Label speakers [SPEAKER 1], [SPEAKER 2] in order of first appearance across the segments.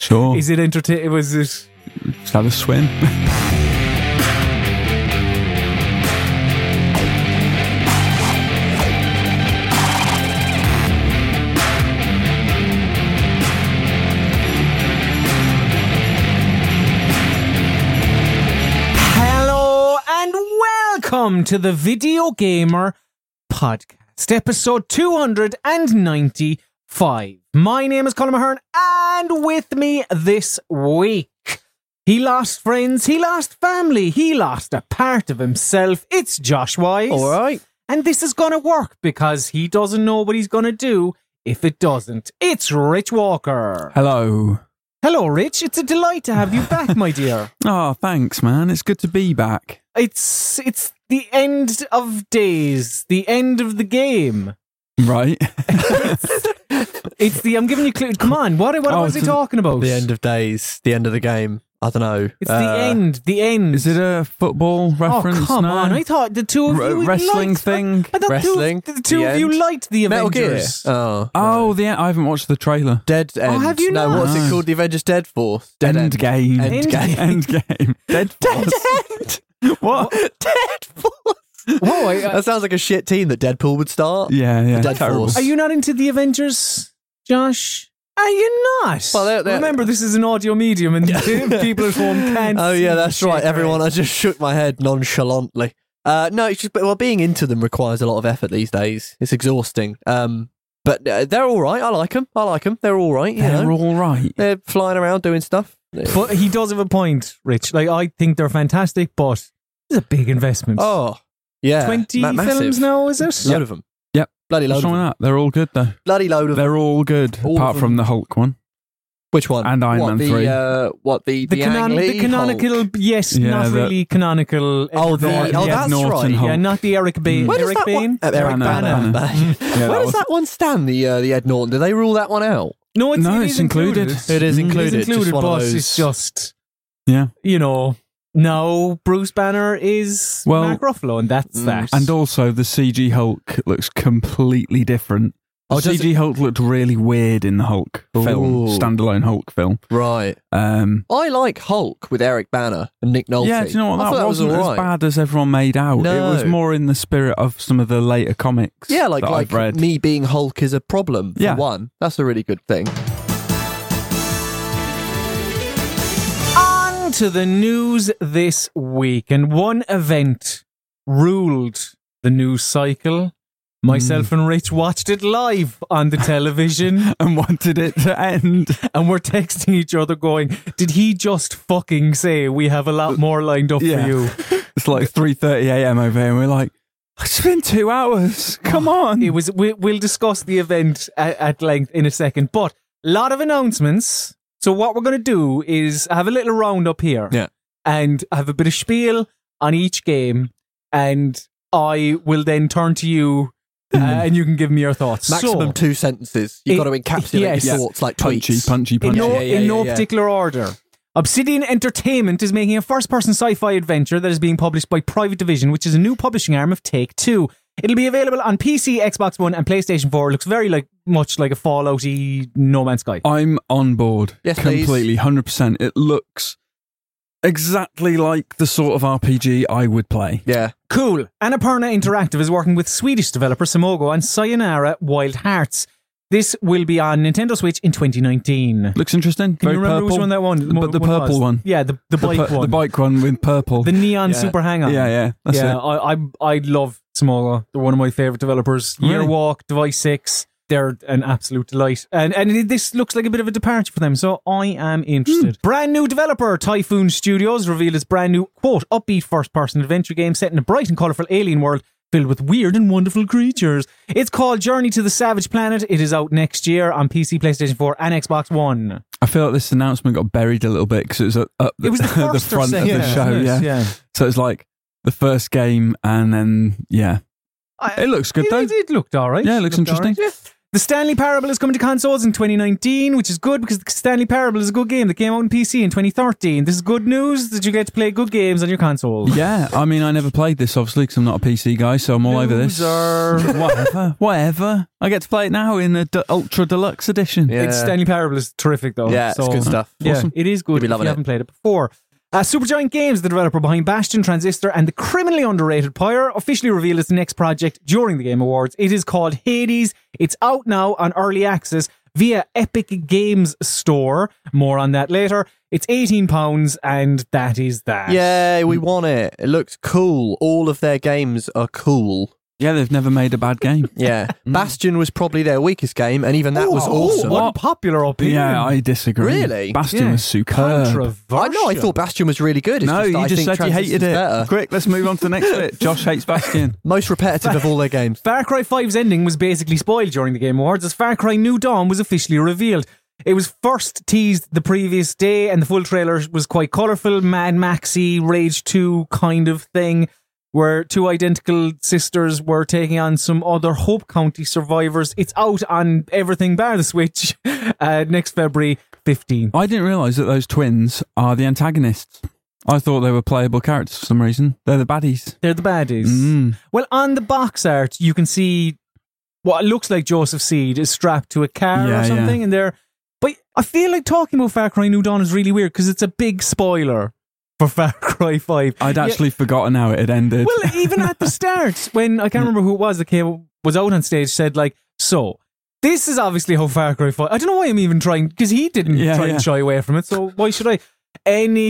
[SPEAKER 1] Sure.
[SPEAKER 2] Is it entertaining? Was it?
[SPEAKER 1] Let's have a swim.
[SPEAKER 2] Hello and welcome to the Video Gamer Podcast, episode 295. My name is Colin Mahern, and with me this week, he lost friends, he lost family, he lost a part of himself. It's Josh Wise.
[SPEAKER 3] All right.
[SPEAKER 2] And this is going to work because he doesn't know what he's going to do if it doesn't. It's Rich Walker.
[SPEAKER 1] Hello.
[SPEAKER 2] Hello, Rich. It's a delight to have you back, my dear.
[SPEAKER 1] Oh, thanks, man. It's good to be back.
[SPEAKER 2] It's it's the end of days, the end of the game.
[SPEAKER 1] Right.
[SPEAKER 2] It's the I'm giving you clue. Come on, what what
[SPEAKER 3] Oh,
[SPEAKER 2] was he
[SPEAKER 3] it's the-
[SPEAKER 2] talking about?
[SPEAKER 3] The end of uh, days, the end of the game. I don't know.
[SPEAKER 2] It's the end. The end.
[SPEAKER 1] Is it a football
[SPEAKER 2] Oh
[SPEAKER 1] reference?
[SPEAKER 2] come
[SPEAKER 1] now?
[SPEAKER 2] on! I thought the two of
[SPEAKER 1] R-
[SPEAKER 2] you
[SPEAKER 1] wrestling
[SPEAKER 2] liked,
[SPEAKER 1] thing?
[SPEAKER 2] I thought
[SPEAKER 3] Wrestling?
[SPEAKER 2] Two, the two
[SPEAKER 3] The
[SPEAKER 2] of you
[SPEAKER 3] end?
[SPEAKER 2] liked the
[SPEAKER 3] Metal Gear.
[SPEAKER 2] Avengers.
[SPEAKER 3] Oh,
[SPEAKER 1] Oh, the I haven't watched the trailer.
[SPEAKER 3] Dead End.
[SPEAKER 2] Oh, have you
[SPEAKER 3] no,
[SPEAKER 2] not?
[SPEAKER 3] what's
[SPEAKER 1] No.
[SPEAKER 3] it called? The Avengers Dead Force. Dead
[SPEAKER 1] End game.
[SPEAKER 3] End
[SPEAKER 2] game.
[SPEAKER 1] End game. Dead Force.
[SPEAKER 3] End.
[SPEAKER 1] What?
[SPEAKER 3] Dead Force.
[SPEAKER 2] Whoa! I, uh,
[SPEAKER 3] That sounds like a shit team that Deadpool would start.
[SPEAKER 1] Yeah, yeah.
[SPEAKER 3] Dead
[SPEAKER 1] Terrible.
[SPEAKER 3] Force.
[SPEAKER 2] Are you not into the Avengers, Josh? Are you not?
[SPEAKER 3] Well, they're- they're-
[SPEAKER 2] Remember, this is an audio medium, and people at home can't.
[SPEAKER 3] Oh
[SPEAKER 2] see
[SPEAKER 3] yeah,
[SPEAKER 2] the
[SPEAKER 3] that's right.
[SPEAKER 2] shake
[SPEAKER 3] Everyone,
[SPEAKER 2] hands.
[SPEAKER 3] I just shook my head nonchalantly. Uh, no, it's just well, being into them requires a lot of effort these days. It's exhausting. Um, but uh, they're all right. I like them. I like them. They're all right. You
[SPEAKER 1] They're
[SPEAKER 3] know,
[SPEAKER 1] all right.
[SPEAKER 3] they're flying around doing stuff.
[SPEAKER 2] But he does have a point, Rich. Like I think they're fantastic, but it's a big investment.
[SPEAKER 3] Oh yeah,
[SPEAKER 2] Twenty
[SPEAKER 3] ma- massive.
[SPEAKER 2] films now, is it?
[SPEAKER 3] Load of them.
[SPEAKER 1] Yep.
[SPEAKER 3] Bloody load
[SPEAKER 1] What's
[SPEAKER 3] of
[SPEAKER 1] wrong
[SPEAKER 3] them.
[SPEAKER 1] with that? They're all good though.
[SPEAKER 3] Bloody load of them.
[SPEAKER 1] They're all good,
[SPEAKER 3] All
[SPEAKER 1] apart
[SPEAKER 3] of
[SPEAKER 1] from the Hulk one.
[SPEAKER 3] Which one?
[SPEAKER 1] And Iron
[SPEAKER 3] what,
[SPEAKER 1] Man
[SPEAKER 3] the,
[SPEAKER 1] 3.
[SPEAKER 3] Uh, what the
[SPEAKER 2] The,
[SPEAKER 3] the,
[SPEAKER 2] canon-
[SPEAKER 3] Ang Lee
[SPEAKER 2] the canonical,
[SPEAKER 3] Hulk.
[SPEAKER 2] yes,
[SPEAKER 1] Yeah,
[SPEAKER 2] not
[SPEAKER 1] the-
[SPEAKER 2] really canonical.
[SPEAKER 3] Oh, the-
[SPEAKER 2] Edward
[SPEAKER 3] oh,
[SPEAKER 2] Norton.
[SPEAKER 3] that's right.
[SPEAKER 2] yeah, not the Eric Bane.
[SPEAKER 3] Where does
[SPEAKER 2] Eric
[SPEAKER 3] that
[SPEAKER 2] Bane.
[SPEAKER 3] one? Uh, Eric
[SPEAKER 1] Banner,
[SPEAKER 3] Banner.
[SPEAKER 1] Banner. Yeah, that
[SPEAKER 3] Where
[SPEAKER 1] was-
[SPEAKER 3] does that one stand? The uh, the Ed Norton. Do they rule that one out?
[SPEAKER 2] No, it's,
[SPEAKER 1] No,
[SPEAKER 2] it
[SPEAKER 1] it's
[SPEAKER 2] is included.
[SPEAKER 1] included.
[SPEAKER 3] It is
[SPEAKER 1] Mm.
[SPEAKER 3] included.
[SPEAKER 2] It is included,
[SPEAKER 3] just one
[SPEAKER 2] but
[SPEAKER 3] of those.
[SPEAKER 2] it's just
[SPEAKER 1] Yeah.
[SPEAKER 2] you know. No, Bruce Banner is
[SPEAKER 1] Well-
[SPEAKER 2] Mark Ruffalo, and that's
[SPEAKER 3] Mm.
[SPEAKER 2] that.
[SPEAKER 1] And also, the CG Hulk looks completely different. The
[SPEAKER 3] Oh, does
[SPEAKER 1] CG Hulk looked really weird in the Hulk film,
[SPEAKER 3] Ooh.
[SPEAKER 1] standalone Hulk film.
[SPEAKER 3] right.
[SPEAKER 1] Um,
[SPEAKER 3] I like Hulk with Eric Banner and Nick Nolte.
[SPEAKER 1] yeah, do you know what?
[SPEAKER 3] I
[SPEAKER 1] That,
[SPEAKER 3] thought that was
[SPEAKER 1] wasn't
[SPEAKER 3] all
[SPEAKER 1] as
[SPEAKER 3] right.
[SPEAKER 1] bad as everyone made out. It was
[SPEAKER 3] No.
[SPEAKER 1] more in the spirit of some of the later comics.
[SPEAKER 3] Yeah, like
[SPEAKER 1] that
[SPEAKER 3] like
[SPEAKER 1] I've read.
[SPEAKER 3] me being Hulk is a problem. For
[SPEAKER 1] Yeah.
[SPEAKER 3] one. That's a really good thing.
[SPEAKER 2] On to the news this week, and one event ruled the news cycle. Myself and Rich watched it live on the television,
[SPEAKER 1] and wanted it to end.
[SPEAKER 2] and we're texting each other, going, "Did he just fucking say we have a lot more lined up
[SPEAKER 1] Yeah.
[SPEAKER 2] for you?"
[SPEAKER 1] It's like three thirty a.m. over here, and we're like, it's been two hours.
[SPEAKER 3] Oh,
[SPEAKER 1] Come on.
[SPEAKER 2] It was. We, we'll discuss the event at, at length in a second, but a lot of announcements. So what we're going to do is have a little roundup here,
[SPEAKER 3] Yeah.
[SPEAKER 2] and have a bit of spiel on each game, and I will then turn to you, uh, and you can give me your thoughts.
[SPEAKER 3] Hmm. Maximum
[SPEAKER 2] So,
[SPEAKER 3] two sentences. You've
[SPEAKER 2] It-
[SPEAKER 3] got to encapsulate
[SPEAKER 2] yes.
[SPEAKER 3] your thoughts like
[SPEAKER 1] punchy,
[SPEAKER 3] tweets.
[SPEAKER 1] punchy,
[SPEAKER 2] in
[SPEAKER 1] punchy.
[SPEAKER 2] no,
[SPEAKER 3] Yeah, yeah,
[SPEAKER 2] in
[SPEAKER 3] yeah,
[SPEAKER 2] no
[SPEAKER 3] yeah.
[SPEAKER 2] particular order. Obsidian Entertainment is making a first person sci fi adventure that is being published by Private Division, which is a new publishing arm of Take Two. It'll be available on PC, Xbox One, and PlayStation 4. It looks very like much like a Fallout y No Man's Sky.
[SPEAKER 1] I'm on board.
[SPEAKER 3] Yes, please.
[SPEAKER 1] completely, hundred percent. It looks exactly like the sort of RPG I would play.
[SPEAKER 3] Yeah.
[SPEAKER 2] Cool. Annapurna Interactive is working with Swedish developer Samogo and Sayonara Wild Hearts. This will be on Nintendo Switch in 2019.
[SPEAKER 1] Looks interesting.
[SPEAKER 2] Can
[SPEAKER 1] Very
[SPEAKER 2] you remember
[SPEAKER 1] purple.
[SPEAKER 2] which one that one?
[SPEAKER 1] But the
[SPEAKER 2] one
[SPEAKER 1] purple
[SPEAKER 2] was?
[SPEAKER 1] one.
[SPEAKER 2] Yeah, the, the
[SPEAKER 1] The
[SPEAKER 2] bike
[SPEAKER 1] pu-
[SPEAKER 2] one.
[SPEAKER 1] The bike one with purple.
[SPEAKER 2] The neon
[SPEAKER 3] Yeah.
[SPEAKER 2] super hang on.
[SPEAKER 1] yeah, yeah. That's
[SPEAKER 2] yeah,
[SPEAKER 1] it.
[SPEAKER 2] I, I I love Smola. They're one of my favorite developers.
[SPEAKER 1] Really?
[SPEAKER 2] Yearwalk, Device Six, they're an absolute delight. And and it- this looks like a bit of a departure for them, so I am interested. Hmm, Brand new developer Typhoon Studios revealed its brand new quote upbeat first person adventure game set in a bright and colorful alien world. Filled with weird and wonderful creatures. It's called Journey to the Savage Planet. It is out next year on PC, PlayStation 4, and Xbox One.
[SPEAKER 1] I feel like this announcement got buried a little bit because it was up up the,
[SPEAKER 2] It was the,
[SPEAKER 1] the
[SPEAKER 2] first or
[SPEAKER 1] front of
[SPEAKER 2] second,
[SPEAKER 1] the
[SPEAKER 2] wasn't
[SPEAKER 1] show.
[SPEAKER 2] it?
[SPEAKER 1] Yeah. So it's like the first game, and then yeah,
[SPEAKER 2] I-
[SPEAKER 1] it looks good
[SPEAKER 2] it,
[SPEAKER 1] though.
[SPEAKER 2] it- it looked alright.
[SPEAKER 1] Yeah, it looks
[SPEAKER 2] Looked alright.
[SPEAKER 1] interesting.
[SPEAKER 2] The Stanley Parable is coming to consoles in 2019, which is good because the Stanley Parable is a good game that came out on PC in 2013. This is good news that you get to play good games on your console.
[SPEAKER 1] Yeah, I mean, I never played this, obviously, because I'm not a PC guy, so I'm all over this.
[SPEAKER 2] Loser.
[SPEAKER 1] Whatever, whatever. I get to play it now in the d- Ultra Deluxe Edition.
[SPEAKER 3] Yeah.
[SPEAKER 2] It's Stanley Parable is terrific though.
[SPEAKER 3] Uh, Yeah, it's
[SPEAKER 2] so-
[SPEAKER 3] good stuff.
[SPEAKER 2] Yeah, it is good
[SPEAKER 3] You'll be
[SPEAKER 2] if you
[SPEAKER 3] loving it.
[SPEAKER 2] haven't played it before. Uh, Supergiant Games, the developer behind Bastion, Transistor, and the criminally underrated Pyre, officially revealed its next project during the Game Awards. It is called Hades. It's out now on early access via Epic Games Store. More on that later. It's eighteen pounds, and that is that.
[SPEAKER 3] Yay, we won it. It looks cool. All of their games are cool.
[SPEAKER 1] Yeah, they've never made a bad game.
[SPEAKER 3] Yeah.
[SPEAKER 1] Mm.
[SPEAKER 3] Bastion was probably their weakest game, and even that was
[SPEAKER 2] Ooh,
[SPEAKER 1] Oh,
[SPEAKER 3] awesome.
[SPEAKER 2] One popular opinion.
[SPEAKER 1] Yeah, I disagree.
[SPEAKER 3] Really?
[SPEAKER 1] Bastion
[SPEAKER 2] Yeah.
[SPEAKER 1] was superb.
[SPEAKER 2] Controversial.
[SPEAKER 3] I know, I thought Bastion was really good. It's
[SPEAKER 1] No,
[SPEAKER 3] just, that
[SPEAKER 1] you
[SPEAKER 3] I
[SPEAKER 1] just
[SPEAKER 3] think
[SPEAKER 1] said you hated
[SPEAKER 3] Transistor's
[SPEAKER 1] it.
[SPEAKER 3] Better.
[SPEAKER 1] Quick, let's move on to the next bit. Josh hates Bastion.
[SPEAKER 3] Most repetitive of all their games.
[SPEAKER 2] Far Cry 5's ending was basically spoiled during the Game Awards as Far Cry New Dawn was officially revealed. It was first teased the previous day, and the full trailer was quite colourful, Mad Maxi, Rage 2 kind of thing, where two identical sisters were taking on some other Hope County survivors. It's out on everything bar the Switch uh, next February 15th.
[SPEAKER 1] I didn't realise that those twins are the antagonists. I thought they were playable characters for some reason. They're the baddies.
[SPEAKER 2] They're the baddies.
[SPEAKER 1] Mm.
[SPEAKER 2] Well, on the box art, you can see what looks like Joseph Seed is strapped to a car
[SPEAKER 1] Yeah,
[SPEAKER 2] or
[SPEAKER 1] yeah.
[SPEAKER 2] something, and they're. But I feel like talking about Far Cry New Dawn is really weird because it's a big spoiler for Far Cry Five.
[SPEAKER 1] I'd
[SPEAKER 2] Yeah.
[SPEAKER 1] actually forgotten how it had ended.
[SPEAKER 2] Well, even at the start, when I can't remember who it was that came was out on stage, said like, "So this is obviously how Far Cry 5. I don't know why I'm even trying because he didn't
[SPEAKER 1] Yeah,
[SPEAKER 2] try
[SPEAKER 1] yeah.
[SPEAKER 2] and shy away from it. So why should I?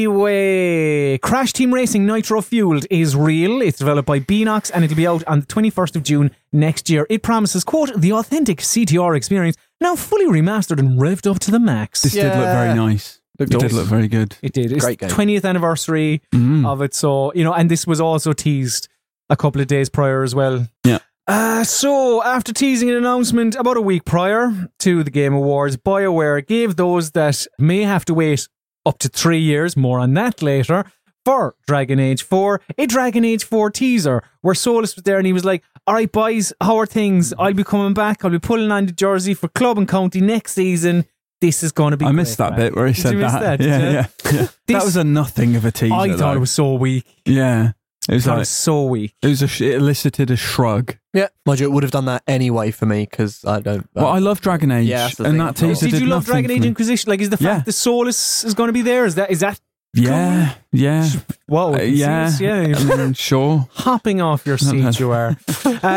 [SPEAKER 2] Anyway, Crash Team Racing Nitro Fueled is real. It's developed by Beanox and it'll be out on the 21st of June next year. It promises, quote, the authentic CTR experience, now fully remastered and revved up to the max.
[SPEAKER 1] this did look very
[SPEAKER 3] Yeah.
[SPEAKER 1] nice.
[SPEAKER 3] Looked
[SPEAKER 1] it did
[SPEAKER 3] awesome.
[SPEAKER 1] look very good.
[SPEAKER 2] It did. It's
[SPEAKER 3] Great game.
[SPEAKER 2] 20th anniversary
[SPEAKER 1] Mm.
[SPEAKER 2] of it. So, you know, and this was also teased a couple of days prior as well.
[SPEAKER 1] Yeah.
[SPEAKER 2] Uh, so, after teasing an announcement about a week prior to the Game Awards, BioWare gave those that may have to wait up to three years, more on that later, for Dragon Age 4, a Dragon Age 4 teaser where Solus was there and he was like, All right, boys, how are things? I'll be coming back. I'll be pulling on the jersey for club and county next season. This is going to be.
[SPEAKER 1] I missed
[SPEAKER 2] great,
[SPEAKER 1] that
[SPEAKER 2] man."
[SPEAKER 1] bit where he
[SPEAKER 2] Did
[SPEAKER 1] said
[SPEAKER 2] you miss that, did
[SPEAKER 1] Yeah,
[SPEAKER 2] you?
[SPEAKER 1] yeah. yeah. that
[SPEAKER 2] This-
[SPEAKER 1] was a nothing of a teaser.
[SPEAKER 2] I thought
[SPEAKER 1] though.
[SPEAKER 2] it was so weak.
[SPEAKER 1] Yeah, it was
[SPEAKER 2] That
[SPEAKER 1] like
[SPEAKER 2] was so weak.
[SPEAKER 1] it was. A, sh- it elicited a shrug.
[SPEAKER 3] Yeah. Mind you, it would have done that anyway for me because I don't. uh,
[SPEAKER 1] Well, I love Dragon Age,
[SPEAKER 3] Yeah, that's the
[SPEAKER 1] and
[SPEAKER 3] thing
[SPEAKER 1] that
[SPEAKER 3] as well.
[SPEAKER 1] teaser
[SPEAKER 2] Did, you love
[SPEAKER 1] nothing
[SPEAKER 2] Dragon
[SPEAKER 1] for
[SPEAKER 2] Age
[SPEAKER 1] me.
[SPEAKER 2] Inquisition? Like, is the fact
[SPEAKER 1] Yeah.
[SPEAKER 2] that Solus is going to be there? Is that is that?
[SPEAKER 1] Yeah, yeah,
[SPEAKER 2] Whoa,
[SPEAKER 1] uh,
[SPEAKER 2] you can see
[SPEAKER 1] yeah.
[SPEAKER 2] us? yeah.
[SPEAKER 1] I
[SPEAKER 2] you're
[SPEAKER 1] mean, sure.
[SPEAKER 2] hopping off your seat, you are. uh,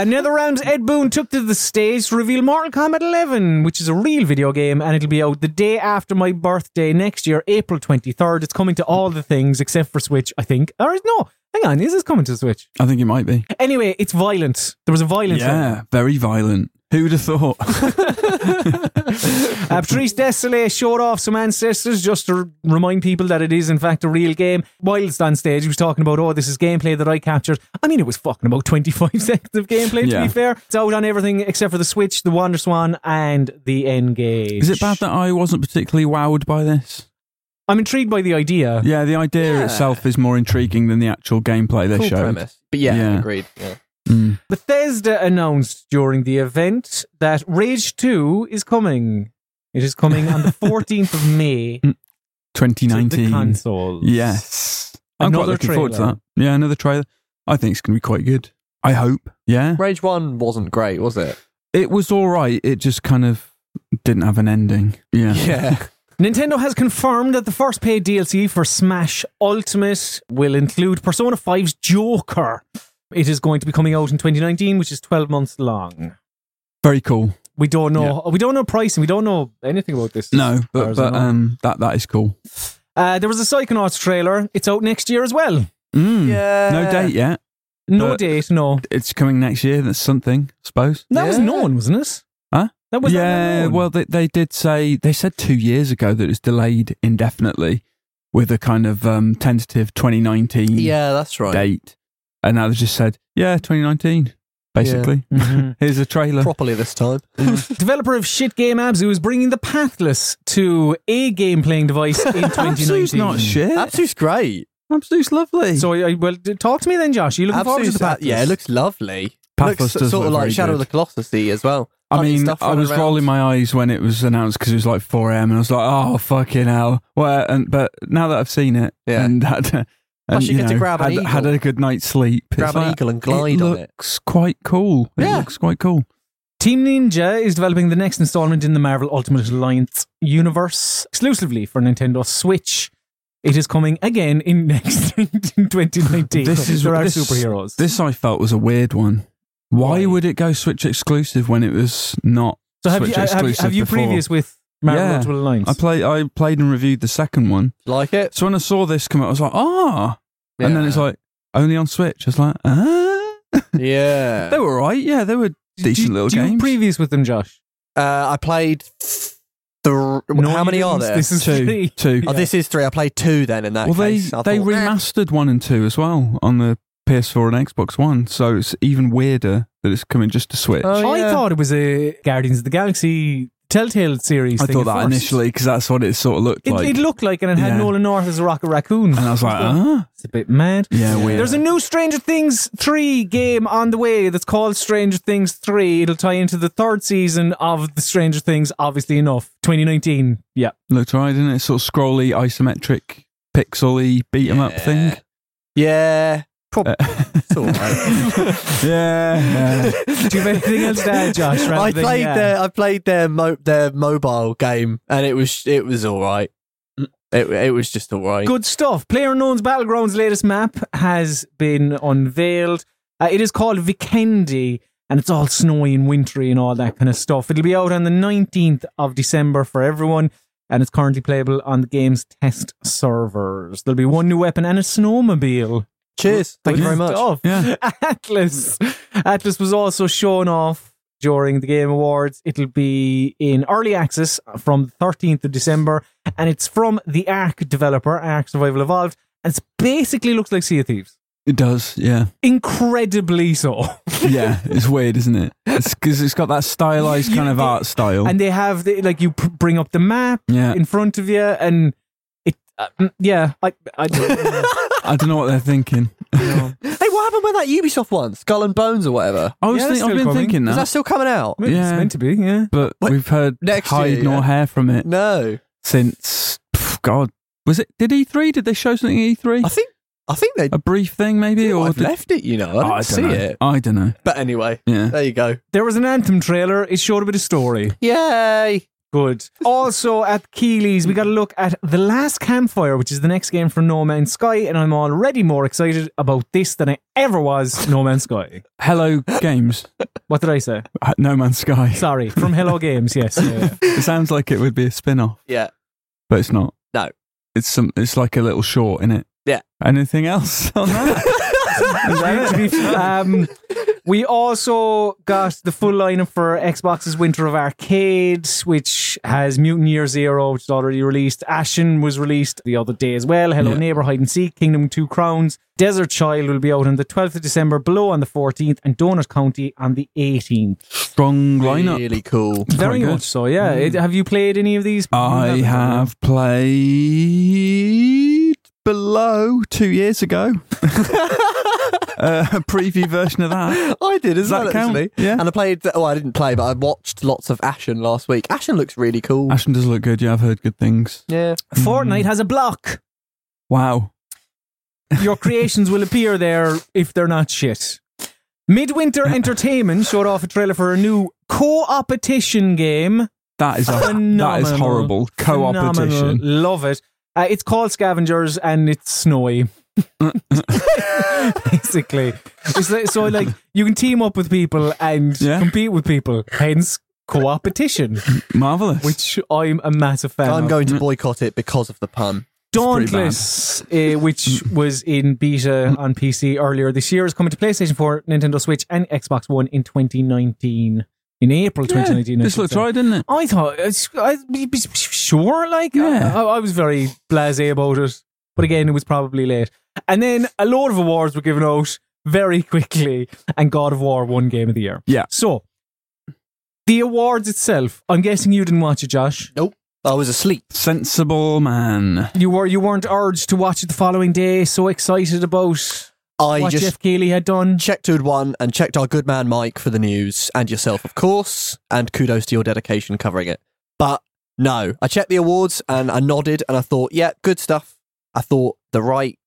[SPEAKER 2] NetherRealm's Ed Boon took to the stage to reveal Mortal Kombat 11, which is a real video game, and it'll be out the day after my birthday next year, April 23rd. It's coming to all the things except for Switch, I think. Or is- no, hang on, is this coming to Switch?
[SPEAKER 1] I think it might be.
[SPEAKER 2] Anyway, it's violent. There was a violent.
[SPEAKER 1] Yeah, very violent. Who'd have thought?
[SPEAKER 2] Uh, Patrice Desolé showed off some ancestors just to r- remind people that it is, in fact, a real game. Whilst on stage, he was talking about, oh, this is gameplay that I captured. I mean, it was fucking about 25 seconds of gameplay, to
[SPEAKER 1] Yeah.
[SPEAKER 2] be fair. It's out on everything except for the Switch, the Wander Swan, and the N-Gage.
[SPEAKER 1] Is it bad that I wasn't particularly wowed by this?
[SPEAKER 2] I'm intrigued by the idea.
[SPEAKER 1] Yeah, the idea
[SPEAKER 3] Yeah.
[SPEAKER 1] itself is more intriguing than the actual gameplay they
[SPEAKER 3] cool
[SPEAKER 1] showed.
[SPEAKER 3] premise. But yeah,
[SPEAKER 1] Yeah.
[SPEAKER 3] agreed. Yeah.
[SPEAKER 1] Mm.
[SPEAKER 2] Bethesda announced during the event that Rage 2 is coming. It is coming on the 14th of May to the
[SPEAKER 1] 2019.
[SPEAKER 2] consoles.
[SPEAKER 1] Yes. I'm
[SPEAKER 2] Another
[SPEAKER 1] quite looking forward to
[SPEAKER 2] trailer.
[SPEAKER 1] that. Yeah, another trailer. I think it's going to be quite good. I hope. Yeah.
[SPEAKER 3] Rage 1 wasn't great, was it?
[SPEAKER 1] It was all right. It just kind of didn't have an ending. Yeah.
[SPEAKER 3] Yeah.
[SPEAKER 2] Nintendo has confirmed that the first paid DLC for Smash Ultimate will include Persona 5's Joker. It is going to be coming out in 2019, which is 12 months long.
[SPEAKER 1] Very cool.
[SPEAKER 2] We don't know. We don't know pricing. We don't know anything about this.
[SPEAKER 1] No,
[SPEAKER 2] Or
[SPEAKER 1] but,
[SPEAKER 2] is it
[SPEAKER 1] but
[SPEAKER 2] not?
[SPEAKER 1] um, that that is cool.
[SPEAKER 2] uh, there was a Psychonauts trailer. It's out next year as well.
[SPEAKER 1] Mm.
[SPEAKER 3] Yeah.
[SPEAKER 1] No date yet.
[SPEAKER 2] No
[SPEAKER 1] Uh,
[SPEAKER 2] date. No.
[SPEAKER 1] It's coming next year. That's something, I suppose.
[SPEAKER 2] That was
[SPEAKER 3] yeah.
[SPEAKER 2] known, wasn't it?
[SPEAKER 1] Huh?
[SPEAKER 2] That was
[SPEAKER 1] yeah.
[SPEAKER 2] known.
[SPEAKER 1] Well, they, they did say they said two years ago that it's delayed indefinitely with a kind of um, tentative 2019
[SPEAKER 3] Yeah, that's right.
[SPEAKER 1] date, and now they just said yeah 2019 basically.
[SPEAKER 3] Mm-hmm.
[SPEAKER 2] Mhm.
[SPEAKER 1] Here's a trailer.
[SPEAKER 3] Properly this time.
[SPEAKER 2] Developer of shit game Abzu is bringing the Pathless to a game playing device in 2019.
[SPEAKER 1] Absolute's not shit.
[SPEAKER 3] Absolute's great.
[SPEAKER 1] Absolute's lovely.
[SPEAKER 2] So, I, I- well, d- talk to me then, Josh. Are you looking forward to the
[SPEAKER 1] uh,
[SPEAKER 3] Absolute's-
[SPEAKER 2] Pathless?
[SPEAKER 3] yeah, it looks lovely.
[SPEAKER 1] Pathless
[SPEAKER 3] looks
[SPEAKER 1] does
[SPEAKER 3] sort
[SPEAKER 1] look
[SPEAKER 3] of
[SPEAKER 1] very
[SPEAKER 3] like Shadow of
[SPEAKER 1] good.
[SPEAKER 3] the Colossus as well.
[SPEAKER 1] I
[SPEAKER 3] Funny
[SPEAKER 1] mean,
[SPEAKER 3] stuff
[SPEAKER 1] I
[SPEAKER 3] running
[SPEAKER 1] was
[SPEAKER 3] around.
[SPEAKER 1] rolling my eyes when it was announced because it was like 4 a.m. and I was like, oh, fucking hell. Well, and, but now that I've seen it
[SPEAKER 3] Yeah.
[SPEAKER 1] and had, and,
[SPEAKER 3] Plus you get to
[SPEAKER 1] know,
[SPEAKER 3] grab an
[SPEAKER 1] had, had
[SPEAKER 3] eagle.
[SPEAKER 1] a good night's sleep, it's
[SPEAKER 3] Grab an
[SPEAKER 1] like,
[SPEAKER 3] eagle and glide
[SPEAKER 1] it
[SPEAKER 3] on it.
[SPEAKER 1] looks quite cool. It
[SPEAKER 3] Yeah.
[SPEAKER 1] looks quite cool.
[SPEAKER 2] Team Ninja is developing the next installment in the Marvel Ultimate Alliance universe exclusively for Nintendo Switch. It is coming again in next in 2019.
[SPEAKER 1] This is-
[SPEAKER 2] there are
[SPEAKER 1] this-
[SPEAKER 2] superheroes.
[SPEAKER 1] This I felt was a weird one. Why
[SPEAKER 2] Why?
[SPEAKER 1] would it go Switch exclusive when it was not
[SPEAKER 2] so have
[SPEAKER 1] Switch
[SPEAKER 2] you, have, you-
[SPEAKER 1] exclusive
[SPEAKER 2] have you
[SPEAKER 1] before?
[SPEAKER 2] previous with Marvel
[SPEAKER 1] Yeah.
[SPEAKER 2] Ultimate Alliance?
[SPEAKER 1] I play I played and reviewed the second one.
[SPEAKER 3] Like it?
[SPEAKER 1] So when I saw this come out, I was like, ah. And then it's
[SPEAKER 3] Yeah.
[SPEAKER 1] like only on Switch. I was like, ah. They
[SPEAKER 3] yeah.
[SPEAKER 1] were all right. Yeah, they were
[SPEAKER 2] Do-
[SPEAKER 1] decent
[SPEAKER 2] do,
[SPEAKER 1] little
[SPEAKER 2] do You
[SPEAKER 1] games.
[SPEAKER 2] previous with them, Josh?
[SPEAKER 3] Uh, I played th- thr- How
[SPEAKER 2] you
[SPEAKER 3] many are
[SPEAKER 2] didn't.
[SPEAKER 3] there?
[SPEAKER 2] This is
[SPEAKER 1] two,
[SPEAKER 2] three.
[SPEAKER 1] two.
[SPEAKER 3] Oh, this is three. I played two then in that
[SPEAKER 1] Well, they
[SPEAKER 3] case. I
[SPEAKER 1] they
[SPEAKER 3] thought, eh.
[SPEAKER 1] remastered one and two as well on the PS4 and Xbox One, so it's even weirder that it's coming just to Switch.
[SPEAKER 3] Oh,
[SPEAKER 2] I
[SPEAKER 3] yeah.
[SPEAKER 2] thought it was a Guardians of the Galaxy Telltale series.
[SPEAKER 1] I
[SPEAKER 2] thing
[SPEAKER 1] thought
[SPEAKER 2] at
[SPEAKER 1] that
[SPEAKER 2] first.
[SPEAKER 1] initially because that's what it sort of looked
[SPEAKER 2] It,
[SPEAKER 1] like,
[SPEAKER 2] it looked like, and it had
[SPEAKER 1] Yeah.
[SPEAKER 2] Nolan North as a Rocket Raccoon.
[SPEAKER 1] and I was like, ah,
[SPEAKER 2] it's a bit mad.
[SPEAKER 1] yeah, weird.
[SPEAKER 2] There's a new Stranger Things 3 game on the way that's called Stranger Things 3. It'll tie into the third season of the Stranger Things, obviously enough. 2019. Yeah.
[SPEAKER 1] looked right, didn't it? Sort of scrolly, isometric, pixely beat 'em up thing. Uh,
[SPEAKER 3] Yeah. Probably. it's all right.
[SPEAKER 1] Yeah, yeah.
[SPEAKER 2] Do you have anything else to add, Josh? rather
[SPEAKER 3] I
[SPEAKER 2] than-
[SPEAKER 3] played
[SPEAKER 2] yeah.
[SPEAKER 3] their I played their mo- their mobile game and it was it was all right. Mm, It it was just all right.
[SPEAKER 2] Good stuff. PlayerUnknown's Battlegrounds latest map has been unveiled. Uh, it is called Vikendi, and it's all snowy and wintry and all that kind of stuff. It'll be out on the 19th of December for everyone, and it's currently playable on the game's test servers. There'll be one new weapon and a snowmobile.
[SPEAKER 3] Cheers. Thank you
[SPEAKER 2] Good
[SPEAKER 3] very much.
[SPEAKER 2] stuff.
[SPEAKER 1] Yeah.
[SPEAKER 2] Atlas. Atlas was also shown off during the Game Awards. It'll be in early access from the 13th of December, and it's from the Ark developer, Ark Survival Evolved, and it basically looks like Sea of Thieves.
[SPEAKER 1] It does, yeah,
[SPEAKER 2] Incredibly so.
[SPEAKER 1] yeah. It's weird, isn't it? It's because it's got that stylized
[SPEAKER 2] You-
[SPEAKER 1] kind of
[SPEAKER 2] you-
[SPEAKER 1] art style.
[SPEAKER 2] And they have, the, like, you pr- bring up the map
[SPEAKER 1] yeah,
[SPEAKER 2] in front of you, and it, uh, mm, yeah, I, I don't
[SPEAKER 1] I don't know what they're thinking.
[SPEAKER 2] know.
[SPEAKER 3] Hey, what happened with that Ubisoft one? Skull and Bones or whatever?
[SPEAKER 1] I was
[SPEAKER 2] Yeah,
[SPEAKER 1] think,
[SPEAKER 2] that's
[SPEAKER 1] I've
[SPEAKER 2] still
[SPEAKER 1] been
[SPEAKER 2] coming.
[SPEAKER 1] thinking
[SPEAKER 3] Is
[SPEAKER 1] that,
[SPEAKER 3] that still coming out?
[SPEAKER 2] Maybe It's
[SPEAKER 1] Yeah.
[SPEAKER 2] meant to be, yeah.
[SPEAKER 1] but
[SPEAKER 3] What?
[SPEAKER 1] we've heard
[SPEAKER 3] Next
[SPEAKER 1] hide
[SPEAKER 3] year,
[SPEAKER 1] nor
[SPEAKER 3] yeah.
[SPEAKER 1] hair from it
[SPEAKER 3] No.
[SPEAKER 1] since pff, God was it? Did E three? Did they show something at E three?
[SPEAKER 3] I think I think they
[SPEAKER 1] A brief thing maybe, or
[SPEAKER 3] I've
[SPEAKER 1] did,
[SPEAKER 3] left it, you know. I
[SPEAKER 1] Oh,
[SPEAKER 3] didn't
[SPEAKER 1] don't
[SPEAKER 3] see
[SPEAKER 1] know.
[SPEAKER 3] it.
[SPEAKER 1] I don't know.
[SPEAKER 3] But anyway,
[SPEAKER 1] Yeah,
[SPEAKER 3] there you go.
[SPEAKER 2] There was an Anthem trailer. It showed a bit of story.
[SPEAKER 3] Yay.
[SPEAKER 2] Good. Also at Keeley's, we got a look at The Last Campfire, which is the next game from No Man's Sky, and I'm already more excited about this than I ever was No Man's Sky.
[SPEAKER 1] Hello Games,
[SPEAKER 2] What did I say?
[SPEAKER 1] Uh, No Man's Sky.
[SPEAKER 2] Sorry, from Hello Games, yes. yeah, yeah.
[SPEAKER 1] It sounds like it would be a spin off,
[SPEAKER 3] Yeah.
[SPEAKER 1] but it's not.
[SPEAKER 3] No.
[SPEAKER 1] it's some. It's like a little short in it.
[SPEAKER 3] Yeah.
[SPEAKER 1] Anything else on that?
[SPEAKER 2] To be- um, we also got the full lineup for Xbox's Winter of Arcade, which has Mutant Year Zero, which is already released. Ashen was released the other day as well. Hello
[SPEAKER 1] Yeah.
[SPEAKER 2] Neighbor, Hide and Seek, Kingdom Two Crowns, Desert Child will be out on the 12th of December, Below on the 14th, and Donut County on the 18th.
[SPEAKER 1] Strong lineup.
[SPEAKER 3] Really cool.
[SPEAKER 2] Very
[SPEAKER 1] good. Mm.
[SPEAKER 2] much so, yeah. It- have you played any of these?
[SPEAKER 1] I
[SPEAKER 2] You haven't,
[SPEAKER 1] have played below two years ago. uh, a preview version of that.
[SPEAKER 3] I did
[SPEAKER 1] Does
[SPEAKER 3] as
[SPEAKER 1] that
[SPEAKER 3] well,
[SPEAKER 1] count?
[SPEAKER 3] actually.
[SPEAKER 1] Yeah.
[SPEAKER 3] And I played, oh, I didn't play, but I watched lots of Ashen last week. Ashen looks really cool.
[SPEAKER 1] Ashton does look good. Yeah, I've heard good things.
[SPEAKER 3] yeah.
[SPEAKER 1] Mm.
[SPEAKER 2] Fortnite has a block.
[SPEAKER 1] Wow.
[SPEAKER 2] your creations will appear there if they're not shit. Midwinter Entertainment showed off a trailer for a new co-opetition game.
[SPEAKER 1] That is a, that is
[SPEAKER 2] Phenomenal.
[SPEAKER 1] horrible.
[SPEAKER 2] Phenomenal.
[SPEAKER 1] Co-opetition.
[SPEAKER 2] Love it. Uh, it's called Scavengers and it's snowy. Basically. It's like, so like you can team up with people and
[SPEAKER 1] Yeah.
[SPEAKER 2] compete with people. Hence co-opetition,
[SPEAKER 1] Marvelous.
[SPEAKER 2] which I'm a massive fan
[SPEAKER 3] I'm
[SPEAKER 2] of.
[SPEAKER 3] going to
[SPEAKER 1] Mm.
[SPEAKER 3] boycott it because of the pun.
[SPEAKER 1] pretty Mm.
[SPEAKER 2] Dauntless, uh, which was in beta on PC earlier this year, is coming to PlayStation 4, Nintendo Switch, and Xbox One in 2019. In April
[SPEAKER 1] Yeah,
[SPEAKER 2] 2019. I
[SPEAKER 1] this
[SPEAKER 2] should
[SPEAKER 1] looks
[SPEAKER 2] say.
[SPEAKER 1] right, didn't it?
[SPEAKER 2] I thought, I, I, sure, like, uh,
[SPEAKER 1] Yeah.
[SPEAKER 2] I, I was very blasé about it. But again, it was probably late. And then a load of awards were given out very quickly, and God of War won Game of the Year.
[SPEAKER 1] Yeah.
[SPEAKER 2] So, the awards itself, I'm guessing you didn't watch it, Josh.
[SPEAKER 3] Oh, I was asleep.
[SPEAKER 1] Sensible man.
[SPEAKER 2] you were you weren't urged to watch it the following day so excited about
[SPEAKER 3] I
[SPEAKER 2] what
[SPEAKER 3] just
[SPEAKER 2] Jeff Keighley had done.
[SPEAKER 3] checked who'd won and checked our good man Mike for the news and yourself, of course, and kudos to your dedication covering it. But no, I checked the awards and I nodded and I thought, yeah, good stuff. I thought the right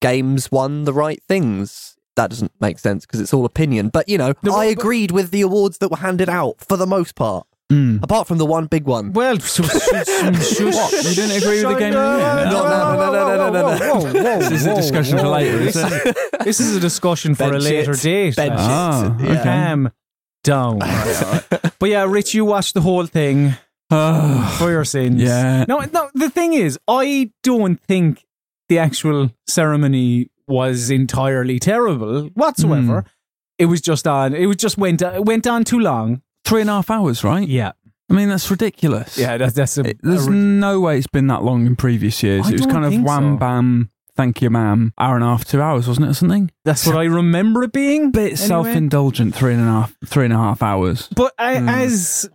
[SPEAKER 3] games won the right things. That doesn't make sense because it's all opinion. But, you know,
[SPEAKER 2] No,
[SPEAKER 3] I
[SPEAKER 2] but-
[SPEAKER 3] agreed with the awards that were handed out for the most part,
[SPEAKER 1] Mm.
[SPEAKER 3] apart from the one big one.
[SPEAKER 2] Well, so, so, so, so,
[SPEAKER 1] What? You didn't agree with the game of the year?
[SPEAKER 3] No, no, no, no, no, no, no, no.
[SPEAKER 2] Whoa, whoa, whoa,
[SPEAKER 1] This is a
[SPEAKER 2] whoa,
[SPEAKER 1] discussion for
[SPEAKER 2] whoa.
[SPEAKER 1] later,
[SPEAKER 2] This
[SPEAKER 1] is it?
[SPEAKER 2] this is a discussion for a
[SPEAKER 3] Bench
[SPEAKER 2] later
[SPEAKER 3] it.
[SPEAKER 2] date.
[SPEAKER 3] Bench
[SPEAKER 2] lads.
[SPEAKER 1] Ah,
[SPEAKER 3] it. Yeah.
[SPEAKER 1] okay.
[SPEAKER 2] Calm down. but yeah, Rich, you watched the whole thing
[SPEAKER 1] Ah,
[SPEAKER 2] for your sins.
[SPEAKER 1] Yeah.
[SPEAKER 2] No, no. The thing is, I don't think the actual ceremony was entirely terrible whatsoever.
[SPEAKER 1] Hmm.
[SPEAKER 2] It was just on. It was just went. It went on too long.
[SPEAKER 1] three and a half hours, right?
[SPEAKER 2] Yeah.
[SPEAKER 1] I mean, that's ridiculous.
[SPEAKER 2] Yeah. That's that's a.
[SPEAKER 1] It- there's
[SPEAKER 2] a-
[SPEAKER 1] no way it's been that long in previous years.
[SPEAKER 2] I
[SPEAKER 1] it was
[SPEAKER 2] don't
[SPEAKER 1] kind of
[SPEAKER 2] think
[SPEAKER 1] wham
[SPEAKER 2] so.
[SPEAKER 1] bam, thank you, ma'am, hour and a half, two hours, wasn't it, or something?
[SPEAKER 2] that's what I remember it being.
[SPEAKER 1] Bit self indulgent, three and a half, three and a half hours.
[SPEAKER 2] But I,
[SPEAKER 1] Hmm.
[SPEAKER 2] as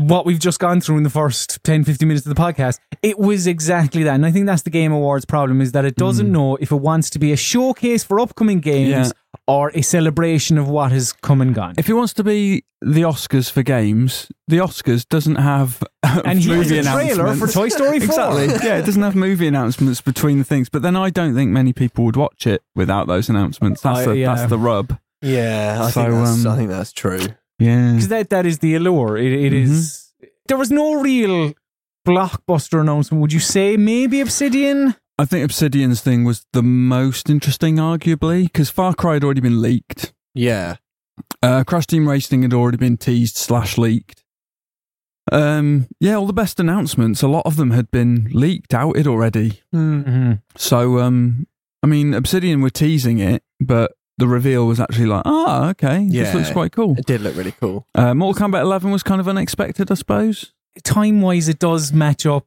[SPEAKER 2] what we've just gone through in the first 10, 15 minutes of the podcast, it was exactly that. And I think that's the Game Awards problem is that it
[SPEAKER 1] Hmm.
[SPEAKER 2] doesn't know if it wants to be a showcase for upcoming games
[SPEAKER 1] Yeah.
[SPEAKER 2] or a celebration of what has come and gone.
[SPEAKER 1] If it wants to be the Oscars for games, the Oscars doesn't have
[SPEAKER 2] and here's
[SPEAKER 1] movie
[SPEAKER 2] the trailer
[SPEAKER 1] announcements.
[SPEAKER 2] for Toy Story 4.
[SPEAKER 1] Exactly. yeah, it doesn't have movie announcements between the things. But then I don't think many people would watch it without those announcements. That's,
[SPEAKER 2] I-
[SPEAKER 1] the,
[SPEAKER 2] yeah.
[SPEAKER 1] that's the rub.
[SPEAKER 3] Yeah, I,
[SPEAKER 1] So,
[SPEAKER 3] think that's,
[SPEAKER 1] um,
[SPEAKER 3] I think that's true.
[SPEAKER 1] Yeah.
[SPEAKER 2] Because that, that is the allure. It, it
[SPEAKER 1] Mm-hmm.
[SPEAKER 2] is- There was no real blockbuster announcement, would you say? Maybe Obsidian?
[SPEAKER 1] I think Obsidian's thing was the most interesting, arguably, because Far Cry had already been leaked.
[SPEAKER 3] Yeah.
[SPEAKER 1] Uh, Crash Team Racing had already been teased slash leaked. Um, yeah, all the best announcements, a lot of them had been leaked, outed already.
[SPEAKER 2] Mm-hmm.
[SPEAKER 1] So, um, I mean, Obsidian were teasing it, but the reveal was actually like, ah, okay,
[SPEAKER 3] Yeah.
[SPEAKER 1] this looks quite cool.
[SPEAKER 3] It did look really cool.
[SPEAKER 1] Uh, Mortal Kombat 11 was kind of unexpected, I suppose.
[SPEAKER 2] Time wise, it does match up.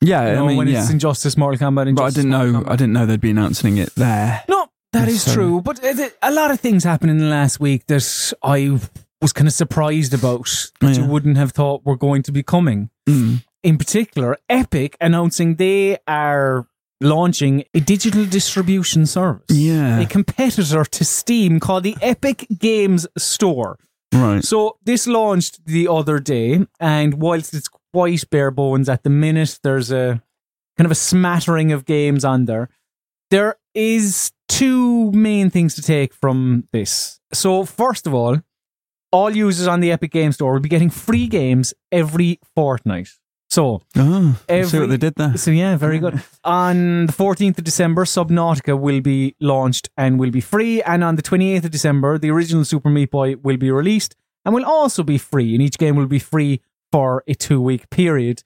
[SPEAKER 1] Yeah,
[SPEAKER 2] You know,
[SPEAKER 1] I mean,
[SPEAKER 2] when
[SPEAKER 1] yeah.
[SPEAKER 2] it's Injustice, Mortal Kombat, Injustice,
[SPEAKER 1] But I didn't
[SPEAKER 2] Mortal
[SPEAKER 1] know,
[SPEAKER 2] Kombat.
[SPEAKER 1] I didn't know they'd be announcing it there.
[SPEAKER 2] No, that is
[SPEAKER 1] So-
[SPEAKER 2] true. But uh, th- a lot of things happened in the last week that I was kind of surprised about that you
[SPEAKER 1] Yeah.
[SPEAKER 2] wouldn't have thought were going to be coming.
[SPEAKER 1] Mm.
[SPEAKER 2] In particular, Epic announcing they are launching a digital distribution service.
[SPEAKER 1] Yeah.
[SPEAKER 2] A competitor to Steam called the Epic Games Store.
[SPEAKER 1] Right.
[SPEAKER 2] So this launched the other day, and whilst it's quite bare bones at the minute, there's a kind of a smattering of games on there. There is two main things to take from this. So first of all, all users on the Epic Game Store will be getting free games every fortnight. So
[SPEAKER 1] Oh, I see
[SPEAKER 2] Every-
[SPEAKER 1] what they did there.
[SPEAKER 2] so yeah, very good. on the 14th of December, Subnautica will be launched and will be free. And on the 28th of December, the original Super Meat Boy will be released and will also be free. And each game will be free for a two week period.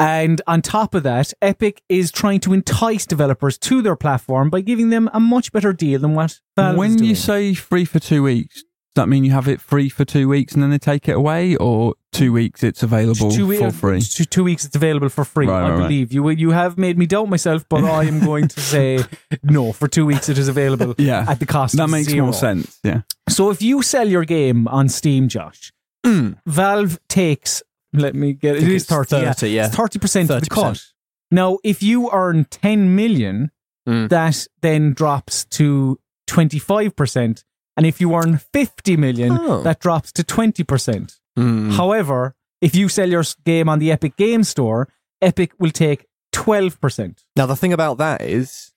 [SPEAKER 2] And on top of that, Epic is trying to entice developers to their platform by giving them a much better deal than what Valve is
[SPEAKER 1] when you
[SPEAKER 2] doing.
[SPEAKER 1] say free for two weeks, does that mean you have it free for two weeks and then they take it away, or two weeks it's available
[SPEAKER 2] two,
[SPEAKER 1] for free?
[SPEAKER 2] Two, two weeks it's available for free.
[SPEAKER 1] Right, right,
[SPEAKER 2] I
[SPEAKER 1] right.
[SPEAKER 2] believe you. will- You have made me doubt myself, but I am going to say no. For two weeks, it is available.
[SPEAKER 1] Yeah.
[SPEAKER 2] at the cost.
[SPEAKER 1] That
[SPEAKER 2] of
[SPEAKER 1] makes
[SPEAKER 2] zero.
[SPEAKER 1] more sense. Yeah.
[SPEAKER 2] So if you sell your game on Steam, Josh,
[SPEAKER 1] Hmm.
[SPEAKER 2] Valve takes. Let me get it. It
[SPEAKER 3] think
[SPEAKER 2] is
[SPEAKER 3] it's
[SPEAKER 2] thirty. yeah.
[SPEAKER 3] 30, yeah.
[SPEAKER 2] It's thirty percent of the
[SPEAKER 3] 30%.
[SPEAKER 2] cost. Now, if you earn ten million,
[SPEAKER 1] Hmm.
[SPEAKER 3] Mm.
[SPEAKER 2] that then drops to twenty five percent. And if you earn 50 million,
[SPEAKER 3] Oh.
[SPEAKER 2] that drops to 20%.
[SPEAKER 3] Mm.
[SPEAKER 2] However, if you sell your s- game on the Epic Game Store, Epic will take 12%.
[SPEAKER 3] Now the thing about that is,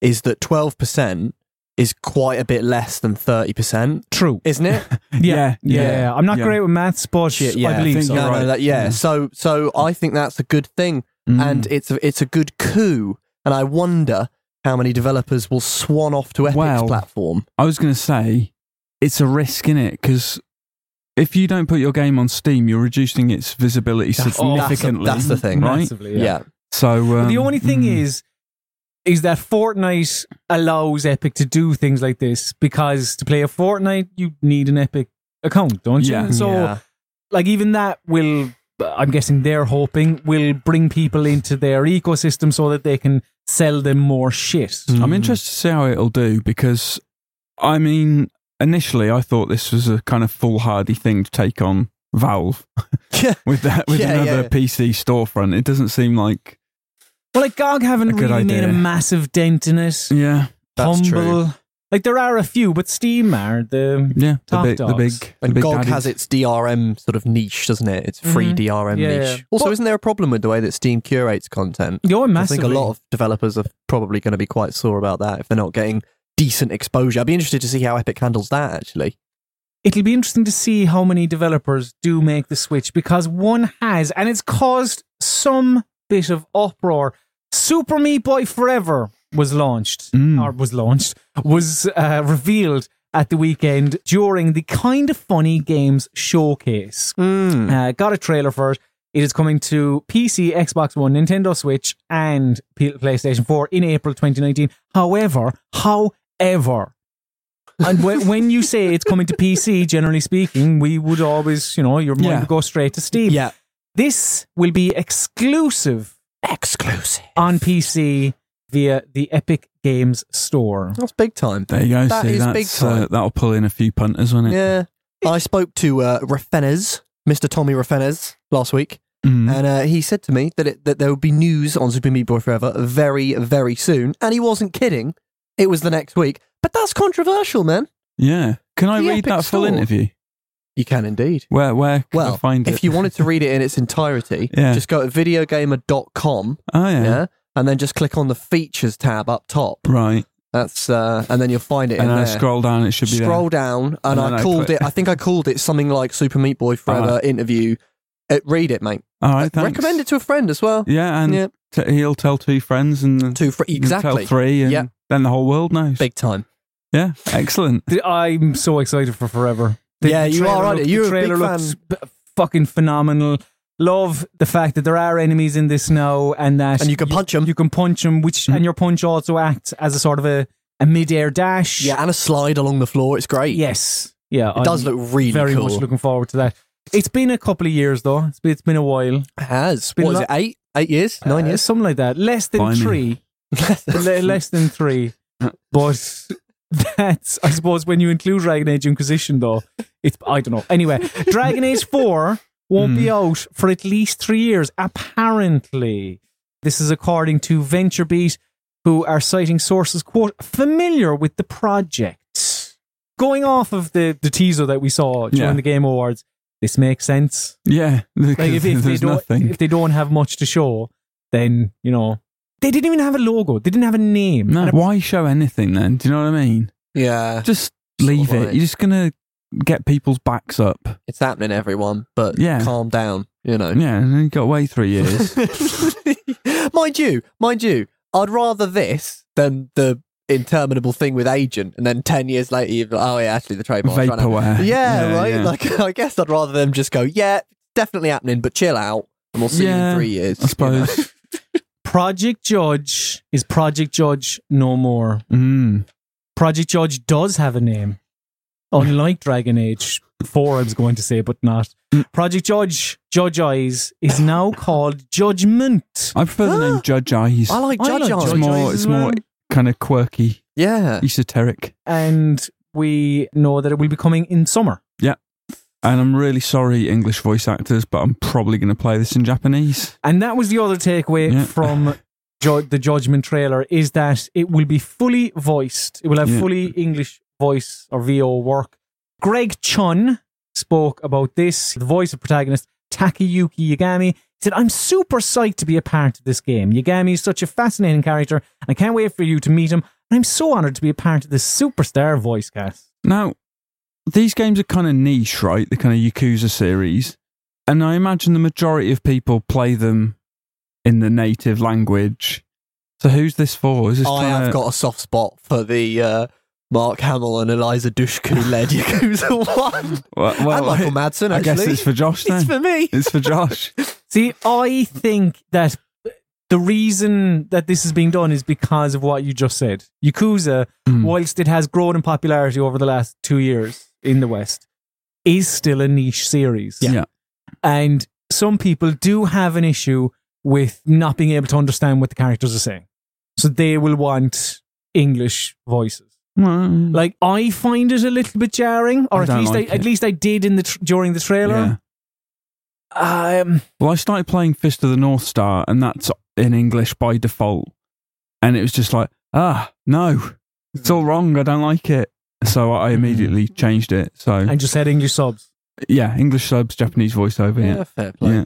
[SPEAKER 3] is that twelve percent is quite a bit less than thirty percent,
[SPEAKER 2] True.
[SPEAKER 3] isn't it?
[SPEAKER 2] Yeah. Yeah.
[SPEAKER 1] Yeah,
[SPEAKER 2] yeah. I'm not
[SPEAKER 1] yeah.
[SPEAKER 2] great with maths, but
[SPEAKER 3] Shit, yeah,
[SPEAKER 2] I believe
[SPEAKER 1] think
[SPEAKER 2] so.
[SPEAKER 1] you're
[SPEAKER 3] no,
[SPEAKER 1] right.
[SPEAKER 3] no, that, yeah.
[SPEAKER 1] Yeah.
[SPEAKER 3] So, so I think that's a good thing, and it's a it's a good coup. And I wonder how many developers will swan off to Epic's
[SPEAKER 1] Well-
[SPEAKER 3] platform.
[SPEAKER 1] I was going to say it's a risk in it because if you don't put your game on Steam, you're reducing its visibility
[SPEAKER 3] That's-
[SPEAKER 2] oh,
[SPEAKER 3] that's the-
[SPEAKER 1] significantly.
[SPEAKER 3] that's the thing.
[SPEAKER 1] right?
[SPEAKER 2] Massively,
[SPEAKER 3] Yeah,
[SPEAKER 1] So um,
[SPEAKER 2] the only thing
[SPEAKER 1] mm,
[SPEAKER 2] is, is that Fortnite allows Epic to do things like this because to play a Fortnite, you need an Epic account, don't you?
[SPEAKER 1] Yeah.
[SPEAKER 2] And so,
[SPEAKER 3] Yeah.
[SPEAKER 2] like, even that will, I'm guessing they're hoping, will bring people into their ecosystem so that they can sell them more shit.
[SPEAKER 3] Mm.
[SPEAKER 1] I'm interested to see how it'll do because, I mean, initially I thought this was a kind of foolhardy thing to take on Valve
[SPEAKER 3] Yeah.
[SPEAKER 1] with that with
[SPEAKER 3] Yeah, yeah,
[SPEAKER 1] another
[SPEAKER 3] yeah.
[SPEAKER 1] PC storefront. It doesn't seem like
[SPEAKER 2] Well, like GOG haven't
[SPEAKER 1] A good
[SPEAKER 2] really made a
[SPEAKER 1] idea.
[SPEAKER 2] massive dent in it.
[SPEAKER 1] yeah.
[SPEAKER 3] That's
[SPEAKER 2] Humble
[SPEAKER 3] true.
[SPEAKER 2] Like there are a few, but Steam are the
[SPEAKER 1] Yeah,
[SPEAKER 2] Top
[SPEAKER 1] the big, the
[SPEAKER 2] dogs.
[SPEAKER 1] big, the
[SPEAKER 3] And
[SPEAKER 1] big
[SPEAKER 3] GOG
[SPEAKER 1] daddies.
[SPEAKER 3] has its DRM sort of niche, doesn't it? It's free
[SPEAKER 2] Mhm.
[SPEAKER 3] DRM
[SPEAKER 2] Yeah,
[SPEAKER 3] niche.
[SPEAKER 2] yeah.
[SPEAKER 3] Also,
[SPEAKER 2] But-
[SPEAKER 3] isn't there a problem with the way that Steam curates content?
[SPEAKER 2] you're
[SPEAKER 3] I
[SPEAKER 2] massive.
[SPEAKER 3] think a lot of developers are probably going to be quite sore about that if they're not getting decent exposure. I'd be interested to see how Epic handles that actually.
[SPEAKER 2] It'll be interesting to see how many developers do make the switch because one has, and it's caused some bit of uproar. Super Meat Boy Forever was launched,
[SPEAKER 1] Mm.
[SPEAKER 2] or was launched, was uh, revealed at the weekend during the Kind of Funny Games showcase. Uh, got a trailer for it. It is coming to PC, Xbox One, Nintendo Switch, and P- PlayStation 4 in April 2019. However, however, and when, when you say it's coming to PC, generally speaking, we would always, you know, your mind
[SPEAKER 1] Yeah.
[SPEAKER 2] would go straight to Steam.
[SPEAKER 3] Yeah,
[SPEAKER 2] This will be exclusive
[SPEAKER 3] exclusive.
[SPEAKER 2] on PC via the Epic Games Store.
[SPEAKER 3] That's big time.
[SPEAKER 1] There you go.
[SPEAKER 3] That
[SPEAKER 1] see,
[SPEAKER 3] is
[SPEAKER 1] that's,
[SPEAKER 3] big time.
[SPEAKER 1] Uh, that'll pull in a few punters, won't it?
[SPEAKER 3] Yeah. I spoke to uh, Rafenes, Mr. Tommy Rafenes, last week,
[SPEAKER 1] Mm.
[SPEAKER 3] and uh, he said to me that it, that there would be news on Super Meat Boy Forever very, very soon, and he wasn't kidding. It was the next week, but that's controversial, man.
[SPEAKER 1] yeah. Can I
[SPEAKER 3] The
[SPEAKER 1] read
[SPEAKER 3] Epic
[SPEAKER 1] that full
[SPEAKER 3] Store.
[SPEAKER 1] interview?
[SPEAKER 3] You can indeed.
[SPEAKER 1] Where where can I
[SPEAKER 3] Well,
[SPEAKER 1] find it?
[SPEAKER 3] if you wanted to read it in its entirety,
[SPEAKER 1] Yeah.
[SPEAKER 3] just go to videogamer.com,
[SPEAKER 1] oh yeah,
[SPEAKER 3] yeah. and then just click on the features tab up top.
[SPEAKER 1] right.
[SPEAKER 3] That's uh, and then you'll find it.
[SPEAKER 1] And
[SPEAKER 3] in
[SPEAKER 1] I
[SPEAKER 3] there.
[SPEAKER 1] scroll down, it should be
[SPEAKER 3] scroll down, and
[SPEAKER 1] And then
[SPEAKER 3] I
[SPEAKER 1] I
[SPEAKER 3] called
[SPEAKER 1] put-
[SPEAKER 3] it. I think I called it something like Super Meat Boy Forever interview. Uh, read it, mate.
[SPEAKER 1] there. All right, thanks.
[SPEAKER 3] Recommend it to a friend as well.
[SPEAKER 1] Yeah, and
[SPEAKER 3] Yeah.
[SPEAKER 1] T- he'll tell two friends, and then
[SPEAKER 3] Two fr-
[SPEAKER 1] he'll
[SPEAKER 3] exactly.
[SPEAKER 1] tell three, and
[SPEAKER 3] Yeah.
[SPEAKER 1] then the whole world knows.
[SPEAKER 3] Big time.
[SPEAKER 1] Yeah, excellent.
[SPEAKER 2] Th- I'm so excited for Forever.
[SPEAKER 3] Yeah, you
[SPEAKER 2] trailer
[SPEAKER 3] are, aren't
[SPEAKER 2] looked-
[SPEAKER 3] you? You're a
[SPEAKER 2] the trailer
[SPEAKER 3] big
[SPEAKER 2] looks b- fucking phenomenal. Love the fact that there are enemies in this now, and that
[SPEAKER 3] And you can Mm-hmm. punch 'em.
[SPEAKER 2] You can punch them, which and your punch also acts as a sort of a, a mid-air dash.
[SPEAKER 3] Yeah, and a slide along the floor. It's great.
[SPEAKER 2] Yes. Yeah.
[SPEAKER 3] it does look really
[SPEAKER 2] very
[SPEAKER 3] cool.
[SPEAKER 2] much looking forward to that. It's been a couple of years though. It's been, it's been a while.
[SPEAKER 3] it has.
[SPEAKER 2] been
[SPEAKER 3] What is
[SPEAKER 2] lo-
[SPEAKER 3] it? Eight? Eight years? Nine
[SPEAKER 2] Uh,
[SPEAKER 3] years?
[SPEAKER 2] something like that. Less than
[SPEAKER 1] Blimey.
[SPEAKER 2] three. Le- less than three. But that's, I suppose, when you include Dragon Age Inquisition, though, it's, I don't know. Anyway, Dragon Age 4 won't be out for at least three years, apparently. This is according to VentureBeat, who are citing sources, quote, familiar with the project. Going off of the, the teaser that we saw during
[SPEAKER 1] Yeah.
[SPEAKER 2] the Game Awards, this makes sense.
[SPEAKER 1] Yeah,
[SPEAKER 2] Like if, if they
[SPEAKER 1] there's
[SPEAKER 2] don't
[SPEAKER 1] nothing.
[SPEAKER 2] if they don't have much to show, then you know they didn't even have a logo. They didn't have a name.
[SPEAKER 1] no,
[SPEAKER 2] And
[SPEAKER 1] why show anything then? Do you know what I mean?
[SPEAKER 3] yeah.
[SPEAKER 1] Just
[SPEAKER 3] Sort of
[SPEAKER 1] leave it.
[SPEAKER 3] like-
[SPEAKER 1] You're just gonna get people's backs up.
[SPEAKER 3] It's happening, everyone, but
[SPEAKER 1] Yeah.
[SPEAKER 3] calm down, you know.
[SPEAKER 1] Yeah, and then you got away three years.
[SPEAKER 3] mind you, mind you, I'd rather this than the interminable thing with Agent, and then ten years later, you've oh yeah, actually the trademark's run out.
[SPEAKER 1] Vaporware.
[SPEAKER 3] Yeah, right.
[SPEAKER 1] yeah.
[SPEAKER 3] Like I guess I'd rather them just go, yeah, definitely happening, but chill out, and we'll see you
[SPEAKER 1] Yeah,
[SPEAKER 3] in three years.
[SPEAKER 1] I suppose.
[SPEAKER 2] Project Judge is Project Judge no more.
[SPEAKER 1] Mm.
[SPEAKER 2] Project Judge does have a name, unlike Dragon Age Four. I was going to say, but not
[SPEAKER 1] Mm.
[SPEAKER 2] Project Judge. Judge Eyes is now called Judgment.
[SPEAKER 1] I prefer the name Judge Eyes.
[SPEAKER 3] I like
[SPEAKER 2] I
[SPEAKER 3] Judge
[SPEAKER 2] like
[SPEAKER 3] Eyes.
[SPEAKER 1] it's
[SPEAKER 2] Judge
[SPEAKER 1] more.
[SPEAKER 2] Eyes
[SPEAKER 1] It's
[SPEAKER 2] as
[SPEAKER 1] more
[SPEAKER 2] well.
[SPEAKER 1] kind of quirky,
[SPEAKER 3] Yeah,
[SPEAKER 1] esoteric.
[SPEAKER 2] and we know that it will be coming in summer.
[SPEAKER 1] And I'm really sorry, English voice actors, but I'm probably going to play this in Japanese.
[SPEAKER 2] And that was the other takeaway
[SPEAKER 1] Yeah.
[SPEAKER 2] from ju- the Judgment trailer is that it will be fully voiced. It will have
[SPEAKER 1] Yeah.
[SPEAKER 2] fully English voice or VO work. Greg Chun spoke about this, the voice of protagonist Takayuki Yagami. He said, I'm super psyched to be a part of this game. Yagami is such a fascinating character, and I can't wait for you to meet him. And I'm so honored to be a part of this superstar voice cast.
[SPEAKER 1] Now, these games are kind of niche, right? The kind of Yakuza series. And I imagine the majority of people play them in the native language. So who's this for? Is this
[SPEAKER 3] I
[SPEAKER 1] trying
[SPEAKER 3] have
[SPEAKER 1] to-
[SPEAKER 3] got a soft spot for the uh, Mark Hamill and Eliza Dushku led Yakuza One.
[SPEAKER 1] Well,
[SPEAKER 3] and
[SPEAKER 1] well,
[SPEAKER 3] Michael Madsen, actually.
[SPEAKER 1] I guess it's for Josh then.
[SPEAKER 3] It's for me.
[SPEAKER 1] It's for Josh.
[SPEAKER 2] See, I think that the reason that this is being done is because of what you just said. Yakuza,
[SPEAKER 1] Mm.
[SPEAKER 2] whilst it has grown in popularity over the last two years in the West, is still a niche series.
[SPEAKER 1] Yeah. Yeah.
[SPEAKER 2] And some people do have an issue with not being able to understand what the characters are saying. So they will want English voices.
[SPEAKER 1] Well,
[SPEAKER 2] Like I find it a little bit jarring, or
[SPEAKER 1] I
[SPEAKER 2] at
[SPEAKER 1] don't
[SPEAKER 2] least
[SPEAKER 1] like
[SPEAKER 2] I, at
[SPEAKER 1] it.
[SPEAKER 2] least I did in the tr- during the
[SPEAKER 1] yeah.
[SPEAKER 2] trailer. Um,
[SPEAKER 1] Well, I started playing Fist of the North Star, and that's in English by default. And it was just like, ah, no. it's all wrong. I don't like it. So
[SPEAKER 3] Mm.
[SPEAKER 1] I immediately changed it. So
[SPEAKER 2] and just had English subs.
[SPEAKER 1] yeah, English subs, Japanese voiceover. Yeah,
[SPEAKER 3] fair play.
[SPEAKER 1] yeah.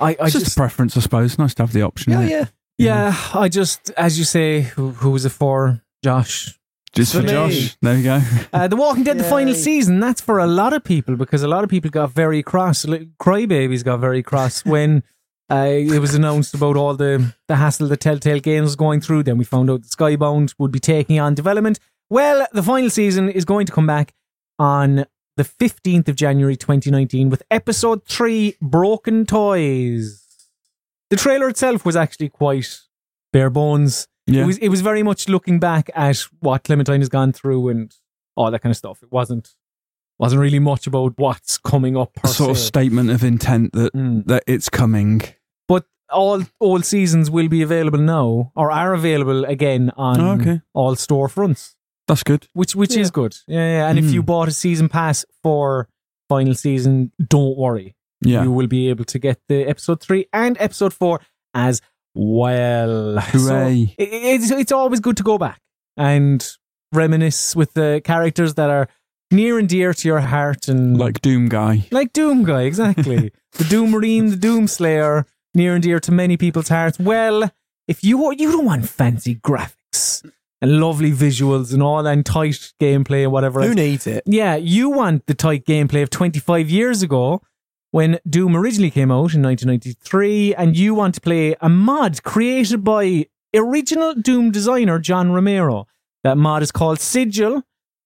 [SPEAKER 2] I, I
[SPEAKER 1] It's just, a preference, I suppose. Nice to have the option.
[SPEAKER 3] Yeah,
[SPEAKER 1] isn't it?
[SPEAKER 3] yeah.
[SPEAKER 2] Oh, yeah, I just, as you say, who, who was it for? Josh.
[SPEAKER 1] Just for
[SPEAKER 3] For me.
[SPEAKER 1] Josh. There you go.
[SPEAKER 2] Uh, the Walking Dead, the final
[SPEAKER 3] Yay.
[SPEAKER 2] season. That's for a lot of people because a lot of people got very cross. Like, Crybabies got very cross when uh, it was announced about all the, the hassle the Telltale Games was going through. Then we found out that Skybound would be taking on development. Well, the final season is going to come back on the 15th of January 2019 with episode 3 Broken Toys. The trailer itself was actually quite bare bones.
[SPEAKER 1] Yeah.
[SPEAKER 2] It was it was very much looking back at what Clementine has gone through and all that kind of stuff. It wasn't wasn't really much about what's coming up per
[SPEAKER 1] a sort of
[SPEAKER 2] se.
[SPEAKER 1] statement of intent that,
[SPEAKER 2] Mm.
[SPEAKER 1] that it's coming.
[SPEAKER 2] But all all seasons will be available now or are available again on
[SPEAKER 1] Oh, okay.
[SPEAKER 2] all storefronts.
[SPEAKER 1] That's good.
[SPEAKER 2] which which is good. Yeah, yeah. And if
[SPEAKER 1] Mm.
[SPEAKER 2] you bought a season pass for final season, don't worry,
[SPEAKER 1] Yeah.
[SPEAKER 2] you will be able to get the episode three and episode four as well.
[SPEAKER 1] Hooray.
[SPEAKER 2] So it, it's it's always good to go back and reminisce with the characters that are near and dear to your heart and
[SPEAKER 1] like Doom Guy.
[SPEAKER 2] like Doom Guy, exactly. the Doom Marine, the Doom Slayer, near and dear to many people's hearts. Well, if you you don't want fancy graphics and lovely visuals and all and tight gameplay and whatever
[SPEAKER 3] Who
[SPEAKER 2] else,
[SPEAKER 3] needs it?
[SPEAKER 2] yeah, you want the tight gameplay of 25 years ago when Doom originally came out in 1993, and you want to play a mod created by original Doom designer John Romero. That mod is called Sigil,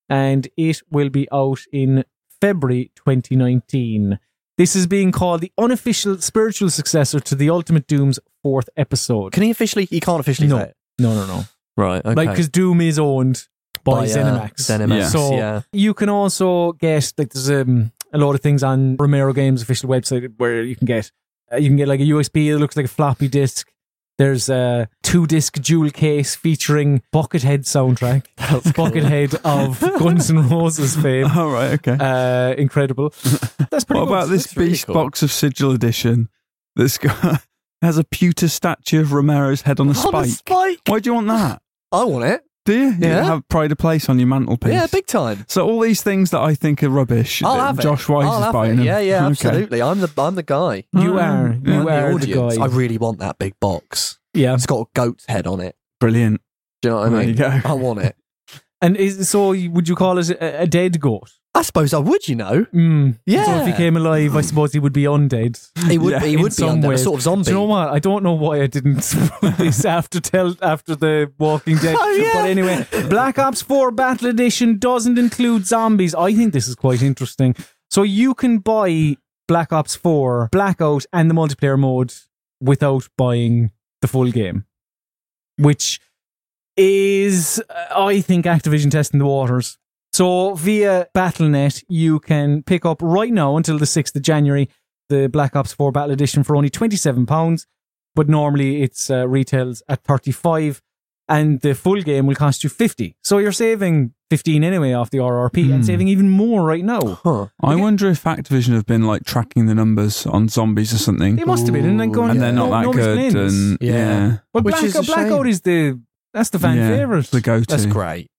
[SPEAKER 2] and it will be out in February 2019. This is being called the unofficial spiritual successor to the Ultimate Doom's fourth episode.
[SPEAKER 3] Can he officially? He can't officially
[SPEAKER 2] No.
[SPEAKER 3] say it.
[SPEAKER 2] no, no, no.
[SPEAKER 3] Right. Okay.
[SPEAKER 2] Like
[SPEAKER 3] uh,
[SPEAKER 2] 'cause Like, because Doom is owned by, Zenimax.
[SPEAKER 3] Zenimax.
[SPEAKER 1] Yeah.
[SPEAKER 3] Yeah.
[SPEAKER 2] So- You can also get like there's um, a lot of things on Romero Games official website where you can get uh, you can get like a USB that looks like a floppy disk. There's a two disc jewel case featuring Buckethead soundtrack, Buckethead of Guns N' Roses fame.
[SPEAKER 1] All right. Okay.
[SPEAKER 2] Uh, incredible. That's pretty.
[SPEAKER 1] what about
[SPEAKER 2] good.
[SPEAKER 1] this
[SPEAKER 3] That's really
[SPEAKER 1] Beast
[SPEAKER 3] cool.
[SPEAKER 1] Box of Sigil edition that's got has a pewter statue of Romero's head on a
[SPEAKER 3] On a
[SPEAKER 1] spike?
[SPEAKER 3] spike.
[SPEAKER 1] Why do you want that?
[SPEAKER 3] I want it.
[SPEAKER 1] Do you? You
[SPEAKER 3] Yeah.
[SPEAKER 1] have pride of place on your mantelpiece.
[SPEAKER 3] Yeah, big time.
[SPEAKER 1] So all these things that I think are rubbish,
[SPEAKER 3] I'll
[SPEAKER 1] that
[SPEAKER 3] have it.
[SPEAKER 1] Josh Wise
[SPEAKER 3] I'll
[SPEAKER 1] is
[SPEAKER 3] have
[SPEAKER 1] buying
[SPEAKER 3] it.
[SPEAKER 1] them.
[SPEAKER 3] Yeah, yeah,
[SPEAKER 1] Okay.
[SPEAKER 3] absolutely. I'm the I'm the guy.
[SPEAKER 2] You are.
[SPEAKER 1] Yeah.
[SPEAKER 2] You
[SPEAKER 3] I'm
[SPEAKER 2] are the,
[SPEAKER 3] Mm-hmm. audience.
[SPEAKER 2] guy.
[SPEAKER 3] I really want that big box.
[SPEAKER 2] yeah.
[SPEAKER 3] It's got a goat's head on it.
[SPEAKER 1] Brilliant.
[SPEAKER 3] Do you know what
[SPEAKER 1] There
[SPEAKER 3] I
[SPEAKER 1] you
[SPEAKER 3] mean?
[SPEAKER 1] go.
[SPEAKER 3] I want it.
[SPEAKER 2] And is, so, you- would you call it a, a dead goat?
[SPEAKER 3] I suppose I would. You know,
[SPEAKER 2] Mm. So
[SPEAKER 3] Yeah.
[SPEAKER 2] if he came alive, I suppose he would be undead.
[SPEAKER 3] he would.
[SPEAKER 1] Yeah,
[SPEAKER 3] he
[SPEAKER 2] in
[SPEAKER 3] would be
[SPEAKER 2] some
[SPEAKER 3] under a
[SPEAKER 2] ways.
[SPEAKER 3] sort of zombie.
[SPEAKER 2] Do you know what? I don't know why I didn't put this after tell after the Walking Dead.
[SPEAKER 3] Oh, yeah.
[SPEAKER 2] But anyway, Black Ops 4 Battle Edition doesn't include zombies. I think this is quite interesting. So you can buy Black Ops 4, Blackout, and the multiplayer mode without buying the full game, which is, uh, I think, Activision testing the waters. So via BattleNet, you can pick up right now until the 6th of January the Black Ops 4 Battle Edition for only £27, but normally it's uh, retails at 35 and the full game will cost you 50 So you're saving 15 anyway off the RRP
[SPEAKER 1] Hmm.
[SPEAKER 2] and saving even more right now.
[SPEAKER 3] Huh.
[SPEAKER 1] I wonder if Activision have been like tracking the numbers on zombies or something,
[SPEAKER 2] They must have been, and then
[SPEAKER 3] Ooh,
[SPEAKER 2] going,
[SPEAKER 1] and they're not
[SPEAKER 2] "No-
[SPEAKER 1] that
[SPEAKER 2] nobody's playing
[SPEAKER 1] good.
[SPEAKER 2] this."
[SPEAKER 1] And
[SPEAKER 3] Yeah.
[SPEAKER 1] yeah,
[SPEAKER 2] But
[SPEAKER 3] Which
[SPEAKER 2] Black,
[SPEAKER 3] is a
[SPEAKER 2] Blackout
[SPEAKER 3] shame.
[SPEAKER 2] is the that's the fan
[SPEAKER 1] Yeah,
[SPEAKER 2] favorite.
[SPEAKER 1] the go-to.
[SPEAKER 3] That's great.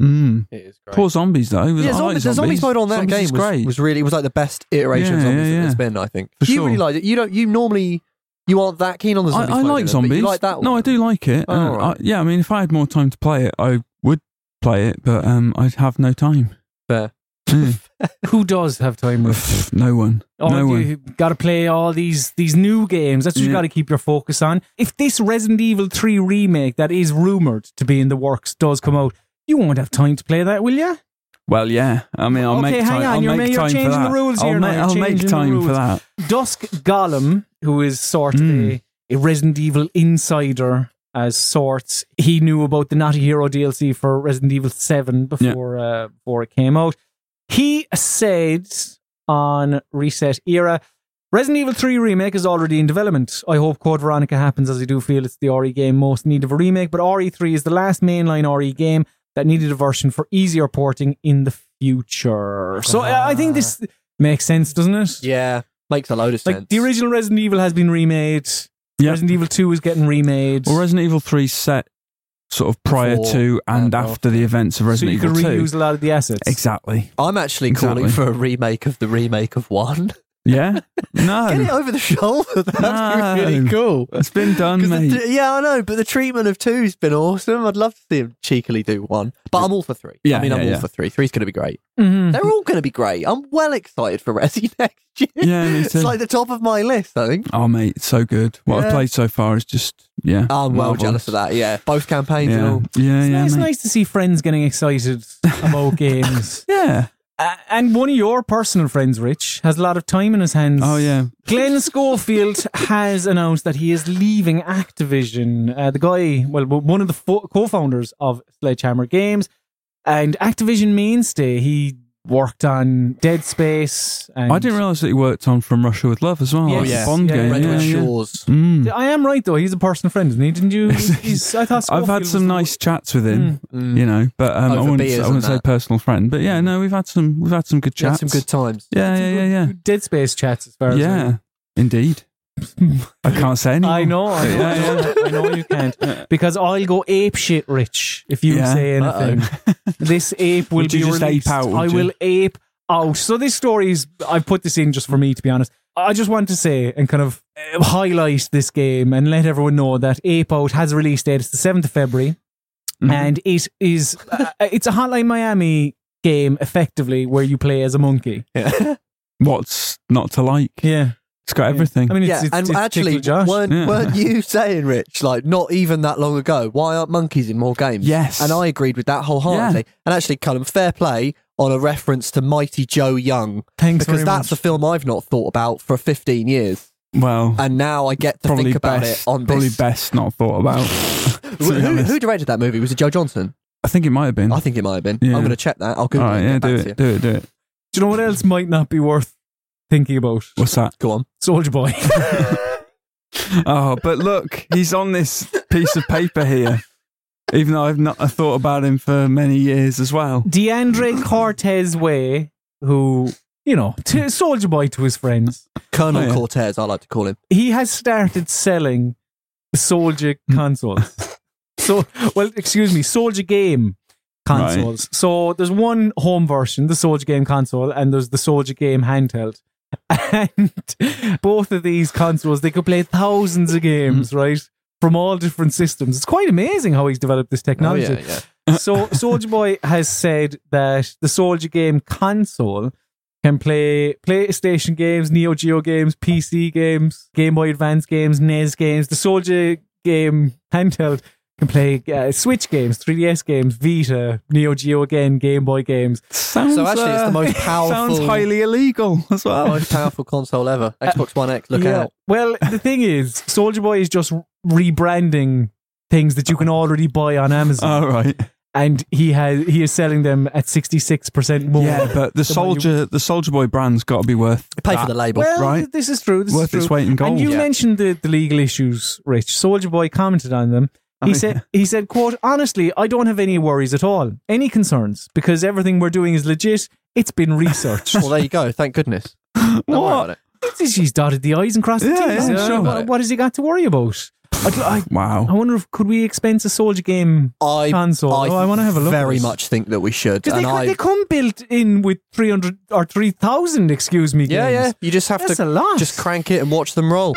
[SPEAKER 1] Mm.
[SPEAKER 3] It is great.
[SPEAKER 1] Poor zombies though.
[SPEAKER 3] yeah,
[SPEAKER 1] I
[SPEAKER 3] zombies,
[SPEAKER 1] like
[SPEAKER 3] the zombies mode on that
[SPEAKER 1] Zombies
[SPEAKER 3] game
[SPEAKER 1] is
[SPEAKER 3] was,
[SPEAKER 1] great.
[SPEAKER 3] was really it was like the best iteration of
[SPEAKER 1] Yeah,
[SPEAKER 3] zombies
[SPEAKER 1] yeah,
[SPEAKER 3] that
[SPEAKER 1] yeah.
[SPEAKER 3] it's been. I think
[SPEAKER 1] For
[SPEAKER 3] you
[SPEAKER 1] sure.
[SPEAKER 3] really like it. You don't. You normally you aren't that keen on the zombies.
[SPEAKER 1] I, I
[SPEAKER 3] mode,
[SPEAKER 1] like
[SPEAKER 3] Dylan, but
[SPEAKER 1] zombies.
[SPEAKER 3] You like that?
[SPEAKER 1] No, I
[SPEAKER 3] one.
[SPEAKER 1] do like it.
[SPEAKER 3] Oh,
[SPEAKER 1] Uh, I-
[SPEAKER 3] alright.
[SPEAKER 1] yeah, I mean, if I had more time to play it, I would play it, but um, I'd have no time.
[SPEAKER 3] Fair.
[SPEAKER 1] Mm.
[SPEAKER 2] Who does have time? with-
[SPEAKER 1] Pff, no one.
[SPEAKER 2] Oh,
[SPEAKER 1] no one.
[SPEAKER 2] you got to play all these these new games. That's what you
[SPEAKER 1] Yeah.
[SPEAKER 2] got to keep your focus on. If this Resident Evil 3 remake that is rumored to be in the works does come out, you won't have time to play that, will you?
[SPEAKER 1] Well, yeah. I mean, I'll
[SPEAKER 2] Okay,
[SPEAKER 1] make
[SPEAKER 2] hang
[SPEAKER 1] time.
[SPEAKER 2] on,
[SPEAKER 1] I'll
[SPEAKER 2] you're
[SPEAKER 1] make
[SPEAKER 2] ma- you're
[SPEAKER 1] time for
[SPEAKER 2] changing the
[SPEAKER 1] that.
[SPEAKER 2] rules
[SPEAKER 1] I'll,
[SPEAKER 2] here
[SPEAKER 1] ma-
[SPEAKER 2] now, you're
[SPEAKER 1] I'll
[SPEAKER 2] changing
[SPEAKER 1] make
[SPEAKER 2] the
[SPEAKER 1] time for
[SPEAKER 2] rules.
[SPEAKER 1] that.
[SPEAKER 2] Dusk Gollum, who is sort of
[SPEAKER 1] Hmm.
[SPEAKER 2] a, a Resident Evil insider as sorts, he knew about the Naughty Hero DLC for Resident Evil 7 before, uh, before it came out. He said on Reset Era, Resident Evil 3 remake is already in development. I hope Code Veronica happens as I do feel it's the RE game most in need of a remake, but RE3 is the last mainline RE game that needed a version for easier porting in the future. So I I think this makes sense, doesn't it?
[SPEAKER 3] Yeah, makes a load of sense.
[SPEAKER 2] Like the original Resident Evil has been remade.
[SPEAKER 1] Yeah.
[SPEAKER 2] Resident Evil Two is getting remade.
[SPEAKER 1] Well, Resident Evil 3 's set sort of prior
[SPEAKER 3] Before
[SPEAKER 1] to and
[SPEAKER 3] and
[SPEAKER 1] after the events of
[SPEAKER 2] so
[SPEAKER 1] Resident
[SPEAKER 2] you can
[SPEAKER 1] Evil 2.
[SPEAKER 2] reuse a lot of the assets.
[SPEAKER 1] Exactly.
[SPEAKER 3] I'm actually calling
[SPEAKER 1] Exactly.
[SPEAKER 3] for a remake of the remake of one.
[SPEAKER 1] Yeah?
[SPEAKER 3] Get it
[SPEAKER 1] No.
[SPEAKER 3] over the shoulder. That'd be
[SPEAKER 1] No.
[SPEAKER 3] really cool.
[SPEAKER 1] It's been done,
[SPEAKER 3] 'Cause the
[SPEAKER 1] mate.
[SPEAKER 3] t- yeah, I know, but the treatment of two's been awesome. I'd love to see him cheekily do one, but I'm all for three.
[SPEAKER 1] Yeah,
[SPEAKER 3] I mean, I'm
[SPEAKER 1] yeah,
[SPEAKER 3] all
[SPEAKER 1] yeah.
[SPEAKER 3] for three. Three's going to be great.
[SPEAKER 2] Mhm.
[SPEAKER 3] They're all going to be great. I'm well excited for Resi next year.
[SPEAKER 1] Yeah, me
[SPEAKER 3] it's
[SPEAKER 1] too.
[SPEAKER 3] like the top of my list. I think.
[SPEAKER 1] oh, mate, it's so good. What I've
[SPEAKER 3] Yeah.
[SPEAKER 1] played so far is just, yeah.
[SPEAKER 3] I'm well
[SPEAKER 1] marvellous.
[SPEAKER 3] jealous of that. Yeah, both campaigns and
[SPEAKER 1] Yeah,
[SPEAKER 3] all.
[SPEAKER 1] yeah,
[SPEAKER 2] It's,
[SPEAKER 1] yeah,
[SPEAKER 2] nice,
[SPEAKER 1] mate.
[SPEAKER 2] nice to see friends getting excited about games.
[SPEAKER 1] yeah.
[SPEAKER 2] Uh, and one of your personal friends, Rich, has a lot of time in his hands.
[SPEAKER 1] Oh, yeah.
[SPEAKER 2] Glenn Schofield has announced that he is leaving Activision. Uh, the guy, well, w- one of the fo- co founders of Sledgehammer Games and Activision mainstay. He worked on Dead Space. And
[SPEAKER 1] I didn't realise that he worked on From Russia with Love as well.
[SPEAKER 2] Yes.
[SPEAKER 1] like the
[SPEAKER 2] Yeah.
[SPEAKER 1] Bond
[SPEAKER 2] Yeah,
[SPEAKER 1] game.
[SPEAKER 3] Red
[SPEAKER 1] yeah,
[SPEAKER 3] Wing
[SPEAKER 1] yeah.
[SPEAKER 3] Shores.
[SPEAKER 1] Mm.
[SPEAKER 2] I am right, though. He's a personal friend, isn't he? Didn't you? He's, I thought
[SPEAKER 1] I've had
[SPEAKER 2] Schofield
[SPEAKER 1] some
[SPEAKER 2] was the-
[SPEAKER 1] nice chats with him,
[SPEAKER 3] Mm.
[SPEAKER 1] you know, but um, I
[SPEAKER 3] Over
[SPEAKER 1] wouldn't,
[SPEAKER 3] beers
[SPEAKER 1] I
[SPEAKER 3] and
[SPEAKER 1] wouldn't say
[SPEAKER 3] that. Mm.
[SPEAKER 1] personal friend. But yeah, no, we've had some, we've had some good
[SPEAKER 3] Had
[SPEAKER 1] chats.
[SPEAKER 3] some good times.
[SPEAKER 1] yeah, yeah, yeah, yeah.
[SPEAKER 2] Dead Space chats, as far as I-
[SPEAKER 1] Yeah, indeed. I can't say anything.
[SPEAKER 2] I know, I know,
[SPEAKER 1] Yeah,
[SPEAKER 2] I know, I know you can't because I'll go ape shit rich if you
[SPEAKER 1] Uh. Yeah.
[SPEAKER 2] say anything. This ape will
[SPEAKER 1] Would
[SPEAKER 2] be
[SPEAKER 1] you just ape
[SPEAKER 2] released.
[SPEAKER 1] out, would
[SPEAKER 2] I
[SPEAKER 1] you?
[SPEAKER 2] will ape out. So this story is I've put this in just for me to be honest. I just want to say and kind of uh, highlight this game and let everyone know that Ape Out has a release date. It's the seventh of February,
[SPEAKER 1] Mm-hmm.
[SPEAKER 2] and it is uh, it's a Hotline Miami game effectively where you play as a monkey.
[SPEAKER 3] Yeah.
[SPEAKER 1] What's not to like?
[SPEAKER 2] Yeah,
[SPEAKER 1] It's got everything.
[SPEAKER 2] I mean, it's,
[SPEAKER 3] yeah,
[SPEAKER 2] it's,
[SPEAKER 3] and
[SPEAKER 2] it's
[SPEAKER 3] actually,
[SPEAKER 2] Tickle Josh.
[SPEAKER 3] weren't,
[SPEAKER 1] Yeah.
[SPEAKER 3] weren't you saying, Rich, like not even that long ago, why aren't monkeys in more games?
[SPEAKER 1] Yes.
[SPEAKER 3] And I agreed with that wholeheartedly. And actually, Cullen, fair play on a reference to Mighty Joe Young,
[SPEAKER 2] Thanks
[SPEAKER 3] because
[SPEAKER 2] very
[SPEAKER 3] that's a
[SPEAKER 2] much.
[SPEAKER 3] film I've not thought about for 15 years.
[SPEAKER 1] well,
[SPEAKER 3] And now I get to
[SPEAKER 1] probably
[SPEAKER 3] think about
[SPEAKER 1] best,
[SPEAKER 3] it on
[SPEAKER 1] probably
[SPEAKER 3] this.
[SPEAKER 1] best not thought about. to be
[SPEAKER 3] Who, who-
[SPEAKER 1] honest.
[SPEAKER 3] who directed that movie? Was it Joe Johnson?
[SPEAKER 1] I think it might have been.
[SPEAKER 2] Mm.
[SPEAKER 3] I think it might have been.
[SPEAKER 1] Yeah.
[SPEAKER 3] I'm going to check that. I'll
[SPEAKER 1] All
[SPEAKER 3] Google
[SPEAKER 1] right,
[SPEAKER 3] it.
[SPEAKER 1] yeah,
[SPEAKER 3] and get
[SPEAKER 1] do
[SPEAKER 3] back
[SPEAKER 1] it,
[SPEAKER 3] to you.
[SPEAKER 1] do it, do it.
[SPEAKER 2] Do you know what else might not be worth thinking about?
[SPEAKER 1] What's that?
[SPEAKER 3] Go on.
[SPEAKER 2] Soldier Boy.
[SPEAKER 1] Oh, but look, he's on this piece of paper here. Even though I've not I thought about him for many years as well.
[SPEAKER 2] DeAndre Cortez Way, who, you know, t- Soldier Boy to his friends,
[SPEAKER 3] Colonel
[SPEAKER 1] Oh, yeah.
[SPEAKER 3] Cortez, I like to call him.
[SPEAKER 2] he has started selling Soldier
[SPEAKER 3] Hmm.
[SPEAKER 2] consoles. so, well, excuse me, Soldier Game consoles. So there's one home version, the Soldier Game console, and there's the Soldier Game handheld. And both of these consoles, they could play thousands
[SPEAKER 3] Hmm.
[SPEAKER 2] of games, right? From all different systems. It's quite amazing how he's developed this technology.
[SPEAKER 3] Oh, yeah, yeah.
[SPEAKER 2] So Soldier Boy has said that the Soldier Game console can play PlayStation games, Neo Geo games, PC games, Game Boy Advance games, NES games. The Soldier Game handheld can play uh, Switch games, 3DS games, Vita, Neo Geo again, Game Boy games.
[SPEAKER 1] Sounds, uh,
[SPEAKER 3] So actually,
[SPEAKER 2] uh,
[SPEAKER 3] it's the most
[SPEAKER 1] sounds
[SPEAKER 3] powerful-
[SPEAKER 1] highly illegal as well.
[SPEAKER 3] Most powerful console ever. Xbox One X, look
[SPEAKER 2] Yeah.
[SPEAKER 3] out.
[SPEAKER 2] Well, the thing is, Soldier Boy is just rebranding things that you can already buy on
[SPEAKER 3] Uh,
[SPEAKER 2] Amazon,
[SPEAKER 1] All right.
[SPEAKER 2] and he has he is selling them at sixty six percent more.
[SPEAKER 1] Yeah, but the
[SPEAKER 2] one you-
[SPEAKER 1] soldier, the soldier boy brand's got to be worth
[SPEAKER 3] Pay
[SPEAKER 1] that.
[SPEAKER 3] for the label.
[SPEAKER 2] Ah. Well,
[SPEAKER 1] right?
[SPEAKER 2] this is true. This
[SPEAKER 1] worth
[SPEAKER 2] is
[SPEAKER 1] its
[SPEAKER 2] true.
[SPEAKER 1] weight in gold.
[SPEAKER 2] And you
[SPEAKER 3] Yeah.
[SPEAKER 2] mentioned the, the legal issues, Rich. Soldier Boy commented on them. He
[SPEAKER 1] Oh,
[SPEAKER 2] said he said, quote, honestly, I don't have any worries at all. Any concerns, because everything we're doing is legit. It's been researched.
[SPEAKER 3] well, there you go. Thank goodness. Don't worry about it.
[SPEAKER 2] She's dotted the I's and crossed the
[SPEAKER 1] Yeah,
[SPEAKER 2] T's.
[SPEAKER 1] yeah,
[SPEAKER 2] Uh,
[SPEAKER 1] sure.
[SPEAKER 2] what, what has he got to worry about? I, I, I
[SPEAKER 1] Wow.
[SPEAKER 2] wonder if could we expense a soldier game
[SPEAKER 3] I,
[SPEAKER 2] console?
[SPEAKER 3] I,
[SPEAKER 2] oh, I want to have a look. at
[SPEAKER 3] very
[SPEAKER 2] this.
[SPEAKER 3] much think that we should.
[SPEAKER 2] because
[SPEAKER 3] And
[SPEAKER 2] they,
[SPEAKER 3] I,
[SPEAKER 2] could- they come built in with three hundred or three thousand. Excuse me.
[SPEAKER 3] yeah, yeah.
[SPEAKER 2] games.
[SPEAKER 3] You just have
[SPEAKER 2] That's a
[SPEAKER 3] to
[SPEAKER 2] lot.
[SPEAKER 3] just crank it and watch them roll.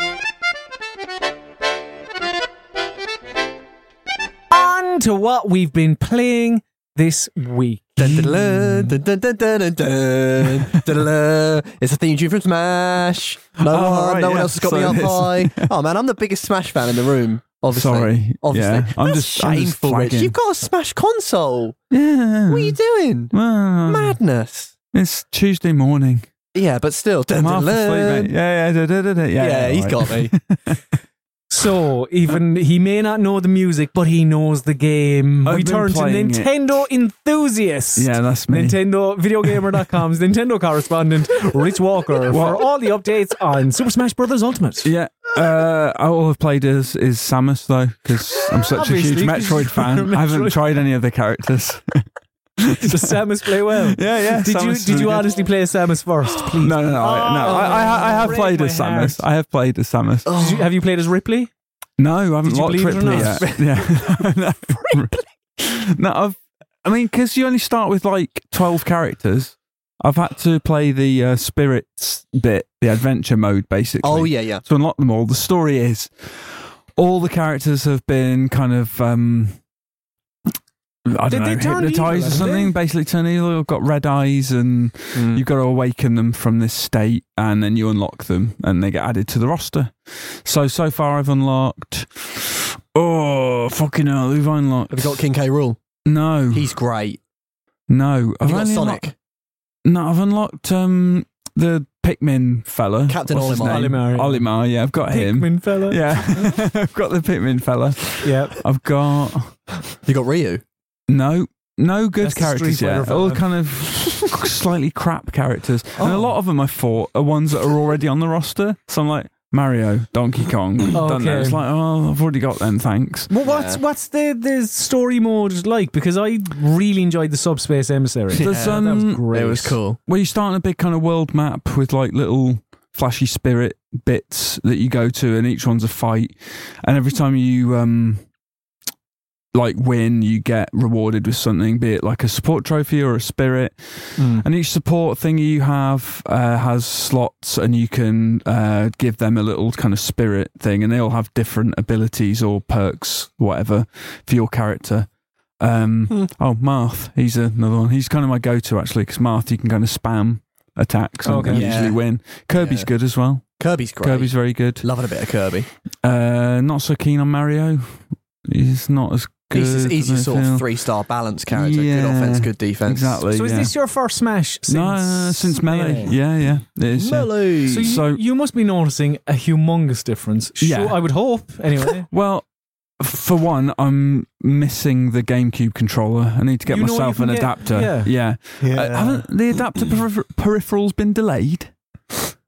[SPEAKER 2] on to what we've been playing this week.
[SPEAKER 3] Dun, dun, dun, dun, dun, dun, dun, dun, dun, dun, dun, dun. It's a theme tune from Smash. No
[SPEAKER 1] Oh,
[SPEAKER 3] one,
[SPEAKER 1] right,
[SPEAKER 3] no one
[SPEAKER 1] yeah.
[SPEAKER 3] else has got me
[SPEAKER 1] So
[SPEAKER 3] up
[SPEAKER 1] it is.
[SPEAKER 3] high. Oh man, I'm the biggest Smash fan in the room. Obviously,
[SPEAKER 1] Sorry.
[SPEAKER 3] Obviously,
[SPEAKER 1] Yeah. I'm
[SPEAKER 3] That's
[SPEAKER 1] just- I'm just
[SPEAKER 3] shameful. Rich,
[SPEAKER 1] flagging. Mm.
[SPEAKER 3] you've got a Smash console.
[SPEAKER 1] Yeah.
[SPEAKER 3] What are you doing?
[SPEAKER 1] Well,
[SPEAKER 3] Madness.
[SPEAKER 1] It's Tuesday morning.
[SPEAKER 3] Yeah, but still.
[SPEAKER 1] I'm
[SPEAKER 3] Dun, dun,
[SPEAKER 1] half asleep,
[SPEAKER 3] dun.
[SPEAKER 1] mate. Yeah, yeah, da, da, da, da. yeah.
[SPEAKER 3] Yeah, he's
[SPEAKER 1] right.
[SPEAKER 3] got me.
[SPEAKER 2] So, even he may not know the music, but he knows the game.
[SPEAKER 1] I've
[SPEAKER 2] we
[SPEAKER 1] been
[SPEAKER 2] turn to
[SPEAKER 1] playing it.
[SPEAKER 2] Nintendo enthusiasts.
[SPEAKER 1] Yeah, that's me.
[SPEAKER 2] Nintendo VideoGamer.com's Nintendo correspondent Rich Walker for all the updates on Super Smash Bros. Ultimate.
[SPEAKER 1] Yeah. Uh, all I've played is is Samus though, because I'm such a
[SPEAKER 2] Obviously,
[SPEAKER 1] huge
[SPEAKER 2] 'cause you're
[SPEAKER 1] Metroid fan.
[SPEAKER 2] a
[SPEAKER 1] I haven't
[SPEAKER 2] Metroid-
[SPEAKER 1] tried any other characters.
[SPEAKER 2] Does Samus play well?
[SPEAKER 1] Yeah, yeah.
[SPEAKER 2] Did
[SPEAKER 1] Samus
[SPEAKER 2] you
[SPEAKER 1] is
[SPEAKER 2] did
[SPEAKER 1] really
[SPEAKER 2] you
[SPEAKER 1] good.
[SPEAKER 2] honestly play as Samus first? Please.
[SPEAKER 1] No, no, no. I, no, I, I, I have
[SPEAKER 2] break
[SPEAKER 1] played
[SPEAKER 2] Oh, my
[SPEAKER 1] as Samus. I have played as Samus.
[SPEAKER 2] Did you- have you played as Ripley?
[SPEAKER 1] No, I haven't
[SPEAKER 2] Did you
[SPEAKER 1] locked
[SPEAKER 2] believe it or
[SPEAKER 1] Ripley
[SPEAKER 2] not?
[SPEAKER 1] yet. Yeah. no, no I've, I mean, because you only start with like 12 characters. I've had to play the uh, spirits bit, the adventure mode, basically.
[SPEAKER 3] Oh yeah, yeah.
[SPEAKER 1] To unlock them all. The story is all the characters have been kind of, um, I
[SPEAKER 2] Did
[SPEAKER 1] don't
[SPEAKER 2] they
[SPEAKER 1] know,
[SPEAKER 2] turn evil,
[SPEAKER 1] hypnotized or
[SPEAKER 2] haven't
[SPEAKER 1] something.
[SPEAKER 2] they?
[SPEAKER 1] Basically, turn evil, have got red eyes, and
[SPEAKER 3] Hmm.
[SPEAKER 1] you've got to awaken them from this state, and then you unlock them, and they get added to the roster. So so far, I've unlocked. Oh fucking hell! Who've I unlocked?
[SPEAKER 3] Have you got King K. Rule?
[SPEAKER 1] no,
[SPEAKER 3] He's great.
[SPEAKER 1] no. I've
[SPEAKER 3] Have you got
[SPEAKER 1] only
[SPEAKER 3] Sonic?
[SPEAKER 1] unlocked- no, I've unlocked um the Pikmin fella,
[SPEAKER 3] Captain
[SPEAKER 1] What's his
[SPEAKER 3] Olimar.
[SPEAKER 1] name?
[SPEAKER 2] Olimar, yeah.
[SPEAKER 1] Olimar, yeah, I've got him.
[SPEAKER 2] Pikmin fella.
[SPEAKER 1] Yeah, I've got the Pikmin fella.
[SPEAKER 2] Yeah.
[SPEAKER 1] I've got
[SPEAKER 3] You got Ryu.
[SPEAKER 1] No, no good
[SPEAKER 2] That's the
[SPEAKER 1] characters
[SPEAKER 2] Street Fighter
[SPEAKER 1] yet.
[SPEAKER 2] vibe.
[SPEAKER 1] All kind of slightly crap characters, and a
[SPEAKER 2] Oh.
[SPEAKER 1] lot of them I thought are ones that are already on the roster. So I'm like Mario, Donkey Kong, done
[SPEAKER 2] Okay.
[SPEAKER 1] those. It's like, oh, I've already got them. Thanks.
[SPEAKER 2] Well, what's
[SPEAKER 3] Yeah.
[SPEAKER 2] what's the the story mode like? Because I really enjoyed the subspace emissary.
[SPEAKER 3] Yeah,
[SPEAKER 1] There's,
[SPEAKER 3] that
[SPEAKER 1] um,
[SPEAKER 2] that was great.
[SPEAKER 3] It was cool.
[SPEAKER 1] Well, you start on a big kind of world map with like little flashy spirit bits that you go to, and each one's a fight. And every time you um, like win, you get rewarded with something, be it like a support trophy or a spirit.
[SPEAKER 2] Hmm.
[SPEAKER 1] And each support thing you have uh, has slots, and you can uh, give them a little kind of spirit thing, and they all have different abilities or perks, whatever, for your character. Um,
[SPEAKER 3] Hmm.
[SPEAKER 1] Oh, Marth, he's another one. He's kind of my go-to actually, because Marth you can kind of spam attacks and
[SPEAKER 2] Okay.
[SPEAKER 1] and
[SPEAKER 3] Yeah.
[SPEAKER 1] usually win. Kirby's
[SPEAKER 3] Yeah.
[SPEAKER 1] good as well.
[SPEAKER 3] Kirby's great.
[SPEAKER 1] Kirby's very good.
[SPEAKER 3] loving a bit of Kirby.
[SPEAKER 1] Uh, not so keen on Mario. He's not as good.
[SPEAKER 3] He's,
[SPEAKER 1] I
[SPEAKER 3] he's your
[SPEAKER 1] don't
[SPEAKER 3] sort
[SPEAKER 1] feel.
[SPEAKER 3] of three star balance character. Good
[SPEAKER 1] Yeah.
[SPEAKER 3] offense, good defense.
[SPEAKER 1] Exactly.
[SPEAKER 2] So is
[SPEAKER 1] yeah.
[SPEAKER 2] this your first smash since
[SPEAKER 1] no, no, no, since Melee? Yeah, yeah. It is, yeah.
[SPEAKER 3] Melee.
[SPEAKER 2] So you,
[SPEAKER 1] So-
[SPEAKER 2] you must be noticing a humongous difference. Sure,
[SPEAKER 1] Yeah.
[SPEAKER 2] I would hope. Anyway,
[SPEAKER 1] Well, for one, I'm missing the GameCube controller. I need to get
[SPEAKER 2] You know what
[SPEAKER 1] myself
[SPEAKER 2] you
[SPEAKER 1] an
[SPEAKER 2] can get,
[SPEAKER 1] adapter.
[SPEAKER 2] yeah.
[SPEAKER 1] yeah. Mm. Uh, haven't the adapter peripher- peripherals been delayed?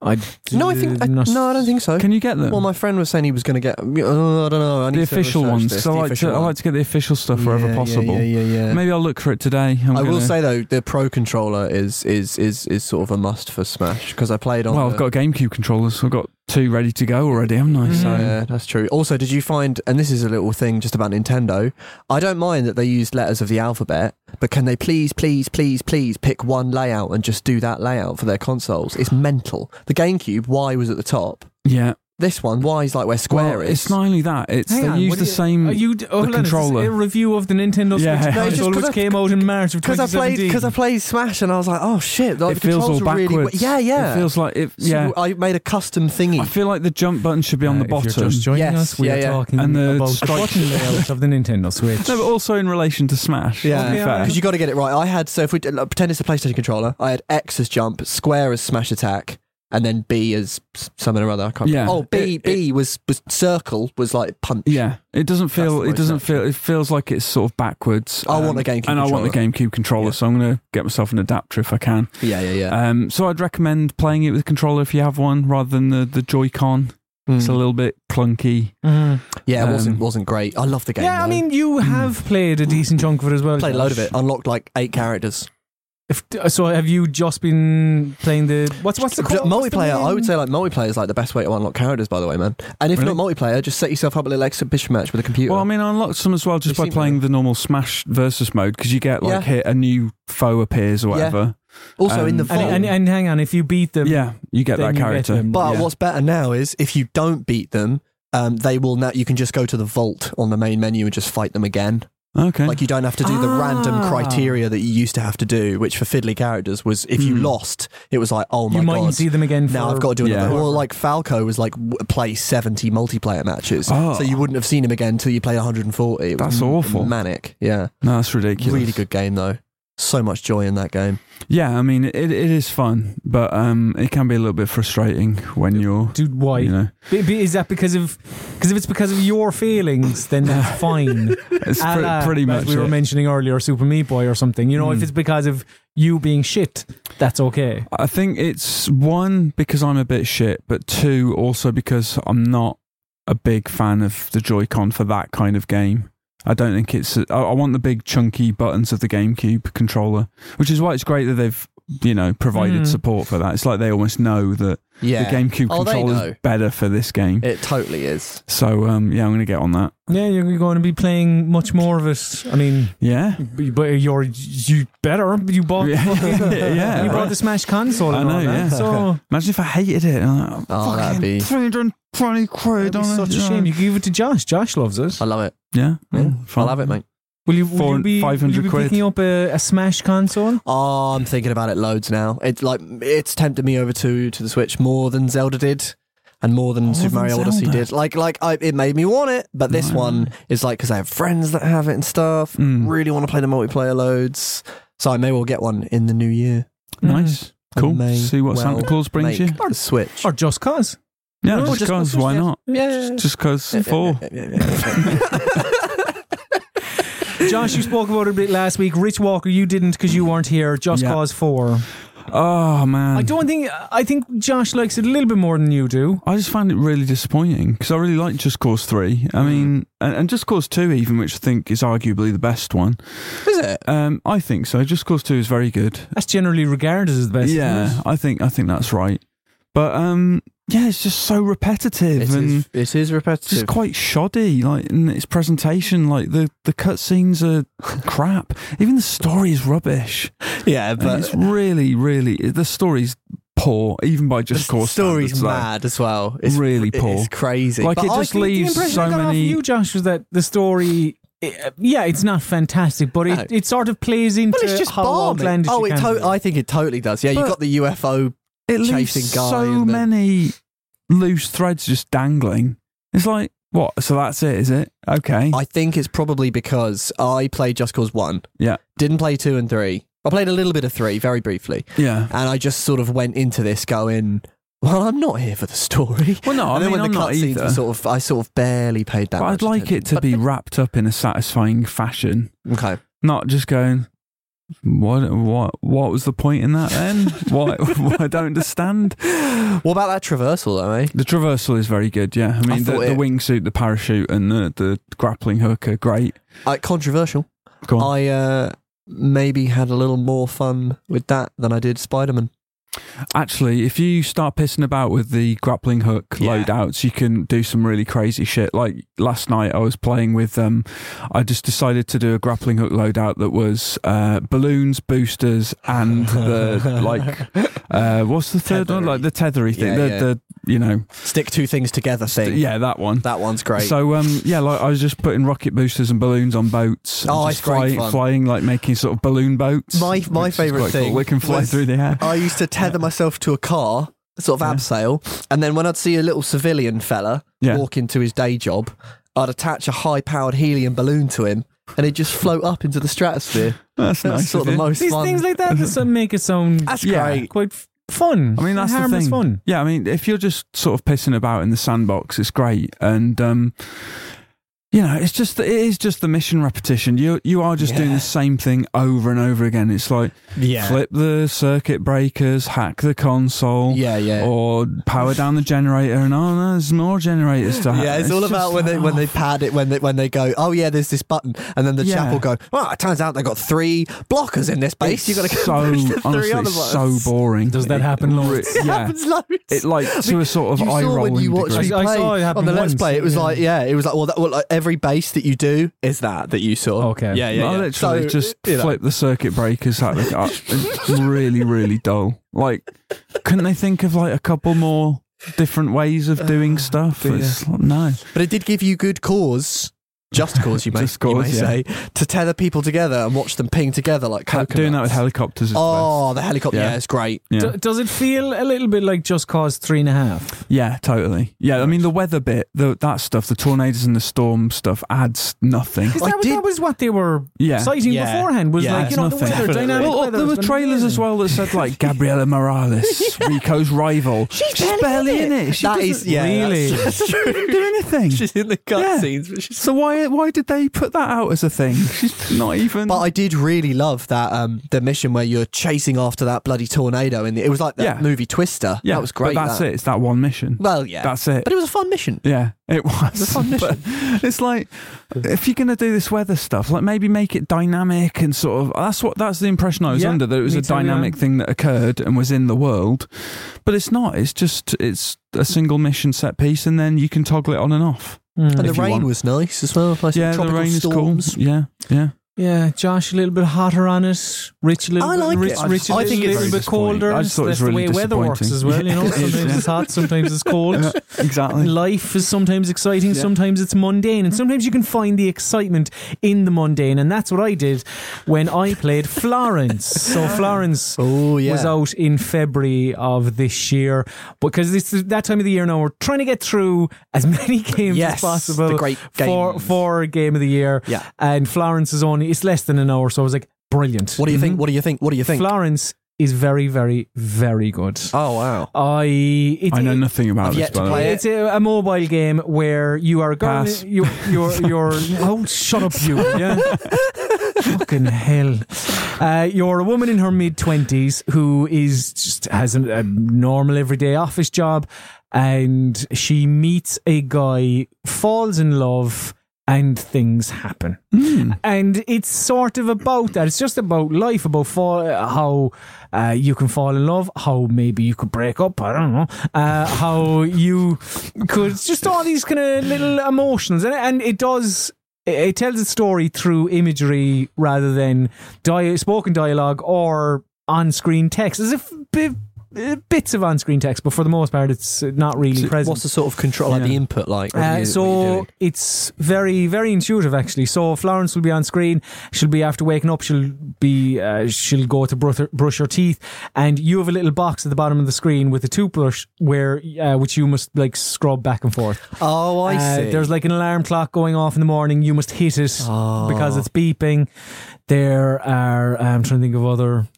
[SPEAKER 2] I
[SPEAKER 3] no, I think I, no, I don't think so.
[SPEAKER 1] Can you get them?
[SPEAKER 3] well, my friend was saying he was going to get. Uh, I don't know. I need
[SPEAKER 1] the
[SPEAKER 3] to
[SPEAKER 1] official
[SPEAKER 3] research
[SPEAKER 1] ones.
[SPEAKER 3] This,
[SPEAKER 1] 'cause I
[SPEAKER 3] the
[SPEAKER 1] like to
[SPEAKER 3] official
[SPEAKER 1] I
[SPEAKER 3] one.
[SPEAKER 1] like to get the official stuff wherever
[SPEAKER 3] Yeah,
[SPEAKER 1] possible.
[SPEAKER 3] Yeah, yeah, yeah.
[SPEAKER 1] Maybe I'll look for it today. I'm
[SPEAKER 3] I will
[SPEAKER 1] gonna-
[SPEAKER 3] say though, the pro controller is is is is sort of a must for Smash because I played on.
[SPEAKER 1] Well,
[SPEAKER 3] the,
[SPEAKER 1] I've got GameCube controllers. I've got two ready to go already, haven't
[SPEAKER 3] Mm-hmm.
[SPEAKER 1] I? So
[SPEAKER 3] Yeah, that's true. Also, did you find, and this is a little thing just about Nintendo, I don't mind that they used letters of the alphabet, but can they please, please, please, please pick one layout and just do that layout for their consoles? It's mental. The GameCube, Y was at the top.
[SPEAKER 1] yeah.
[SPEAKER 3] This one, Y is like where Square
[SPEAKER 1] well,
[SPEAKER 3] is.
[SPEAKER 1] it's not only that. It's
[SPEAKER 2] Hang
[SPEAKER 1] they
[SPEAKER 2] on,
[SPEAKER 1] use
[SPEAKER 2] what
[SPEAKER 1] the
[SPEAKER 2] do you-
[SPEAKER 1] same.
[SPEAKER 2] Are you, oh,
[SPEAKER 1] the
[SPEAKER 2] hold on, is this
[SPEAKER 1] controller.
[SPEAKER 2] a review of the Nintendo
[SPEAKER 1] Yeah.
[SPEAKER 2] Switch
[SPEAKER 1] No,
[SPEAKER 2] console,
[SPEAKER 3] it's just 'cause
[SPEAKER 2] which
[SPEAKER 3] I've-
[SPEAKER 2] came out in March of
[SPEAKER 3] Because I played,
[SPEAKER 2] 2017.
[SPEAKER 3] because I played Smash, and I was like, "Oh shit!" Like,
[SPEAKER 1] it
[SPEAKER 3] the
[SPEAKER 1] feels all
[SPEAKER 3] controls are really-
[SPEAKER 1] backwards.
[SPEAKER 3] yeah, yeah.
[SPEAKER 1] It feels like it.
[SPEAKER 3] So
[SPEAKER 1] Yeah.
[SPEAKER 3] I made a custom thingy.
[SPEAKER 1] I feel like the jump button should be on the
[SPEAKER 2] Uh, if
[SPEAKER 1] bottom.
[SPEAKER 2] You're just joining
[SPEAKER 3] Yes,
[SPEAKER 2] us. We
[SPEAKER 3] yeah,
[SPEAKER 2] are
[SPEAKER 3] yeah.
[SPEAKER 2] talking
[SPEAKER 1] And the
[SPEAKER 2] about
[SPEAKER 1] strike-
[SPEAKER 2] striking layouts of the Nintendo Switch.
[SPEAKER 1] No, but also in relation to Smash.
[SPEAKER 3] Yeah.
[SPEAKER 1] to be
[SPEAKER 2] Yeah.
[SPEAKER 1] fair.
[SPEAKER 3] Because you got to get it right. I had so if we like, pretend it's a PlayStation controller, I had X as jump, square as smash attack, and then B as s- something or other. I can't
[SPEAKER 1] Yeah.
[SPEAKER 3] remember. Oh, B
[SPEAKER 1] It-
[SPEAKER 3] B was was circle was like punch.
[SPEAKER 1] Yeah, it doesn't
[SPEAKER 3] the
[SPEAKER 1] feel. It
[SPEAKER 3] most
[SPEAKER 1] doesn't feel.
[SPEAKER 3] natural.
[SPEAKER 1] It feels like it's sort of backwards. um,
[SPEAKER 3] I want a GameCube
[SPEAKER 1] and I want the
[SPEAKER 3] controller.
[SPEAKER 1] GameCube controller,
[SPEAKER 3] Yeah.
[SPEAKER 1] so I'm going to get myself an adapter if I can.
[SPEAKER 3] yeah, yeah, yeah.
[SPEAKER 1] Um, so I'd recommend playing it with a controller if you have one, rather than the the Joy-Con. It's a
[SPEAKER 3] Mm.
[SPEAKER 1] little bit clunky.
[SPEAKER 2] Mhm.
[SPEAKER 3] yeah, it
[SPEAKER 1] um,
[SPEAKER 3] wasn't wasn't great. I love the game.
[SPEAKER 2] yeah, I
[SPEAKER 3] though.
[SPEAKER 2] mean, you have played a decent chunk of it as well.
[SPEAKER 3] Mm. played a load of
[SPEAKER 2] Josh.
[SPEAKER 3] it. Unlocked like eight characters.
[SPEAKER 2] If, so have you just been playing the what's what's the
[SPEAKER 3] Ju-
[SPEAKER 2] call?
[SPEAKER 3] multiplayer? I would say like multiplayer is like the best way to unlock characters. By the way, man. And if
[SPEAKER 1] Really?
[SPEAKER 3] not multiplayer, just set yourself up a little exhibition match with a computer.
[SPEAKER 1] Well, I mean, I unlocked some as well just
[SPEAKER 3] They
[SPEAKER 1] by
[SPEAKER 3] seem
[SPEAKER 1] playing the normal Smash versus mode because you get like
[SPEAKER 3] Yeah.
[SPEAKER 1] hit a new foe appears or
[SPEAKER 3] Yeah. Um,
[SPEAKER 1] whatever.
[SPEAKER 3] also in the
[SPEAKER 1] um,
[SPEAKER 3] vault.
[SPEAKER 2] And, and, and hang on, if you beat
[SPEAKER 1] Yeah,
[SPEAKER 2] them,
[SPEAKER 1] you get that
[SPEAKER 2] then you
[SPEAKER 1] character.
[SPEAKER 2] them.
[SPEAKER 3] But
[SPEAKER 1] Yeah.
[SPEAKER 3] what's better now is if you don't beat them, um, they will now. You can just go to the vault on the main menu and just fight them again.
[SPEAKER 1] okay,
[SPEAKER 3] Like you don't have to do the random
[SPEAKER 2] Ah.
[SPEAKER 3] criteria that you used to have to do, which for fiddly characters was if you
[SPEAKER 1] Hmm.
[SPEAKER 3] lost, it was like oh my
[SPEAKER 2] you mightn't
[SPEAKER 3] god.
[SPEAKER 2] see them again.
[SPEAKER 3] now
[SPEAKER 2] for-
[SPEAKER 3] I've got to do another.
[SPEAKER 1] Yeah.
[SPEAKER 3] Or like Falco was like w- play seventy multiplayer matches,
[SPEAKER 1] Oh.
[SPEAKER 3] so you wouldn't have seen him again until you played one hundred and forty. It was
[SPEAKER 1] That's
[SPEAKER 3] m-
[SPEAKER 1] awful.
[SPEAKER 3] Manic, yeah.
[SPEAKER 1] no, that's ridiculous.
[SPEAKER 3] Really good game though. So much joy in that game.
[SPEAKER 1] Yeah, I mean, it, it is fun, but um, it can be a little bit frustrating when you're,
[SPEAKER 2] Dude, why?
[SPEAKER 1] you know,
[SPEAKER 2] B- b- Is that because of? Because if it's because of your feelings, then that's fine.
[SPEAKER 1] it's
[SPEAKER 2] A
[SPEAKER 1] pre-
[SPEAKER 2] la,
[SPEAKER 1] pretty much.
[SPEAKER 2] as uh, we were
[SPEAKER 1] it.
[SPEAKER 2] mentioning earlier, Super Meat Boy or something. You know, if
[SPEAKER 1] Mm.
[SPEAKER 2] it's because of you being shit, that's okay.
[SPEAKER 1] I think it's one because I'm a bit shit, but two also because I'm not a big fan of the Joy-Con for that kind of game. I don't think it's. I, I want the big chunky buttons of the GameCube controller, which is why it's great that they've you know, provided
[SPEAKER 2] Mm.
[SPEAKER 1] support for that. It's like they almost know that
[SPEAKER 3] Yeah.
[SPEAKER 1] the GameCube
[SPEAKER 3] Oh, they
[SPEAKER 1] controller
[SPEAKER 3] know.
[SPEAKER 1] is better for this game.
[SPEAKER 3] It totally is.
[SPEAKER 1] So um, yeah, I'm going to get on that.
[SPEAKER 2] Yeah, you're going to be playing much more of it. I mean,
[SPEAKER 1] Yeah,
[SPEAKER 2] but you're you better. You bought
[SPEAKER 1] Yeah, yeah,
[SPEAKER 2] you bought
[SPEAKER 1] right.
[SPEAKER 2] the Smash console.
[SPEAKER 1] I
[SPEAKER 2] and all
[SPEAKER 1] know,
[SPEAKER 2] that,
[SPEAKER 1] yeah.
[SPEAKER 2] So
[SPEAKER 1] imagine if I hated it. Oh,
[SPEAKER 3] Oh, that'd be-
[SPEAKER 1] three hundred twenty quid.
[SPEAKER 2] that'd be
[SPEAKER 1] on
[SPEAKER 2] such a shame. You give it to Josh. Josh loves it.
[SPEAKER 3] I love it.
[SPEAKER 1] Yeah,
[SPEAKER 3] Yeah.
[SPEAKER 1] mm,
[SPEAKER 3] I
[SPEAKER 1] fine.
[SPEAKER 3] love it, mate.
[SPEAKER 2] Will you, will
[SPEAKER 1] Four-
[SPEAKER 2] you be, will
[SPEAKER 1] 500
[SPEAKER 2] you be
[SPEAKER 1] quid.
[SPEAKER 2] picking up a, a Smash console?
[SPEAKER 3] Oh, I'm thinking about it loads now. It's like it's tempted me over to to the Switch more than Zelda did, and more than
[SPEAKER 1] More
[SPEAKER 3] Super
[SPEAKER 1] than
[SPEAKER 3] Mario Odyssey
[SPEAKER 1] Zelda.
[SPEAKER 3] did. Like like I, it made me want it, but this
[SPEAKER 1] Right.
[SPEAKER 3] one is like because I have friends that have it and stuff.
[SPEAKER 1] Mm.
[SPEAKER 3] Really want to play the multiplayer loads, so I may well get one in the new year.
[SPEAKER 1] Nice, cool.
[SPEAKER 3] may
[SPEAKER 1] See what
[SPEAKER 3] well
[SPEAKER 1] Santa Claus brings
[SPEAKER 3] Make
[SPEAKER 1] you.
[SPEAKER 3] the Switch.
[SPEAKER 2] Or just cause?
[SPEAKER 1] Yeah,
[SPEAKER 3] No,
[SPEAKER 1] just
[SPEAKER 3] just-
[SPEAKER 1] because.
[SPEAKER 3] just-
[SPEAKER 1] Why
[SPEAKER 3] yeah.
[SPEAKER 1] not?
[SPEAKER 3] yeah.
[SPEAKER 1] Just because four.
[SPEAKER 2] Josh, you spoke about it a bit last week. Rich Walker, you didn't because you weren't here. Just
[SPEAKER 1] Yeah.
[SPEAKER 2] Cause 4.
[SPEAKER 1] Oh
[SPEAKER 3] Um,
[SPEAKER 1] man,
[SPEAKER 2] I don't think, I think Josh likes it a little bit more than you do.
[SPEAKER 1] I just find it really disappointing because I really like Just Cause 3. I mean, and, and Just Cause 2, even, which I think is arguably the best one.
[SPEAKER 3] Is it?
[SPEAKER 1] Um, I think so. Just Cause 2 is very good.
[SPEAKER 2] That's generally regarded as the best. isn't
[SPEAKER 1] yeah,
[SPEAKER 2] it?
[SPEAKER 1] I think I think that's right. But um, yeah, it's just so repetitive
[SPEAKER 3] It
[SPEAKER 1] and
[SPEAKER 3] is, it is repetitive.
[SPEAKER 1] just quite shoddy. Like in its presentation, like the the cutscenes are crap. Even the story is rubbish.
[SPEAKER 3] yeah,
[SPEAKER 1] But
[SPEAKER 3] but
[SPEAKER 1] it's really, really the story's poor, even by Just
[SPEAKER 3] the
[SPEAKER 1] Cause.
[SPEAKER 3] story's
[SPEAKER 1] standards, though.
[SPEAKER 3] mad as well. It's
[SPEAKER 1] Really poor.
[SPEAKER 3] It's crazy.
[SPEAKER 1] Like,
[SPEAKER 3] But
[SPEAKER 1] it
[SPEAKER 3] I
[SPEAKER 1] just
[SPEAKER 3] think-
[SPEAKER 2] The
[SPEAKER 1] leaves
[SPEAKER 2] impression
[SPEAKER 1] so
[SPEAKER 2] I got off of
[SPEAKER 1] many.
[SPEAKER 2] you, Josh, was that the story, eh, yeah, it's not fantastic, but it,
[SPEAKER 3] No.
[SPEAKER 2] it sort of plays into
[SPEAKER 3] Well, it's just
[SPEAKER 2] how
[SPEAKER 3] balmy.
[SPEAKER 2] outlandish
[SPEAKER 3] Oh,
[SPEAKER 2] it
[SPEAKER 3] it
[SPEAKER 2] can
[SPEAKER 3] to-
[SPEAKER 2] be.
[SPEAKER 3] I think it totally does. Yeah, you
[SPEAKER 1] But-
[SPEAKER 3] got the UFO.
[SPEAKER 1] it leaves
[SPEAKER 3] chasing guy
[SPEAKER 1] so
[SPEAKER 3] and the-
[SPEAKER 1] many loose threads just dangling. It's like what? So that's it, is it? Okay.
[SPEAKER 3] I think it's probably because I played Just Cause One.
[SPEAKER 1] Yeah.
[SPEAKER 3] didn't play two and three. I played a little bit of three, very briefly,
[SPEAKER 1] yeah.
[SPEAKER 3] and I just sort of went into this going, "Well, I'm not here for the story."
[SPEAKER 1] Well, no, I
[SPEAKER 3] and then
[SPEAKER 1] mean,
[SPEAKER 3] when
[SPEAKER 1] I'm
[SPEAKER 3] the
[SPEAKER 1] not
[SPEAKER 3] cutscenes
[SPEAKER 1] either.
[SPEAKER 3] were sort of, I sort of barely paid that.
[SPEAKER 1] But I'd
[SPEAKER 3] much
[SPEAKER 1] like
[SPEAKER 3] attention.
[SPEAKER 1] it to
[SPEAKER 3] But-
[SPEAKER 1] be wrapped up in a satisfying fashion,
[SPEAKER 3] okay.
[SPEAKER 1] not just going. What? What? What was the point in that then? what? I don't understand.
[SPEAKER 3] What about that traversal though? Eh?
[SPEAKER 1] The traversal is very good. Yeah, I mean the,
[SPEAKER 3] thought
[SPEAKER 1] the
[SPEAKER 3] it-
[SPEAKER 1] wingsuit, the parachute, and the, the grappling hook are great.
[SPEAKER 3] Uh, controversial.
[SPEAKER 1] Go on.
[SPEAKER 3] I uh, maybe had a little more fun with that than I did Spider Man.
[SPEAKER 1] Actually, if you start pissing about with the grappling hook
[SPEAKER 3] Yeah.
[SPEAKER 1] loadouts, you can do some really crazy shit. Like last night, I was playing with um, I just decided to do a grappling hook loadout that was uh, balloons, boosters, and the like. Uh, what's the third one?
[SPEAKER 3] Tethery.
[SPEAKER 1] Like the tethery thing.
[SPEAKER 3] Yeah,
[SPEAKER 1] the
[SPEAKER 3] yeah.
[SPEAKER 1] the you know
[SPEAKER 3] Stick two things together thing.
[SPEAKER 1] yeah that one.
[SPEAKER 3] that one's great.
[SPEAKER 1] So um yeah, like I was just putting rocket boosters and balloons on boats. and
[SPEAKER 3] Oh,
[SPEAKER 1] just
[SPEAKER 3] it's great
[SPEAKER 1] flying,
[SPEAKER 3] fun.
[SPEAKER 1] flying like making sort of balloon boats.
[SPEAKER 3] My- my
[SPEAKER 1] which is
[SPEAKER 3] favourite
[SPEAKER 1] quite cool.
[SPEAKER 3] thing
[SPEAKER 1] we can fly
[SPEAKER 3] was-
[SPEAKER 1] through the air.
[SPEAKER 3] I used to tether myself to a car, sort of
[SPEAKER 1] Yeah.
[SPEAKER 3] abseil, and then when I'd see a little civilian fella
[SPEAKER 1] Yeah.
[SPEAKER 3] walk into his day job, I'd attach a high-powered helium balloon to him, and he'd just float up into the stratosphere.
[SPEAKER 1] That's
[SPEAKER 3] That's
[SPEAKER 1] nice.
[SPEAKER 3] sort
[SPEAKER 1] of
[SPEAKER 3] of
[SPEAKER 1] you.
[SPEAKER 3] the most
[SPEAKER 2] These
[SPEAKER 3] fun.
[SPEAKER 2] things like that just make it sound
[SPEAKER 3] That's
[SPEAKER 1] Yeah.
[SPEAKER 3] great.
[SPEAKER 2] quite f- fun.
[SPEAKER 1] I mean, that's the
[SPEAKER 2] harmless
[SPEAKER 1] thing.
[SPEAKER 2] fun.
[SPEAKER 1] Yeah, I mean, if you're just sort of pissing about in the sandbox, it's great, and um, you know, it's just it is just the mission repetition. You you are just doing
[SPEAKER 3] Yeah.
[SPEAKER 1] the same thing over and over again. It's like
[SPEAKER 2] Yeah.
[SPEAKER 1] flip the circuit breakers, hack the console.
[SPEAKER 3] Yeah, yeah.
[SPEAKER 1] Or power down the generator, and oh no, there's more generators to hack.
[SPEAKER 3] yeah, it's, all about
[SPEAKER 1] just
[SPEAKER 3] when they
[SPEAKER 1] like,
[SPEAKER 3] when
[SPEAKER 1] oh,
[SPEAKER 3] they pad it when they when they go. Oh yeah, there's this button, and then the
[SPEAKER 1] Yeah.
[SPEAKER 3] chap will go. Well, it turns out they got three blockers in this base. You got to
[SPEAKER 1] so
[SPEAKER 3] push the
[SPEAKER 1] honestly
[SPEAKER 3] three other
[SPEAKER 1] it's so
[SPEAKER 3] buttons.
[SPEAKER 1] boring.
[SPEAKER 2] Does that happen, Lawrence?
[SPEAKER 1] It,
[SPEAKER 3] It
[SPEAKER 1] yeah,
[SPEAKER 3] happens loads.
[SPEAKER 1] it like to a sort of
[SPEAKER 3] you
[SPEAKER 1] eye
[SPEAKER 3] saw
[SPEAKER 1] rolling.
[SPEAKER 3] when you watched
[SPEAKER 1] degree.
[SPEAKER 3] me
[SPEAKER 2] I- I
[SPEAKER 3] play
[SPEAKER 2] saw it
[SPEAKER 3] on
[SPEAKER 2] happen
[SPEAKER 3] the Let's
[SPEAKER 2] once,
[SPEAKER 3] Play. It was
[SPEAKER 2] yeah.
[SPEAKER 3] like, yeah, it was like, well, that, well, like every base that you do is that that you saw.
[SPEAKER 2] Okay.
[SPEAKER 3] Yeah,
[SPEAKER 1] I
[SPEAKER 3] yeah. yeah.
[SPEAKER 1] literally
[SPEAKER 3] So,
[SPEAKER 1] just
[SPEAKER 3] you know,
[SPEAKER 1] flip the circuit breakers out. Like, uh, it's really, really dull. Like, couldn't they think of like a couple more different ways of
[SPEAKER 3] Uh,
[SPEAKER 1] doing stuff?
[SPEAKER 3] dear.
[SPEAKER 1] It's, no,
[SPEAKER 3] But it did give you good cause. Just cause, you may,
[SPEAKER 1] Just
[SPEAKER 3] you may
[SPEAKER 1] cause, yeah.
[SPEAKER 3] say, to tether people together and watch them ping together like coconuts.
[SPEAKER 1] doing that with helicopters is
[SPEAKER 3] Oh, the helicopter!
[SPEAKER 1] Yeah.
[SPEAKER 3] Yeah, it's great.
[SPEAKER 1] the best.
[SPEAKER 2] Do- does it feel a little bit like Just Cause three and a half?
[SPEAKER 1] Yeah. yeah, totally. Yeah, I mean the weather bit, the, that stuff, the tornadoes and the storm stuff adds nothing.
[SPEAKER 2] Because
[SPEAKER 3] I
[SPEAKER 2] that, was-
[SPEAKER 3] did-
[SPEAKER 2] that was what they were
[SPEAKER 1] Yeah.
[SPEAKER 2] citing
[SPEAKER 3] Yeah.
[SPEAKER 2] beforehand. Was
[SPEAKER 3] Yeah,
[SPEAKER 2] like
[SPEAKER 1] it's
[SPEAKER 2] you know the
[SPEAKER 1] nothing.
[SPEAKER 2] weather,
[SPEAKER 3] Definitely.
[SPEAKER 2] dynamic
[SPEAKER 1] Well,
[SPEAKER 2] weather.
[SPEAKER 1] there were trailers as well that said like Gabriela Morales, Rico's rival. She's, barely in it. She
[SPEAKER 3] that
[SPEAKER 1] doesn't
[SPEAKER 3] is, yeah,
[SPEAKER 2] really-
[SPEAKER 3] that's, that's true.
[SPEAKER 1] do anything.
[SPEAKER 3] she's in the
[SPEAKER 1] Yeah.
[SPEAKER 3] cutscenes, but she's
[SPEAKER 1] So why why why did they put that out as a thing? She's not even.
[SPEAKER 3] But I did really love that um, the mission where you're chasing after that bloody tornado, and it was like that
[SPEAKER 1] Yeah.
[SPEAKER 3] movie Twister.
[SPEAKER 1] yeah,
[SPEAKER 3] that was great.
[SPEAKER 1] But that's
[SPEAKER 3] that.
[SPEAKER 1] it. It's that one mission.
[SPEAKER 3] Well, yeah,
[SPEAKER 1] That's it.
[SPEAKER 3] but it was a fun mission.
[SPEAKER 1] Yeah, it was.
[SPEAKER 3] was a fun
[SPEAKER 1] But it's like if you're gonna do this weather stuff, like maybe make it dynamic and sort of. That's what that's the impression I was
[SPEAKER 2] Yeah,
[SPEAKER 1] under that it was
[SPEAKER 2] me
[SPEAKER 1] a
[SPEAKER 2] too, yeah.
[SPEAKER 1] dynamic thing that occurred and was in the world, but it's not. It's just it's a single mission set piece, and then you can toggle it on and off.
[SPEAKER 3] And
[SPEAKER 1] If
[SPEAKER 3] the
[SPEAKER 1] you
[SPEAKER 3] rain
[SPEAKER 1] want.
[SPEAKER 3] was nice as well. Nice
[SPEAKER 1] yeah, the
[SPEAKER 3] tropical
[SPEAKER 1] rain
[SPEAKER 3] storms.
[SPEAKER 1] is cool. Yeah, yeah.
[SPEAKER 2] Yeah, Josh a little bit hotter on it. Rich a little
[SPEAKER 3] I
[SPEAKER 2] bit
[SPEAKER 3] like
[SPEAKER 2] rich,
[SPEAKER 3] it.
[SPEAKER 2] Rich a
[SPEAKER 3] I
[SPEAKER 2] little,
[SPEAKER 3] think it's-
[SPEAKER 2] little bit colder.
[SPEAKER 1] I just thought it was
[SPEAKER 2] That's
[SPEAKER 1] really
[SPEAKER 2] the way weather works as well.
[SPEAKER 1] disappointing.
[SPEAKER 2] You know,
[SPEAKER 1] Yeah, it is,
[SPEAKER 2] sometimes
[SPEAKER 1] yeah.
[SPEAKER 2] it's hot, sometimes it's cold.
[SPEAKER 1] Yeah, exactly.
[SPEAKER 2] Life is sometimes exciting,
[SPEAKER 1] Yeah.
[SPEAKER 2] sometimes it's mundane, and sometimes you can find the excitement in the mundane, and that's what I did when I played Florence. so Florence
[SPEAKER 3] Oh yeah,
[SPEAKER 2] was out in February of this year because this is that time of the year now. We're trying to get through as many games
[SPEAKER 3] Yes,
[SPEAKER 2] as possible
[SPEAKER 3] the great
[SPEAKER 2] for
[SPEAKER 3] games.
[SPEAKER 2] for game of the year.
[SPEAKER 3] Yeah.
[SPEAKER 2] and Florence is only it's less than an hour, so I was like, brilliant.
[SPEAKER 3] What do you think? What do you think? What do you think?
[SPEAKER 2] Florence is very, very, very good.
[SPEAKER 3] oh wow.
[SPEAKER 2] I it's,
[SPEAKER 1] I know nothing about
[SPEAKER 3] I've
[SPEAKER 1] this.
[SPEAKER 3] yet to
[SPEAKER 1] by the
[SPEAKER 3] play
[SPEAKER 1] way.
[SPEAKER 3] it.
[SPEAKER 2] it's a, a mobile game where you are a girl.
[SPEAKER 1] Pass.
[SPEAKER 2] You, you're, you're, oh, shut up, you. Yeah. Fucking hell. Uh, you're a woman in her mid 20s who is just has a, a normal, everyday office job, and she meets a guy, falls in love, and things happen
[SPEAKER 1] Mm.
[SPEAKER 2] and it's sort of about that. It's just about life, about fall, how uh, you can fall in love, how maybe you could break up. I don't know. Uh, how you could just all these kind of little emotions, and and it does. It it tells its story through imagery rather than dia- spoken dialogue or on-screen text, as if bi- uh, bits of on-screen text, but for the most part, it's not really present.
[SPEAKER 3] What's the sort of control, like
[SPEAKER 1] Yeah.
[SPEAKER 3] the input, like? What
[SPEAKER 2] Uh,
[SPEAKER 3] are you- what are you
[SPEAKER 2] so
[SPEAKER 3] doing?
[SPEAKER 2] it's very very intuitive actually. So Florence will be on screen. She'll be after waking up. She'll be uh, she'll go to brush her, brush her teeth, and you have a little box at the bottom of the screen with a toothbrush where uh, which you must like scrub back and forth.
[SPEAKER 3] oh, I
[SPEAKER 2] Uh,
[SPEAKER 3] see.
[SPEAKER 2] There's like an alarm clock going off in the morning. You must hit it
[SPEAKER 3] Oh.
[SPEAKER 2] because it's beeping. There are uh, I'm trying to think of other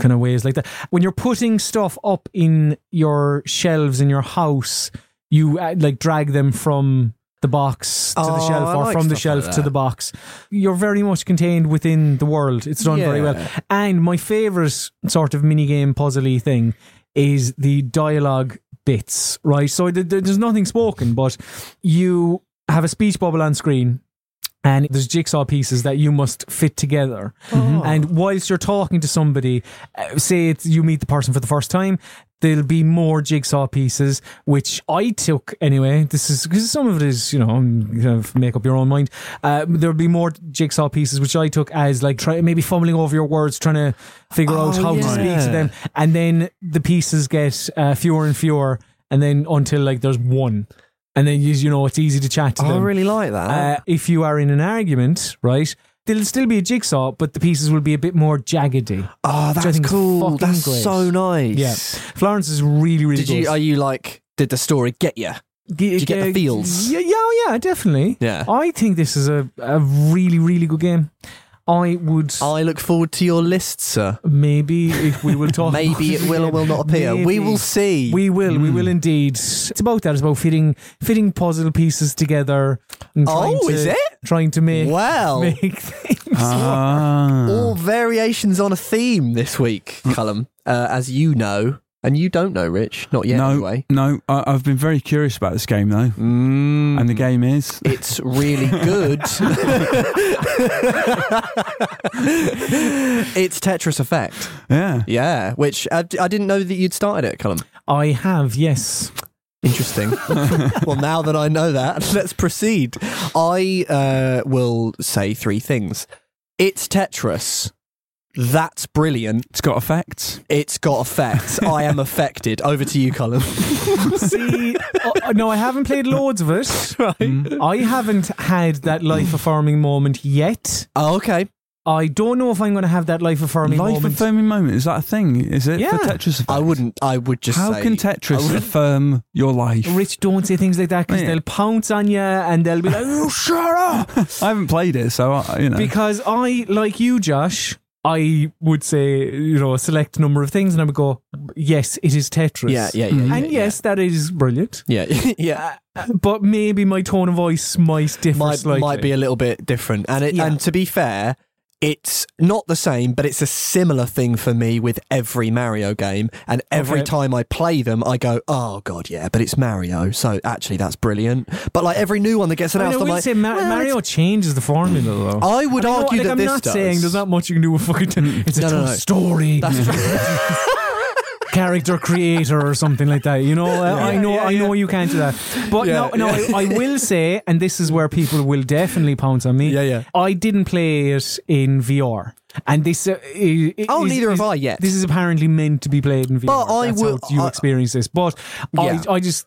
[SPEAKER 2] kind of ways like that. When you're putting stuff up in your shelves in your house, you uh, like drag them from the box to the
[SPEAKER 3] Oh,
[SPEAKER 2] shelf
[SPEAKER 3] I
[SPEAKER 2] or
[SPEAKER 3] like
[SPEAKER 2] from the
[SPEAKER 3] stuff like
[SPEAKER 2] shelf to
[SPEAKER 3] that.
[SPEAKER 2] the box. You're very much contained within the world. It's done very well.
[SPEAKER 3] Yeah.
[SPEAKER 2] And my favorite sort of minigame puzzly thing is the dialogue bits, right? So th- th- there's nothing spoken, but you have a speech bubble on screen. And there's jigsaw pieces that you must fit together.
[SPEAKER 3] Mm-hmm.
[SPEAKER 2] And whilst you're talking to somebody, uh, say it's, you meet the person for the first time, there'll be more jigsaw pieces, which I took anyway. This is because some of it is, you know, um, kind of make up your own mind. Uh, there'll be more jigsaw pieces, which I took as like try, maybe fumbling over your words, trying to figure out
[SPEAKER 3] Oh,
[SPEAKER 2] how to speak to
[SPEAKER 3] yeah.
[SPEAKER 2] them. And then the pieces get uh, fewer and fewer. And then until like there's one. And then, you, you know, it's easy to chat to
[SPEAKER 3] Oh, I
[SPEAKER 2] them
[SPEAKER 3] really like that.
[SPEAKER 2] uh, if you are in an argument, right? There'll still be a jigsaw, but the pieces will be a bit more jaggedy.
[SPEAKER 3] oh,
[SPEAKER 2] I
[SPEAKER 3] that's
[SPEAKER 2] think is
[SPEAKER 3] cool.
[SPEAKER 2] fucking
[SPEAKER 3] That's
[SPEAKER 2] great.
[SPEAKER 3] so nice.
[SPEAKER 2] Yeah. Florence is really, really
[SPEAKER 3] Did
[SPEAKER 2] good.
[SPEAKER 3] you? Are you like? Did the story get you?
[SPEAKER 2] did
[SPEAKER 3] you get the feels?
[SPEAKER 2] Yeah, yeah, oh, yeah, definitely.
[SPEAKER 3] Yeah.
[SPEAKER 2] I think this is a, a really, really good game. I would
[SPEAKER 3] I look forward to your list, sir.
[SPEAKER 2] maybe if we will talk. about
[SPEAKER 3] Maybe it will or will not appear. We
[SPEAKER 2] Maybe.
[SPEAKER 3] will see. Hmm.
[SPEAKER 2] We will, we will indeed. It's about that. It's about fitting fitting puzzle pieces together. And trying
[SPEAKER 3] Oh,
[SPEAKER 2] to,
[SPEAKER 3] is it?
[SPEAKER 2] Trying to make
[SPEAKER 3] Well, Uh.
[SPEAKER 2] make things.
[SPEAKER 1] Ah.
[SPEAKER 3] all variations on a theme this week, Cullum, uh, as you know, and you don't know, Rich, not yet
[SPEAKER 1] no,
[SPEAKER 3] anyway.
[SPEAKER 1] no. I, I've been very curious about this game though,
[SPEAKER 3] Mm,
[SPEAKER 1] and the game is
[SPEAKER 3] it's really good. it's Tetris Effect,
[SPEAKER 1] yeah.
[SPEAKER 3] yeah. Which I, I didn't know that you'd started it, Cullum.
[SPEAKER 2] I have, yes.
[SPEAKER 3] Interesting. well, now that I know that, let's proceed. I uh, will say three things. It's Tetris. That's brilliant.
[SPEAKER 1] It's got effects.
[SPEAKER 3] It's got effects. I am affected. Over to you, Colin.
[SPEAKER 2] See, oh, oh, no, I haven't played loads of it. Mm. I haven't had that life affirming moment yet.
[SPEAKER 3] Oh, okay.
[SPEAKER 2] I don't know if I'm going to have that life affirming
[SPEAKER 1] Life
[SPEAKER 2] moment.
[SPEAKER 1] affirming moment is that a thing? Is it
[SPEAKER 2] Yeah.
[SPEAKER 1] for Tetris? Effect?
[SPEAKER 3] I wouldn't. I would just.
[SPEAKER 1] How
[SPEAKER 3] say-
[SPEAKER 1] can
[SPEAKER 3] I
[SPEAKER 1] Tetris
[SPEAKER 3] would-
[SPEAKER 1] affirm your life?
[SPEAKER 2] Rich, don't say things like that because
[SPEAKER 1] Yeah.
[SPEAKER 2] they'll pounce on you and they'll
[SPEAKER 3] Oh,
[SPEAKER 2] be like, "You shut up!"
[SPEAKER 1] I haven't played it, so I, uh, you know.
[SPEAKER 2] Because I, like you, Josh, I would say, you know, a select number of things, and I would go, yes, it is Tetris. Mm.
[SPEAKER 3] Yeah, yeah, yeah.
[SPEAKER 2] And
[SPEAKER 3] yeah,
[SPEAKER 2] yes, that is brilliant.
[SPEAKER 3] yeah, yeah, yeah.
[SPEAKER 2] But maybe my tone of voice might differ
[SPEAKER 3] might
[SPEAKER 2] slightly.
[SPEAKER 3] might be a little bit different. And it,
[SPEAKER 2] Yeah.
[SPEAKER 3] and to be fair, it's not the same, but it's a similar thing for me with every Mario game. And every
[SPEAKER 2] Okay.
[SPEAKER 3] time I play them, I go, "Oh God, yeah," but it's Mario, so actually that's brilliant. But like every new one that gets
[SPEAKER 2] I mean,
[SPEAKER 3] announced,
[SPEAKER 2] I
[SPEAKER 3] I'm
[SPEAKER 2] would
[SPEAKER 3] like,
[SPEAKER 2] say Ma-
[SPEAKER 3] "Well, it's-
[SPEAKER 2] Mario changes the formula, though.
[SPEAKER 3] I would
[SPEAKER 2] You know,
[SPEAKER 3] argue
[SPEAKER 2] like,
[SPEAKER 3] that
[SPEAKER 2] I'm
[SPEAKER 3] this
[SPEAKER 2] not
[SPEAKER 3] does.
[SPEAKER 2] saying there's not much you can do with fucking. It's a
[SPEAKER 3] No, no,
[SPEAKER 2] tough
[SPEAKER 3] no.
[SPEAKER 2] story.
[SPEAKER 3] That's
[SPEAKER 2] character creator or something like that. You know, Uh, I know, I know you can't do that. But
[SPEAKER 3] Yeah,
[SPEAKER 2] no, no, I, I will say, and this is where people will definitely pounce on me.
[SPEAKER 3] Yeah, yeah.
[SPEAKER 2] I didn't play it in VR, and this. Uh, i- i-
[SPEAKER 3] Oh,
[SPEAKER 2] is-
[SPEAKER 3] neither
[SPEAKER 2] is-
[SPEAKER 3] have I yet.
[SPEAKER 2] This is apparently meant to be played in VR.
[SPEAKER 3] But I
[SPEAKER 2] That's
[SPEAKER 3] will-
[SPEAKER 2] how you
[SPEAKER 3] I-
[SPEAKER 2] experience this, but
[SPEAKER 3] Yeah.
[SPEAKER 2] I, I just,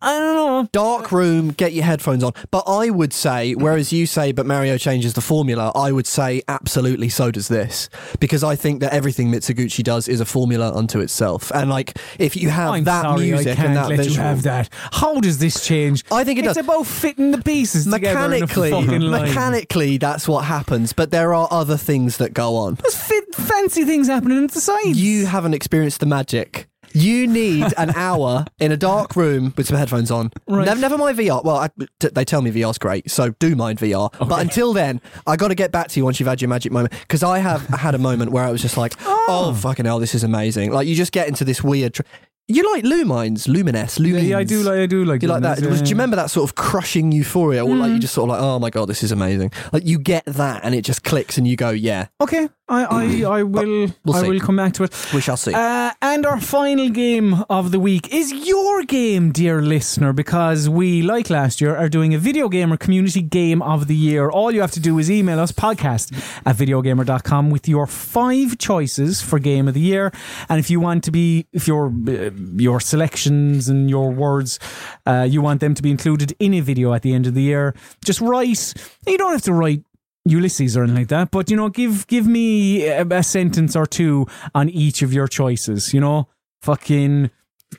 [SPEAKER 2] I don't know.
[SPEAKER 3] dark room. Get your headphones on. But I would say, whereas you say, but Mario changes the formula, I would say absolutely so does this because I think that everything Mitsuguchi does is a formula unto itself. And like, if you have
[SPEAKER 2] I'm
[SPEAKER 3] Oh, that
[SPEAKER 2] sorry,
[SPEAKER 3] music
[SPEAKER 2] I can't
[SPEAKER 3] and that
[SPEAKER 2] let
[SPEAKER 3] visual,
[SPEAKER 2] you have that. How does this change?
[SPEAKER 3] I think it
[SPEAKER 2] it's
[SPEAKER 3] does.
[SPEAKER 2] about fitting the pieces
[SPEAKER 3] mechanically,
[SPEAKER 2] together in a fucking line.
[SPEAKER 3] mechanically, that's what happens. But there are other things that go on.
[SPEAKER 2] There's fit, fancy things happening at the sides.
[SPEAKER 3] You haven't experienced the magic. You need an hour in a dark room with some headphones on.
[SPEAKER 2] Right.
[SPEAKER 3] Never, never mind VR. Well, I, t- they tell me VR's great, so do mind VR. But until then, I got to get back to you once you've had your magic moment because I have I had a moment where I was just like, oh. fucking hell, this is amazing. Like you just get into this weird. Tr- you like Lumines, Lumines, Lumines.
[SPEAKER 2] Yeah, I do like. I do like. uh,
[SPEAKER 3] Do you like
[SPEAKER 2] doing
[SPEAKER 3] that?
[SPEAKER 2] this,
[SPEAKER 3] Was-
[SPEAKER 2] yeah. Mm-hmm.
[SPEAKER 3] do you remember that sort of crushing euphoria, or like you just sort of like, oh my god, this is amazing? Like you get that, and it just clicks, and you go, yeah,
[SPEAKER 2] Okay, I, I, I will.
[SPEAKER 3] we'll
[SPEAKER 2] I
[SPEAKER 3] see.
[SPEAKER 2] will come back to it.
[SPEAKER 3] we shall see.
[SPEAKER 2] Uh, and our final game of the week is your game, dear listener, because we, like last year, are doing a video gamer community game of the year. All you have to do is email us podcast at videogamer.com with your five choices for game of the year. And if you want to be, if your uh, your selections and your words, uh, you want them to be included in a video at the end of the year, just write. You don't have to write Ulysses or anything like that. But you know, give give me a, a sentence or two on each of your choices. You know, fucking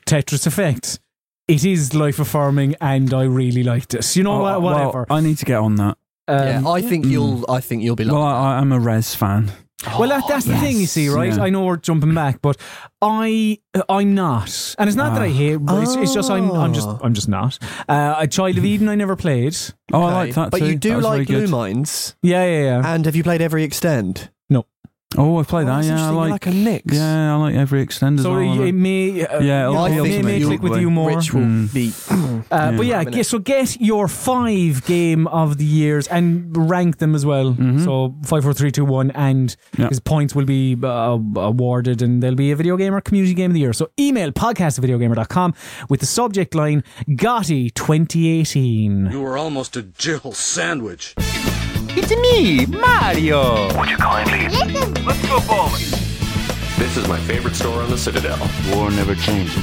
[SPEAKER 2] Tetris Effect. It is life affirming, and I really liked it. You know,
[SPEAKER 1] Oh,
[SPEAKER 2] wha-
[SPEAKER 1] well,
[SPEAKER 2] uh, whatever.
[SPEAKER 1] I need to get on that.
[SPEAKER 2] Um,
[SPEAKER 3] yeah, I think
[SPEAKER 2] mm.
[SPEAKER 3] you'll, I think you'll be.
[SPEAKER 1] Well, I, I'm a Res fan.
[SPEAKER 2] Well, that, that's the thing, you see, right?
[SPEAKER 1] Oh, Yeah.
[SPEAKER 2] I know we're jumping back, but I I'm not, and it's not
[SPEAKER 1] Ah.
[SPEAKER 2] that I hate. but It's, it's just I'm I'm just
[SPEAKER 3] Oh.
[SPEAKER 2] I'm just not. Uh, a Child of Eden, I never played.
[SPEAKER 1] Oh,
[SPEAKER 3] Okay.
[SPEAKER 1] I like that
[SPEAKER 3] But
[SPEAKER 1] too.
[SPEAKER 3] you do
[SPEAKER 1] That was
[SPEAKER 3] like
[SPEAKER 1] really
[SPEAKER 3] Blue
[SPEAKER 1] good.
[SPEAKER 3] Mines.
[SPEAKER 2] Yeah, yeah, yeah.
[SPEAKER 3] And have you played every extend?
[SPEAKER 1] Oh, I play
[SPEAKER 3] Oh,
[SPEAKER 1] that.
[SPEAKER 3] that's
[SPEAKER 1] Yeah, I
[SPEAKER 3] interesting. You
[SPEAKER 1] like,
[SPEAKER 3] a mix.
[SPEAKER 1] Yeah, I like every extender.
[SPEAKER 2] so
[SPEAKER 1] as well. I
[SPEAKER 2] it
[SPEAKER 1] like-
[SPEAKER 2] may uh,
[SPEAKER 1] Yeah, it'll
[SPEAKER 2] you know,
[SPEAKER 1] appeal
[SPEAKER 2] it
[SPEAKER 1] to
[SPEAKER 2] may
[SPEAKER 1] me.
[SPEAKER 2] click with
[SPEAKER 1] Like,
[SPEAKER 2] you more.
[SPEAKER 3] Rich will
[SPEAKER 1] Mm.
[SPEAKER 3] be.
[SPEAKER 2] Uh, But
[SPEAKER 1] Yeah.
[SPEAKER 2] yeah, get, so get your five game of the years and rank them as well. So five, four, three, two, one, and
[SPEAKER 1] Mm-hmm. Yeah.
[SPEAKER 2] his points will be uh, awarded, and there'll be a video game or community game of the year. So email podcast at videogamer.com with the subject line Gotti 2018.
[SPEAKER 4] You were almost a Jill sandwich.
[SPEAKER 5] It's me, Mario.
[SPEAKER 6] Would you kindly
[SPEAKER 5] Let's go bowling.
[SPEAKER 7] This is my favorite store on the Citadel.
[SPEAKER 6] War never changes.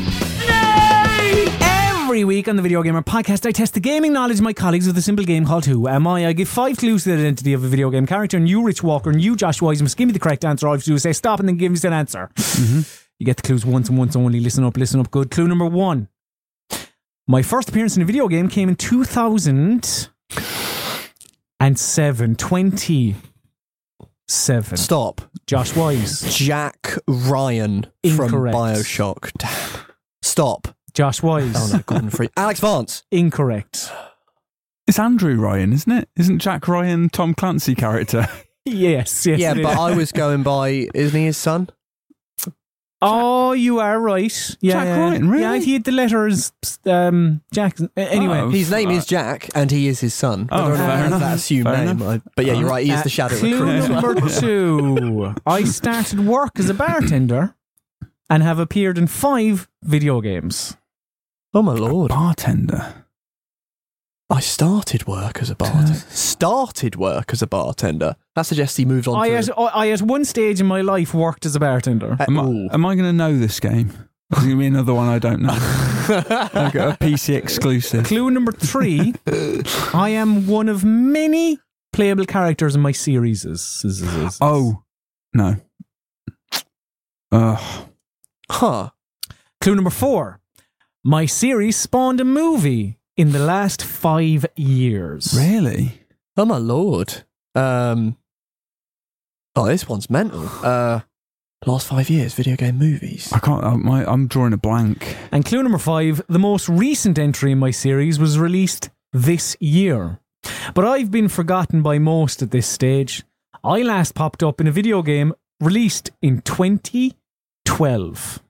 [SPEAKER 2] Every week on the Video Gamer Podcast, I test the gaming knowledge of my colleagues with a simple game called Who Am I? I give five clues to the identity of a video game character, and you, Rich Walker, and you, Josh Wise, must give me the correct answer. All you have to do is say stop and then give us an answer.
[SPEAKER 3] Mm-hmm.
[SPEAKER 2] You get the clues once and once only. Listen up, listen up. Good. Clue number one. My first appearance in a video game came in 2007. 27.
[SPEAKER 3] Stop.
[SPEAKER 2] Josh Wise.
[SPEAKER 3] Jack Ryan from
[SPEAKER 2] Incorrect.
[SPEAKER 3] Bioshock. Damn. Stop.
[SPEAKER 2] Josh Wise.
[SPEAKER 3] Oh no, Gordon Free. Alex Vance.
[SPEAKER 2] Incorrect.
[SPEAKER 1] It's Andrew Ryan, isn't it? Isn't Jack Ryan Tom Clancy character?
[SPEAKER 2] Yes, yes.
[SPEAKER 3] Yeah,
[SPEAKER 2] it is.
[SPEAKER 3] but I was going by. Isn't he his son?
[SPEAKER 2] Oh, you are right. Yeah,
[SPEAKER 1] Jack
[SPEAKER 2] yeah.
[SPEAKER 1] Ryan, really?
[SPEAKER 2] Yeah, he had the letters. Um, Jackson. Uh, Anyway,
[SPEAKER 1] Oh.
[SPEAKER 3] His name
[SPEAKER 1] Uh,
[SPEAKER 3] is Jack, and he is his son.
[SPEAKER 1] Oh,
[SPEAKER 3] Whether or
[SPEAKER 1] fair
[SPEAKER 3] not he has
[SPEAKER 1] enough.
[SPEAKER 3] That assumed
[SPEAKER 1] Fair
[SPEAKER 3] name.
[SPEAKER 1] enough.
[SPEAKER 3] I- but yeah, you're right. He is
[SPEAKER 2] Uh,
[SPEAKER 3] the shadow
[SPEAKER 2] clue
[SPEAKER 3] recruit. as well.
[SPEAKER 2] number two. I started work as a bartender and have appeared in five video games.
[SPEAKER 3] Oh my lord!
[SPEAKER 1] Bartender.
[SPEAKER 3] I started work as a bartender. started work as a bartender. That suggests he moved on.
[SPEAKER 2] I
[SPEAKER 3] to,
[SPEAKER 2] at, I at one stage in my life worked as a bartender.
[SPEAKER 3] Uh,
[SPEAKER 1] Am I,
[SPEAKER 3] ooh.
[SPEAKER 1] am I going to know this game? There's going to be another one I don't know. I've got a PC exclusive.
[SPEAKER 2] Clue number three. I am one of many playable characters in my series.
[SPEAKER 1] Oh, no. Uh,
[SPEAKER 3] huh?
[SPEAKER 2] Clue number four. My series spawned a movie in the last five years.
[SPEAKER 1] really?
[SPEAKER 3] Oh my lord. Um. Oh, this one's mental. Uh, last five years, video game movies.
[SPEAKER 1] I can't. I'm, my, I'm drawing a blank.
[SPEAKER 2] And clue number five the most recent entry in my series was released this year. But I've been forgotten by most at this stage. I last popped up in a video game released in 2012.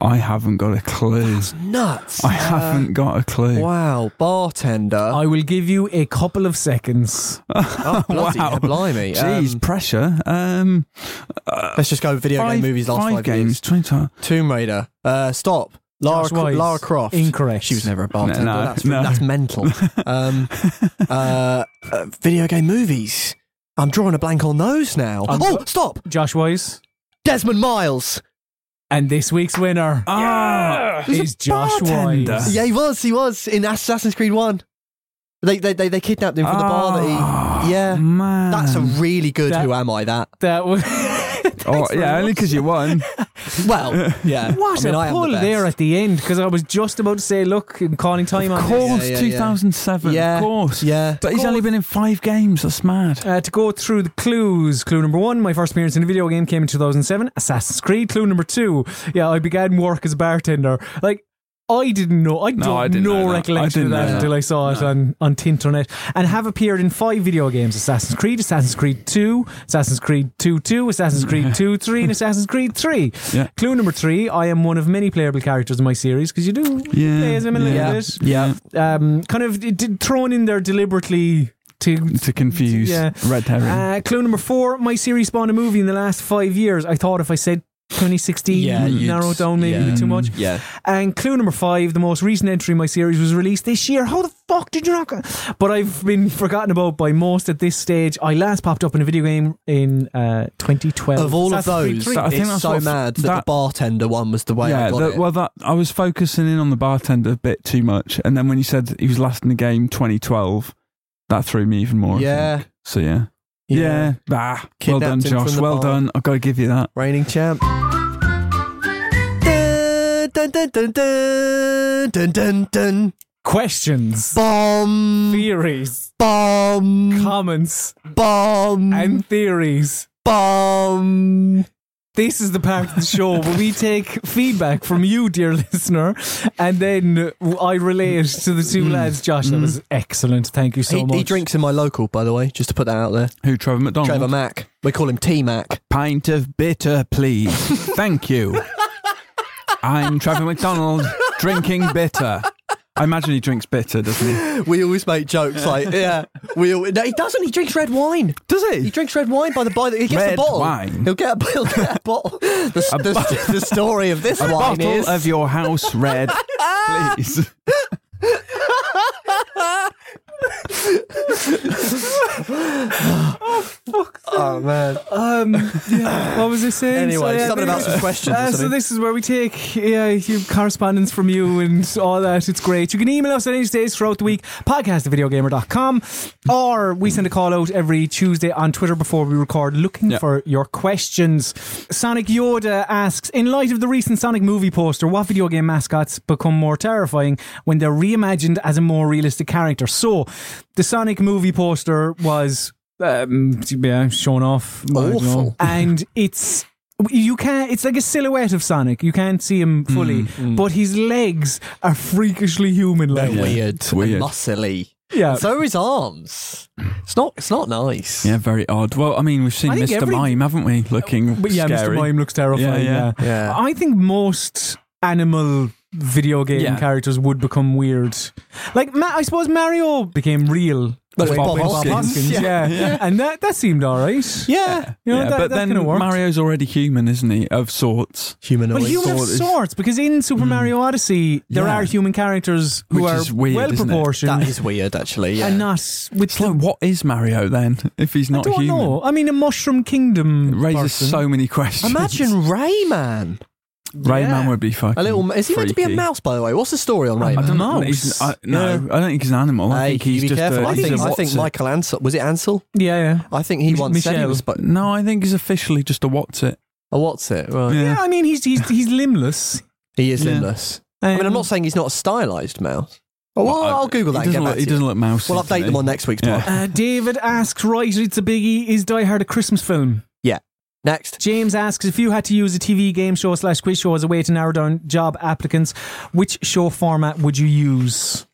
[SPEAKER 1] I haven't got a clue.
[SPEAKER 3] Nuts. Uh,
[SPEAKER 1] I haven't got a clue.
[SPEAKER 3] Wow, bartender.
[SPEAKER 2] I will give you a couple of seconds.
[SPEAKER 3] oh, bloody hell, blimey.
[SPEAKER 1] Jeez,
[SPEAKER 3] Um,
[SPEAKER 1] pressure. Um,
[SPEAKER 3] let's just go video
[SPEAKER 1] five,
[SPEAKER 3] game movies last five,
[SPEAKER 1] five games.
[SPEAKER 3] years.
[SPEAKER 1] Twenty.
[SPEAKER 3] Tomb Raider. Uh, stop. Lara,
[SPEAKER 2] Josh
[SPEAKER 3] Cro-
[SPEAKER 2] Wise.
[SPEAKER 3] Lara Croft.
[SPEAKER 2] Incorrect.
[SPEAKER 3] She was never a bartender.
[SPEAKER 1] No, no,
[SPEAKER 3] that's,
[SPEAKER 1] no.
[SPEAKER 3] that's mental. Um, uh, uh, video game movies. I'm drawing a blank on those now.
[SPEAKER 2] Um,
[SPEAKER 3] oh, stop!
[SPEAKER 2] Josh Wise.
[SPEAKER 3] Desmond Miles.
[SPEAKER 2] And this week's winner
[SPEAKER 1] Ah,
[SPEAKER 2] is Josh
[SPEAKER 1] bartender.
[SPEAKER 2] Wise.
[SPEAKER 3] Yeah, he was. He was in Assassin's Creed One. They they they, they kidnapped him from the bar. That he, yeah,
[SPEAKER 1] Ah, man.
[SPEAKER 3] that's a really good.
[SPEAKER 2] That-
[SPEAKER 3] Who am I? That.
[SPEAKER 2] That was.
[SPEAKER 1] Oh, yeah, only because you won.
[SPEAKER 3] Well, yeah.
[SPEAKER 2] What
[SPEAKER 3] I mean,
[SPEAKER 2] a
[SPEAKER 3] I am the
[SPEAKER 2] pull
[SPEAKER 3] best.
[SPEAKER 2] there at the end because I was just about to say, look, i calling time
[SPEAKER 1] Of
[SPEAKER 2] on this.
[SPEAKER 1] course,
[SPEAKER 3] yeah, yeah.
[SPEAKER 1] 2007.
[SPEAKER 3] Yeah,
[SPEAKER 1] Of course.
[SPEAKER 3] yeah.
[SPEAKER 1] But he's only been in five games. That's mad.
[SPEAKER 2] Uh, to go through the clues, clue number one, my first appearance in a video game came in 2007, Assassin's Creed. Clue number two, yeah, I began work as a bartender. Like, I didn't know. I don't
[SPEAKER 1] I didn't
[SPEAKER 2] no
[SPEAKER 1] know that. I
[SPEAKER 2] recollection
[SPEAKER 1] didn't
[SPEAKER 2] of that
[SPEAKER 1] know that.
[SPEAKER 2] until I saw it on, on Tinternet. And have appeared in five video games Assassin's Creed, Assassin's Creed 2, Assassin's Creed 2 2, Assassin's Creed 2 3, and Assassin's Creed 3.
[SPEAKER 1] Yeah.
[SPEAKER 2] Clue number three, I am one of many playable characters in my series because you do
[SPEAKER 1] Yeah,
[SPEAKER 2] play as him a little
[SPEAKER 1] yeah.
[SPEAKER 2] bit.
[SPEAKER 1] Yeah.
[SPEAKER 2] Um, kind of d- d- thrown in there deliberately to
[SPEAKER 1] To confuse
[SPEAKER 2] Yeah.
[SPEAKER 1] Red Herring.
[SPEAKER 2] uh, clue number four: My series spawned a movie in the last five years. I thought if I said 2016,
[SPEAKER 3] Yeah, you'd-
[SPEAKER 2] narrow it down maybe a
[SPEAKER 3] yeah.
[SPEAKER 2] bit too much.
[SPEAKER 3] Yeah.
[SPEAKER 2] And clue number five: The most recent entry in my series was released this year. How the fuck did you not? go- But I've been forgotten about by most at this stage. I last popped up in a video game in uh, 2012.
[SPEAKER 3] Of all of
[SPEAKER 2] Assassin's Creed
[SPEAKER 3] those,
[SPEAKER 2] three.
[SPEAKER 1] That- I think
[SPEAKER 3] it's
[SPEAKER 1] that's
[SPEAKER 3] so
[SPEAKER 1] what-
[SPEAKER 3] mad that, the
[SPEAKER 1] that-
[SPEAKER 3] bartender one was the way I
[SPEAKER 1] yeah,
[SPEAKER 3] got
[SPEAKER 1] that-
[SPEAKER 3] it.
[SPEAKER 1] well, that I was focusing in on the bartender a bit too much, and then when you said he was last in the game 2012, that threw me even more. I
[SPEAKER 3] Yeah.
[SPEAKER 1] think. So yeah. Yeah. Bah. well
[SPEAKER 3] Kidnapped
[SPEAKER 1] done,
[SPEAKER 3] him from
[SPEAKER 1] Josh.
[SPEAKER 3] the
[SPEAKER 1] Well
[SPEAKER 3] bar.
[SPEAKER 1] done. I've got to give you that.
[SPEAKER 3] Reigning champ. Dun, dun, dun, dun, dun, dun, dun, dun.
[SPEAKER 2] questions,
[SPEAKER 3] Bomb,
[SPEAKER 2] theories,
[SPEAKER 3] bomb,
[SPEAKER 2] comments,
[SPEAKER 3] bomb,
[SPEAKER 2] and theories.
[SPEAKER 3] bomb.
[SPEAKER 2] this is the part of the show where we take feedback from you, dear listener, and then I relate to the two lads. Josh, that was excellent. Thank you so
[SPEAKER 3] Mm. He,
[SPEAKER 2] much.
[SPEAKER 3] he drinks in my local, by the way, just to put that out there.
[SPEAKER 1] Who? Trevor McDonald.
[SPEAKER 3] Trevor Mac. We call him T Mac.
[SPEAKER 1] Pint of bitter, please. Thank you. I'm Trevor McDonald, drinking bitter. I imagine he drinks bitter, doesn't he?
[SPEAKER 3] We always make jokes like, yeah, we. All, no, he doesn't. He drinks red wine.
[SPEAKER 1] Does he?
[SPEAKER 3] He drinks red wine by the by. The, he gets the
[SPEAKER 1] Red
[SPEAKER 3] bottle.
[SPEAKER 1] wine.
[SPEAKER 3] He'll get a, he'll get a bottle. The, the, the story of this
[SPEAKER 1] A
[SPEAKER 3] wine
[SPEAKER 1] bottle
[SPEAKER 3] is
[SPEAKER 1] of your house red, please.
[SPEAKER 3] oh man.
[SPEAKER 2] Um, yeah, what was I saying?
[SPEAKER 3] Anyway,
[SPEAKER 2] yeah,
[SPEAKER 3] something about some questions. or
[SPEAKER 2] Uh, so
[SPEAKER 3] something.
[SPEAKER 2] this is where we take yeah, your correspondence from you and all that. It's great. You can email us at any stage throughout the week, podcast at videogamer.com, or we send a call out every Tuesday on Twitter before we record looking
[SPEAKER 1] Yeah.
[SPEAKER 2] for your questions. Sonic Yoda asks, in light of the recent Sonic movie poster, what video game mascots become more terrifying when they're reimagined as a more realistic character? So the Sonic movie poster was um, yeah, shown off. I don't
[SPEAKER 3] Awful.
[SPEAKER 2] know. And it's you can't. It's like a silhouette of Sonic. You can't see him fully, but his legs are freakishly human like. Yeah.
[SPEAKER 3] weird, and
[SPEAKER 1] weird.
[SPEAKER 3] muscly. So are his arms. It's not. It's not nice.
[SPEAKER 1] Yeah, very odd. Well, I mean, we've seen
[SPEAKER 2] I think
[SPEAKER 1] Mr.
[SPEAKER 2] every-
[SPEAKER 1] Mime, haven't we? Looking
[SPEAKER 2] but yeah,
[SPEAKER 1] scary.
[SPEAKER 2] Mr. Mime looks terrifying.
[SPEAKER 1] Yeah,
[SPEAKER 2] Yeah, yeah.
[SPEAKER 3] yeah.
[SPEAKER 2] I think most animal video game
[SPEAKER 1] Yeah.
[SPEAKER 2] characters would become weird. Like Ma- I suppose Mario became real.
[SPEAKER 3] But
[SPEAKER 2] with
[SPEAKER 3] Bob Hoskins.
[SPEAKER 2] yeah.
[SPEAKER 1] Yeah.
[SPEAKER 2] and that that seemed all right.
[SPEAKER 3] Yeah.
[SPEAKER 2] You know,
[SPEAKER 1] Yeah,
[SPEAKER 2] that,
[SPEAKER 1] but
[SPEAKER 2] that
[SPEAKER 1] then
[SPEAKER 2] kinda worked.
[SPEAKER 1] Mario's already human, isn't he? Of sorts.
[SPEAKER 3] Humanoid.
[SPEAKER 2] But human of sorts, because in Super Mario Odyssey, there
[SPEAKER 1] Mm. Yeah.
[SPEAKER 2] are human characters who
[SPEAKER 1] Which
[SPEAKER 2] are
[SPEAKER 1] is weird,
[SPEAKER 2] well
[SPEAKER 1] isn't it?
[SPEAKER 2] proportioned
[SPEAKER 3] That is weird, actually. Yeah.
[SPEAKER 2] and not with
[SPEAKER 1] It's like, what is Mario then? If he's not
[SPEAKER 2] I don't
[SPEAKER 1] human,
[SPEAKER 2] know. I mean, a Mushroom Kingdom
[SPEAKER 1] it raises
[SPEAKER 2] person.
[SPEAKER 1] so many questions.
[SPEAKER 3] Imagine Rayman.
[SPEAKER 1] Rayman
[SPEAKER 2] Yeah.
[SPEAKER 1] would be fucking.
[SPEAKER 3] A little. Is he meant to be a
[SPEAKER 1] freaky.
[SPEAKER 3] mouse, by the way? What's the story on Rayman?
[SPEAKER 1] I don't know.
[SPEAKER 2] Mouse?
[SPEAKER 1] He's- I, no, I don't think he's an animal. I
[SPEAKER 3] Hey,
[SPEAKER 1] think
[SPEAKER 3] you
[SPEAKER 1] he's
[SPEAKER 3] be
[SPEAKER 1] just.
[SPEAKER 3] careful.
[SPEAKER 1] A,
[SPEAKER 3] I
[SPEAKER 1] he's
[SPEAKER 3] think.
[SPEAKER 1] a
[SPEAKER 3] I think
[SPEAKER 1] Watson.
[SPEAKER 3] Michael Ansel. Was it Ansel?
[SPEAKER 2] Yeah, yeah.
[SPEAKER 3] I think he
[SPEAKER 2] Mich-
[SPEAKER 3] once said he
[SPEAKER 2] Michelle.
[SPEAKER 3] was. But
[SPEAKER 1] No, I think he's officially just a Watson.
[SPEAKER 3] oh, what's it? Right.
[SPEAKER 2] Yeah, I mean, he's he's he's limbless.
[SPEAKER 3] He is
[SPEAKER 1] Yeah.
[SPEAKER 3] limbless. I mean, I'm
[SPEAKER 2] Um,
[SPEAKER 3] not saying he's not a stylized mouse. Oh, Well, I'll Google that
[SPEAKER 1] He doesn't
[SPEAKER 3] and get
[SPEAKER 1] look,
[SPEAKER 3] back
[SPEAKER 1] he
[SPEAKER 3] to you.
[SPEAKER 1] doesn't look mousy.
[SPEAKER 3] We'll
[SPEAKER 1] to
[SPEAKER 3] update
[SPEAKER 1] me.
[SPEAKER 3] them on next week's pod.
[SPEAKER 1] Yeah.
[SPEAKER 2] Uh, David asks, right, it's a biggie. Is Die Hard a Christmas film?
[SPEAKER 3] Next.
[SPEAKER 2] James asks, if you had to use a TV game show slash quiz show as a way to narrow down job applicants, which show format would you use?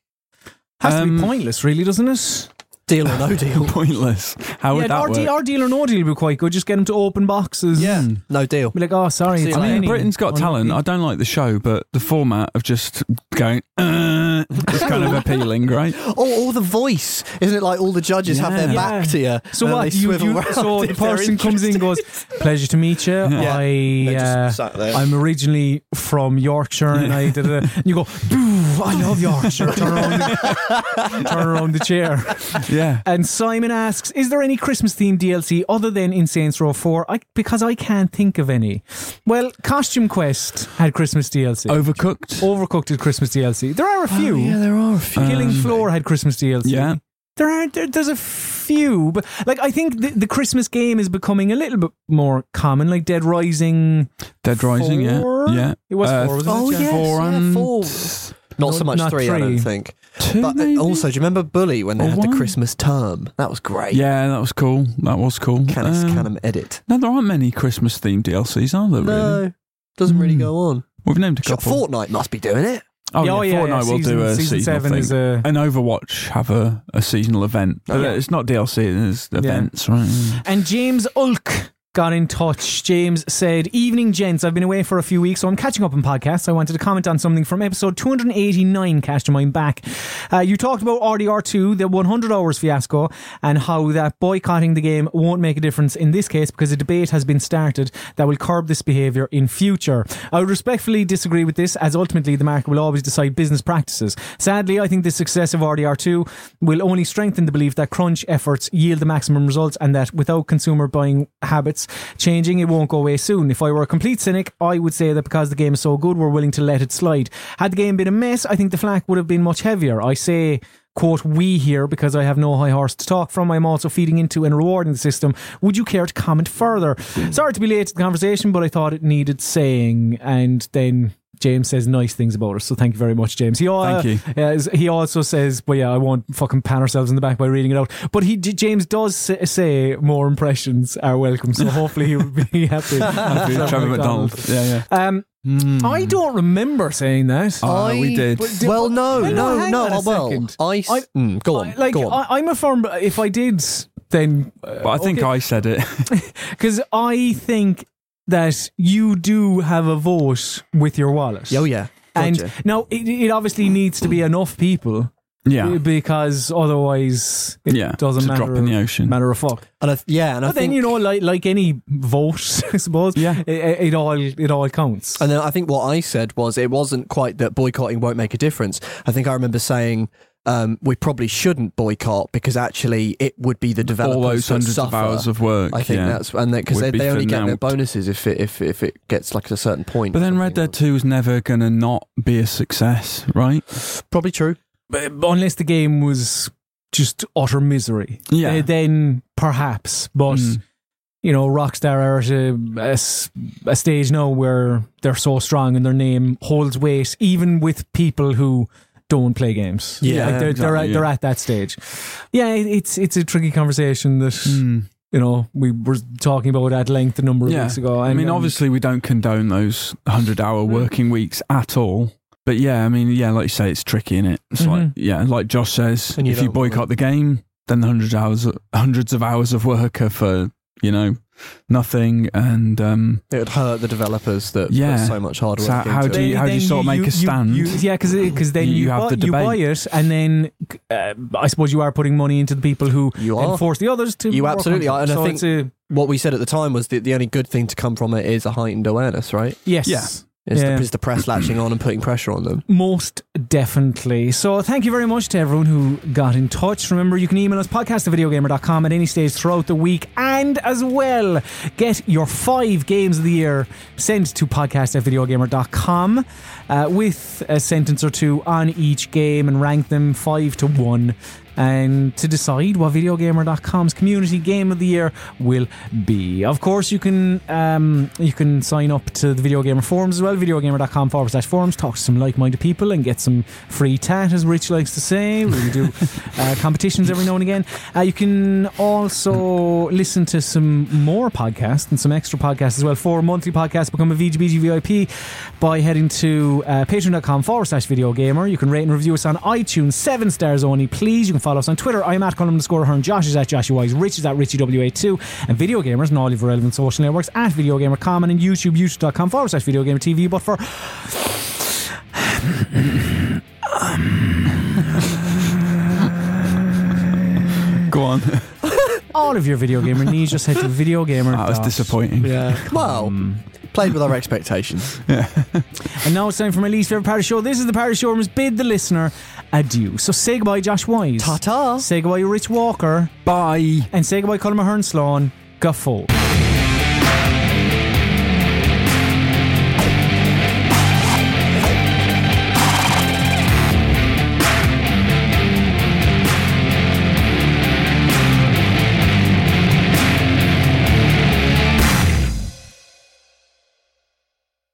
[SPEAKER 2] Has to
[SPEAKER 1] Um,
[SPEAKER 2] be pointless, really, doesn't it?
[SPEAKER 3] Deal or no deal?
[SPEAKER 1] Pointless. How would
[SPEAKER 2] yeah,
[SPEAKER 1] Oh, that
[SPEAKER 2] our,
[SPEAKER 1] work?
[SPEAKER 2] deal, our deal or no deal would be quite good. Just get them to open boxes.
[SPEAKER 1] Yeah.
[SPEAKER 3] No deal.
[SPEAKER 2] Be like, oh, sorry.
[SPEAKER 3] See
[SPEAKER 2] It's
[SPEAKER 1] I
[SPEAKER 3] you later.
[SPEAKER 1] mean,
[SPEAKER 2] raining."
[SPEAKER 1] Britain's Got
[SPEAKER 2] Or-
[SPEAKER 1] Talent. I don't like the show, but the format of just going uh, is kind of appealing, right?
[SPEAKER 3] Oh, all the voice. Isn't it like all the judges have their
[SPEAKER 1] Yeah.
[SPEAKER 3] back to you?
[SPEAKER 2] So
[SPEAKER 3] and
[SPEAKER 2] what?
[SPEAKER 3] They
[SPEAKER 2] You,
[SPEAKER 3] swivel
[SPEAKER 2] you,
[SPEAKER 3] round
[SPEAKER 2] so
[SPEAKER 3] if
[SPEAKER 2] the
[SPEAKER 3] they're
[SPEAKER 2] person comes in and goes, "Pleasure to meet you.
[SPEAKER 1] Yeah.
[SPEAKER 2] I,
[SPEAKER 3] They just
[SPEAKER 2] uh,
[SPEAKER 3] sat there.
[SPEAKER 2] I'm originally from Yorkshire, and I did it." And you go, "Boo! I love Yorkshire." Turn around, the, turn around the chair.
[SPEAKER 1] Yeah.
[SPEAKER 2] And Simon asks, "Is there any Christmas themed DLC other than in Saints Row 4? I, because I can't think of any." Well, Costume Quest had Christmas
[SPEAKER 1] Oh,
[SPEAKER 2] DLC.
[SPEAKER 1] Overcooked.
[SPEAKER 2] Overcooked had Christmas DLC. There are a few.
[SPEAKER 3] yeah, there are a few.
[SPEAKER 2] Killing
[SPEAKER 1] Um,
[SPEAKER 2] Floor had Christmas DLC.
[SPEAKER 1] Yeah.
[SPEAKER 2] There are there, there's a few, but like I think the, the Christmas game is becoming a little bit more common. Like Dead Rising,
[SPEAKER 1] Dead Rising.
[SPEAKER 2] Four?
[SPEAKER 1] Yeah. Yeah.
[SPEAKER 2] It was
[SPEAKER 1] Uh,
[SPEAKER 2] four, wasn't
[SPEAKER 3] Oh,
[SPEAKER 2] it? Jan?
[SPEAKER 3] yes,
[SPEAKER 1] Four
[SPEAKER 3] yeah,
[SPEAKER 1] and
[SPEAKER 3] four. Not so much
[SPEAKER 2] Not
[SPEAKER 3] three, I
[SPEAKER 2] three.
[SPEAKER 3] don't think.
[SPEAKER 1] two.
[SPEAKER 3] But uh,
[SPEAKER 1] maybe?
[SPEAKER 3] also, do you remember Bully when they
[SPEAKER 1] Or
[SPEAKER 3] had
[SPEAKER 1] one?
[SPEAKER 3] the Christmas term? That was great.
[SPEAKER 1] Yeah, that was cool. That was cool.
[SPEAKER 3] Can us
[SPEAKER 1] Um,
[SPEAKER 3] can 'em edit?
[SPEAKER 1] No, there aren't many Christmas themed DLCs, are there? Really?
[SPEAKER 3] No, doesn't really
[SPEAKER 1] Hmm.
[SPEAKER 3] go on.
[SPEAKER 1] We've named a
[SPEAKER 3] Sure,
[SPEAKER 1] couple.
[SPEAKER 3] Fortnite must be doing it.
[SPEAKER 1] Oh, yeah,
[SPEAKER 2] oh, yeah,
[SPEAKER 1] Fortnite
[SPEAKER 2] yeah,
[SPEAKER 1] will
[SPEAKER 2] season-
[SPEAKER 1] do a
[SPEAKER 2] season
[SPEAKER 1] seasonal
[SPEAKER 2] seven
[SPEAKER 1] thing.
[SPEAKER 2] is a-
[SPEAKER 1] and Overwatch have a, a seasonal event.
[SPEAKER 3] Oh, yeah.
[SPEAKER 1] Uh, It's not DLC. There's events, right?
[SPEAKER 2] And James Ulk got in touch. James said, Evening, gents. I've been away for a few weeks, so I'm catching up on podcasts. I wanted to comment on something from episode 289, Cash to Mind Back. Uh, you talked about RDR2, the 100 hours fiasco, and how that boycotting the game won't make a difference in this case because a debate has been started that will curb this behaviour in future. I would respectfully disagree with this, as ultimately the market will always decide business practices. Sadly, I think the success of RDR2 will only strengthen the belief that crunch efforts yield the maximum results and that without consumer buying habits changing, it won't go away soon. If I were a complete cynic, I would say that because the game is so good, we're willing to let it slide. Had the game been a mess, I think the flack would have been much heavier. I say quote we here because I have no high horse to talk from. I'm also feeding into and rewarding the system. Would you care to comment further?
[SPEAKER 1] Mm.
[SPEAKER 2] Sorry to be late to the conversation, but I thought it needed saying. And then James says nice things about us, so thank you very much, James. uh, He al-
[SPEAKER 1] Thank you.
[SPEAKER 2] yeah, he also says, but yeah, I won't fucking pan ourselves in the back by reading it out. But he J- James does sa- say more impressions are welcome, so hopefully he will be happy. happy with
[SPEAKER 1] Trevor
[SPEAKER 2] McDonald.
[SPEAKER 1] McDonald. Yeah, yeah.
[SPEAKER 2] Um,
[SPEAKER 1] Hmm.
[SPEAKER 2] I don't remember saying that.
[SPEAKER 1] Ah, we did.
[SPEAKER 3] but Well, no,
[SPEAKER 2] Well, no,
[SPEAKER 3] no,
[SPEAKER 2] hang
[SPEAKER 3] no.
[SPEAKER 2] on a
[SPEAKER 3] oh, well,
[SPEAKER 2] second.
[SPEAKER 3] I, s-
[SPEAKER 2] I-
[SPEAKER 3] mm, go on,
[SPEAKER 2] I- like
[SPEAKER 3] go on.
[SPEAKER 2] I, I'm a firm. If I did, then
[SPEAKER 1] But I think I said it.
[SPEAKER 2] because I think that you do have a vote with your wallet.
[SPEAKER 3] oh yeah,
[SPEAKER 2] And
[SPEAKER 3] Gotcha.
[SPEAKER 2] now it, it obviously needs to be enough people
[SPEAKER 1] yeah.
[SPEAKER 2] because otherwise it
[SPEAKER 1] Yeah.
[SPEAKER 2] doesn't
[SPEAKER 1] It's a
[SPEAKER 2] matter.
[SPEAKER 1] drop in the ocean.
[SPEAKER 2] Matter of fuck.
[SPEAKER 3] and I, th- yeah, and I
[SPEAKER 2] But then
[SPEAKER 3] think
[SPEAKER 2] you know, like like any vote, I suppose.
[SPEAKER 1] Yeah.
[SPEAKER 2] it, it it all it all counts.
[SPEAKER 3] And then I think what I said was it wasn't quite that boycotting won't make a difference. I think I remember saying um, we probably shouldn't boycott because actually it would be the developers
[SPEAKER 1] All those
[SPEAKER 3] that
[SPEAKER 1] hundreds of
[SPEAKER 3] suffer.
[SPEAKER 1] hours of work.
[SPEAKER 3] I think
[SPEAKER 1] yeah.
[SPEAKER 3] that's and because
[SPEAKER 1] Would
[SPEAKER 3] they,
[SPEAKER 1] be
[SPEAKER 3] they only get their
[SPEAKER 1] fined.
[SPEAKER 3] bonuses if it if if it gets like a certain point.
[SPEAKER 1] But
[SPEAKER 3] or
[SPEAKER 1] then Red
[SPEAKER 3] something.
[SPEAKER 1] Dead 2 is never going to not be a success, right?
[SPEAKER 3] probably true.
[SPEAKER 2] uh, But- but unless the game was just utter misery,
[SPEAKER 1] Yeah.
[SPEAKER 2] eh, then perhaps. But
[SPEAKER 1] Mm.
[SPEAKER 2] you know, Rockstar are at a- a, s- a stage now where they're so strong and their name holds weight, even with people who don't play games.
[SPEAKER 1] Yeah,
[SPEAKER 2] Like, they're, they're,
[SPEAKER 1] exactly,
[SPEAKER 2] at,
[SPEAKER 1] yeah.
[SPEAKER 2] they're at that stage. Yeah, it- it's it's a tricky conversation that. You know, we were talking about at length a number of
[SPEAKER 1] Yeah.
[SPEAKER 2] weeks ago.
[SPEAKER 1] I mean,
[SPEAKER 2] and-
[SPEAKER 1] obviously, we don't condone those 100 hour
[SPEAKER 3] Mm.
[SPEAKER 1] working weeks at all. But yeah, I mean, yeah, like you say, it's tricky, innit? It's like,
[SPEAKER 2] Mhm.
[SPEAKER 1] yeah, like Josh says,
[SPEAKER 3] Mm-hmm. And you
[SPEAKER 1] if you
[SPEAKER 3] don't-
[SPEAKER 1] boycott the game, then the hundred hours, hundreds of hours of work are for, you know, nothing. And um,
[SPEAKER 3] It would hurt the developers that
[SPEAKER 1] Yeah.
[SPEAKER 3] put so much hard work.
[SPEAKER 1] So
[SPEAKER 3] into
[SPEAKER 1] how do
[SPEAKER 3] it.
[SPEAKER 1] you-
[SPEAKER 2] Then- then
[SPEAKER 1] sort of make a stand?
[SPEAKER 2] you- yeah, because then you,
[SPEAKER 1] You have
[SPEAKER 2] buy,
[SPEAKER 1] the
[SPEAKER 2] you buy
[SPEAKER 1] debate.
[SPEAKER 2] it, and then uh, I suppose you are putting money into the people who
[SPEAKER 3] You
[SPEAKER 2] then
[SPEAKER 3] are.
[SPEAKER 2] force the others to.
[SPEAKER 3] You
[SPEAKER 2] work on
[SPEAKER 3] absolutely
[SPEAKER 2] it.
[SPEAKER 3] are, and I
[SPEAKER 2] so it's
[SPEAKER 3] think-
[SPEAKER 2] a,
[SPEAKER 3] What we said at the time was that the only good thing to come from it is a heightened awareness, right?
[SPEAKER 2] yes,
[SPEAKER 1] Yeah.
[SPEAKER 3] Is,
[SPEAKER 2] Yeah.
[SPEAKER 3] the, is the press latching on and putting pressure on them?
[SPEAKER 2] Most definitely. So thank you very much to everyone who got in touch. Remember, you can email us podcast at videogamer.com at any stage throughout the week. And as well, get your five games of the year sent to podcast at videogamer.com uh, with a sentence or two on each game and rank them five to one. and to decide what VideoGamer.com's community game of the year will be. Of course, you can um, you can sign up to the Video Gamer forums as well, VideoGamer.com forward slash forums. Talk to some like-minded people and get some free tat, as Rich likes to say. We do uh, competitions every now and again. Uh, you can also listen to some more podcasts and some extra podcasts as well. Four monthly podcasts become a VGBG VIP by heading to uh, patreon.com forward slash video gamer. You can rate and review us on iTunes, seven stars only, please. You can follow us on Twitter. I'm at Colin underscore Hearn. Josh is at Joshua Wise. Rich is at RichieW82. And video gamers and all of your relevant social networks at video gamer common and YouTube, youtube.com forward slash video gamer TV. But for
[SPEAKER 1] Go on.
[SPEAKER 2] all of your video gamer needs, just head to video gamer.
[SPEAKER 1] That was disappointing.
[SPEAKER 3] Yeah. Well, played with our expectations.
[SPEAKER 2] And now it's time for my least favorite part of the show. This is the part of the show where we must bid the listener adieu. So say goodbye, Josh Wise.
[SPEAKER 3] Ta ta.
[SPEAKER 2] Say goodbye, Rich Walker.
[SPEAKER 1] Bye.
[SPEAKER 2] And say goodbye, Colin Mahern Sloan. Gaffo.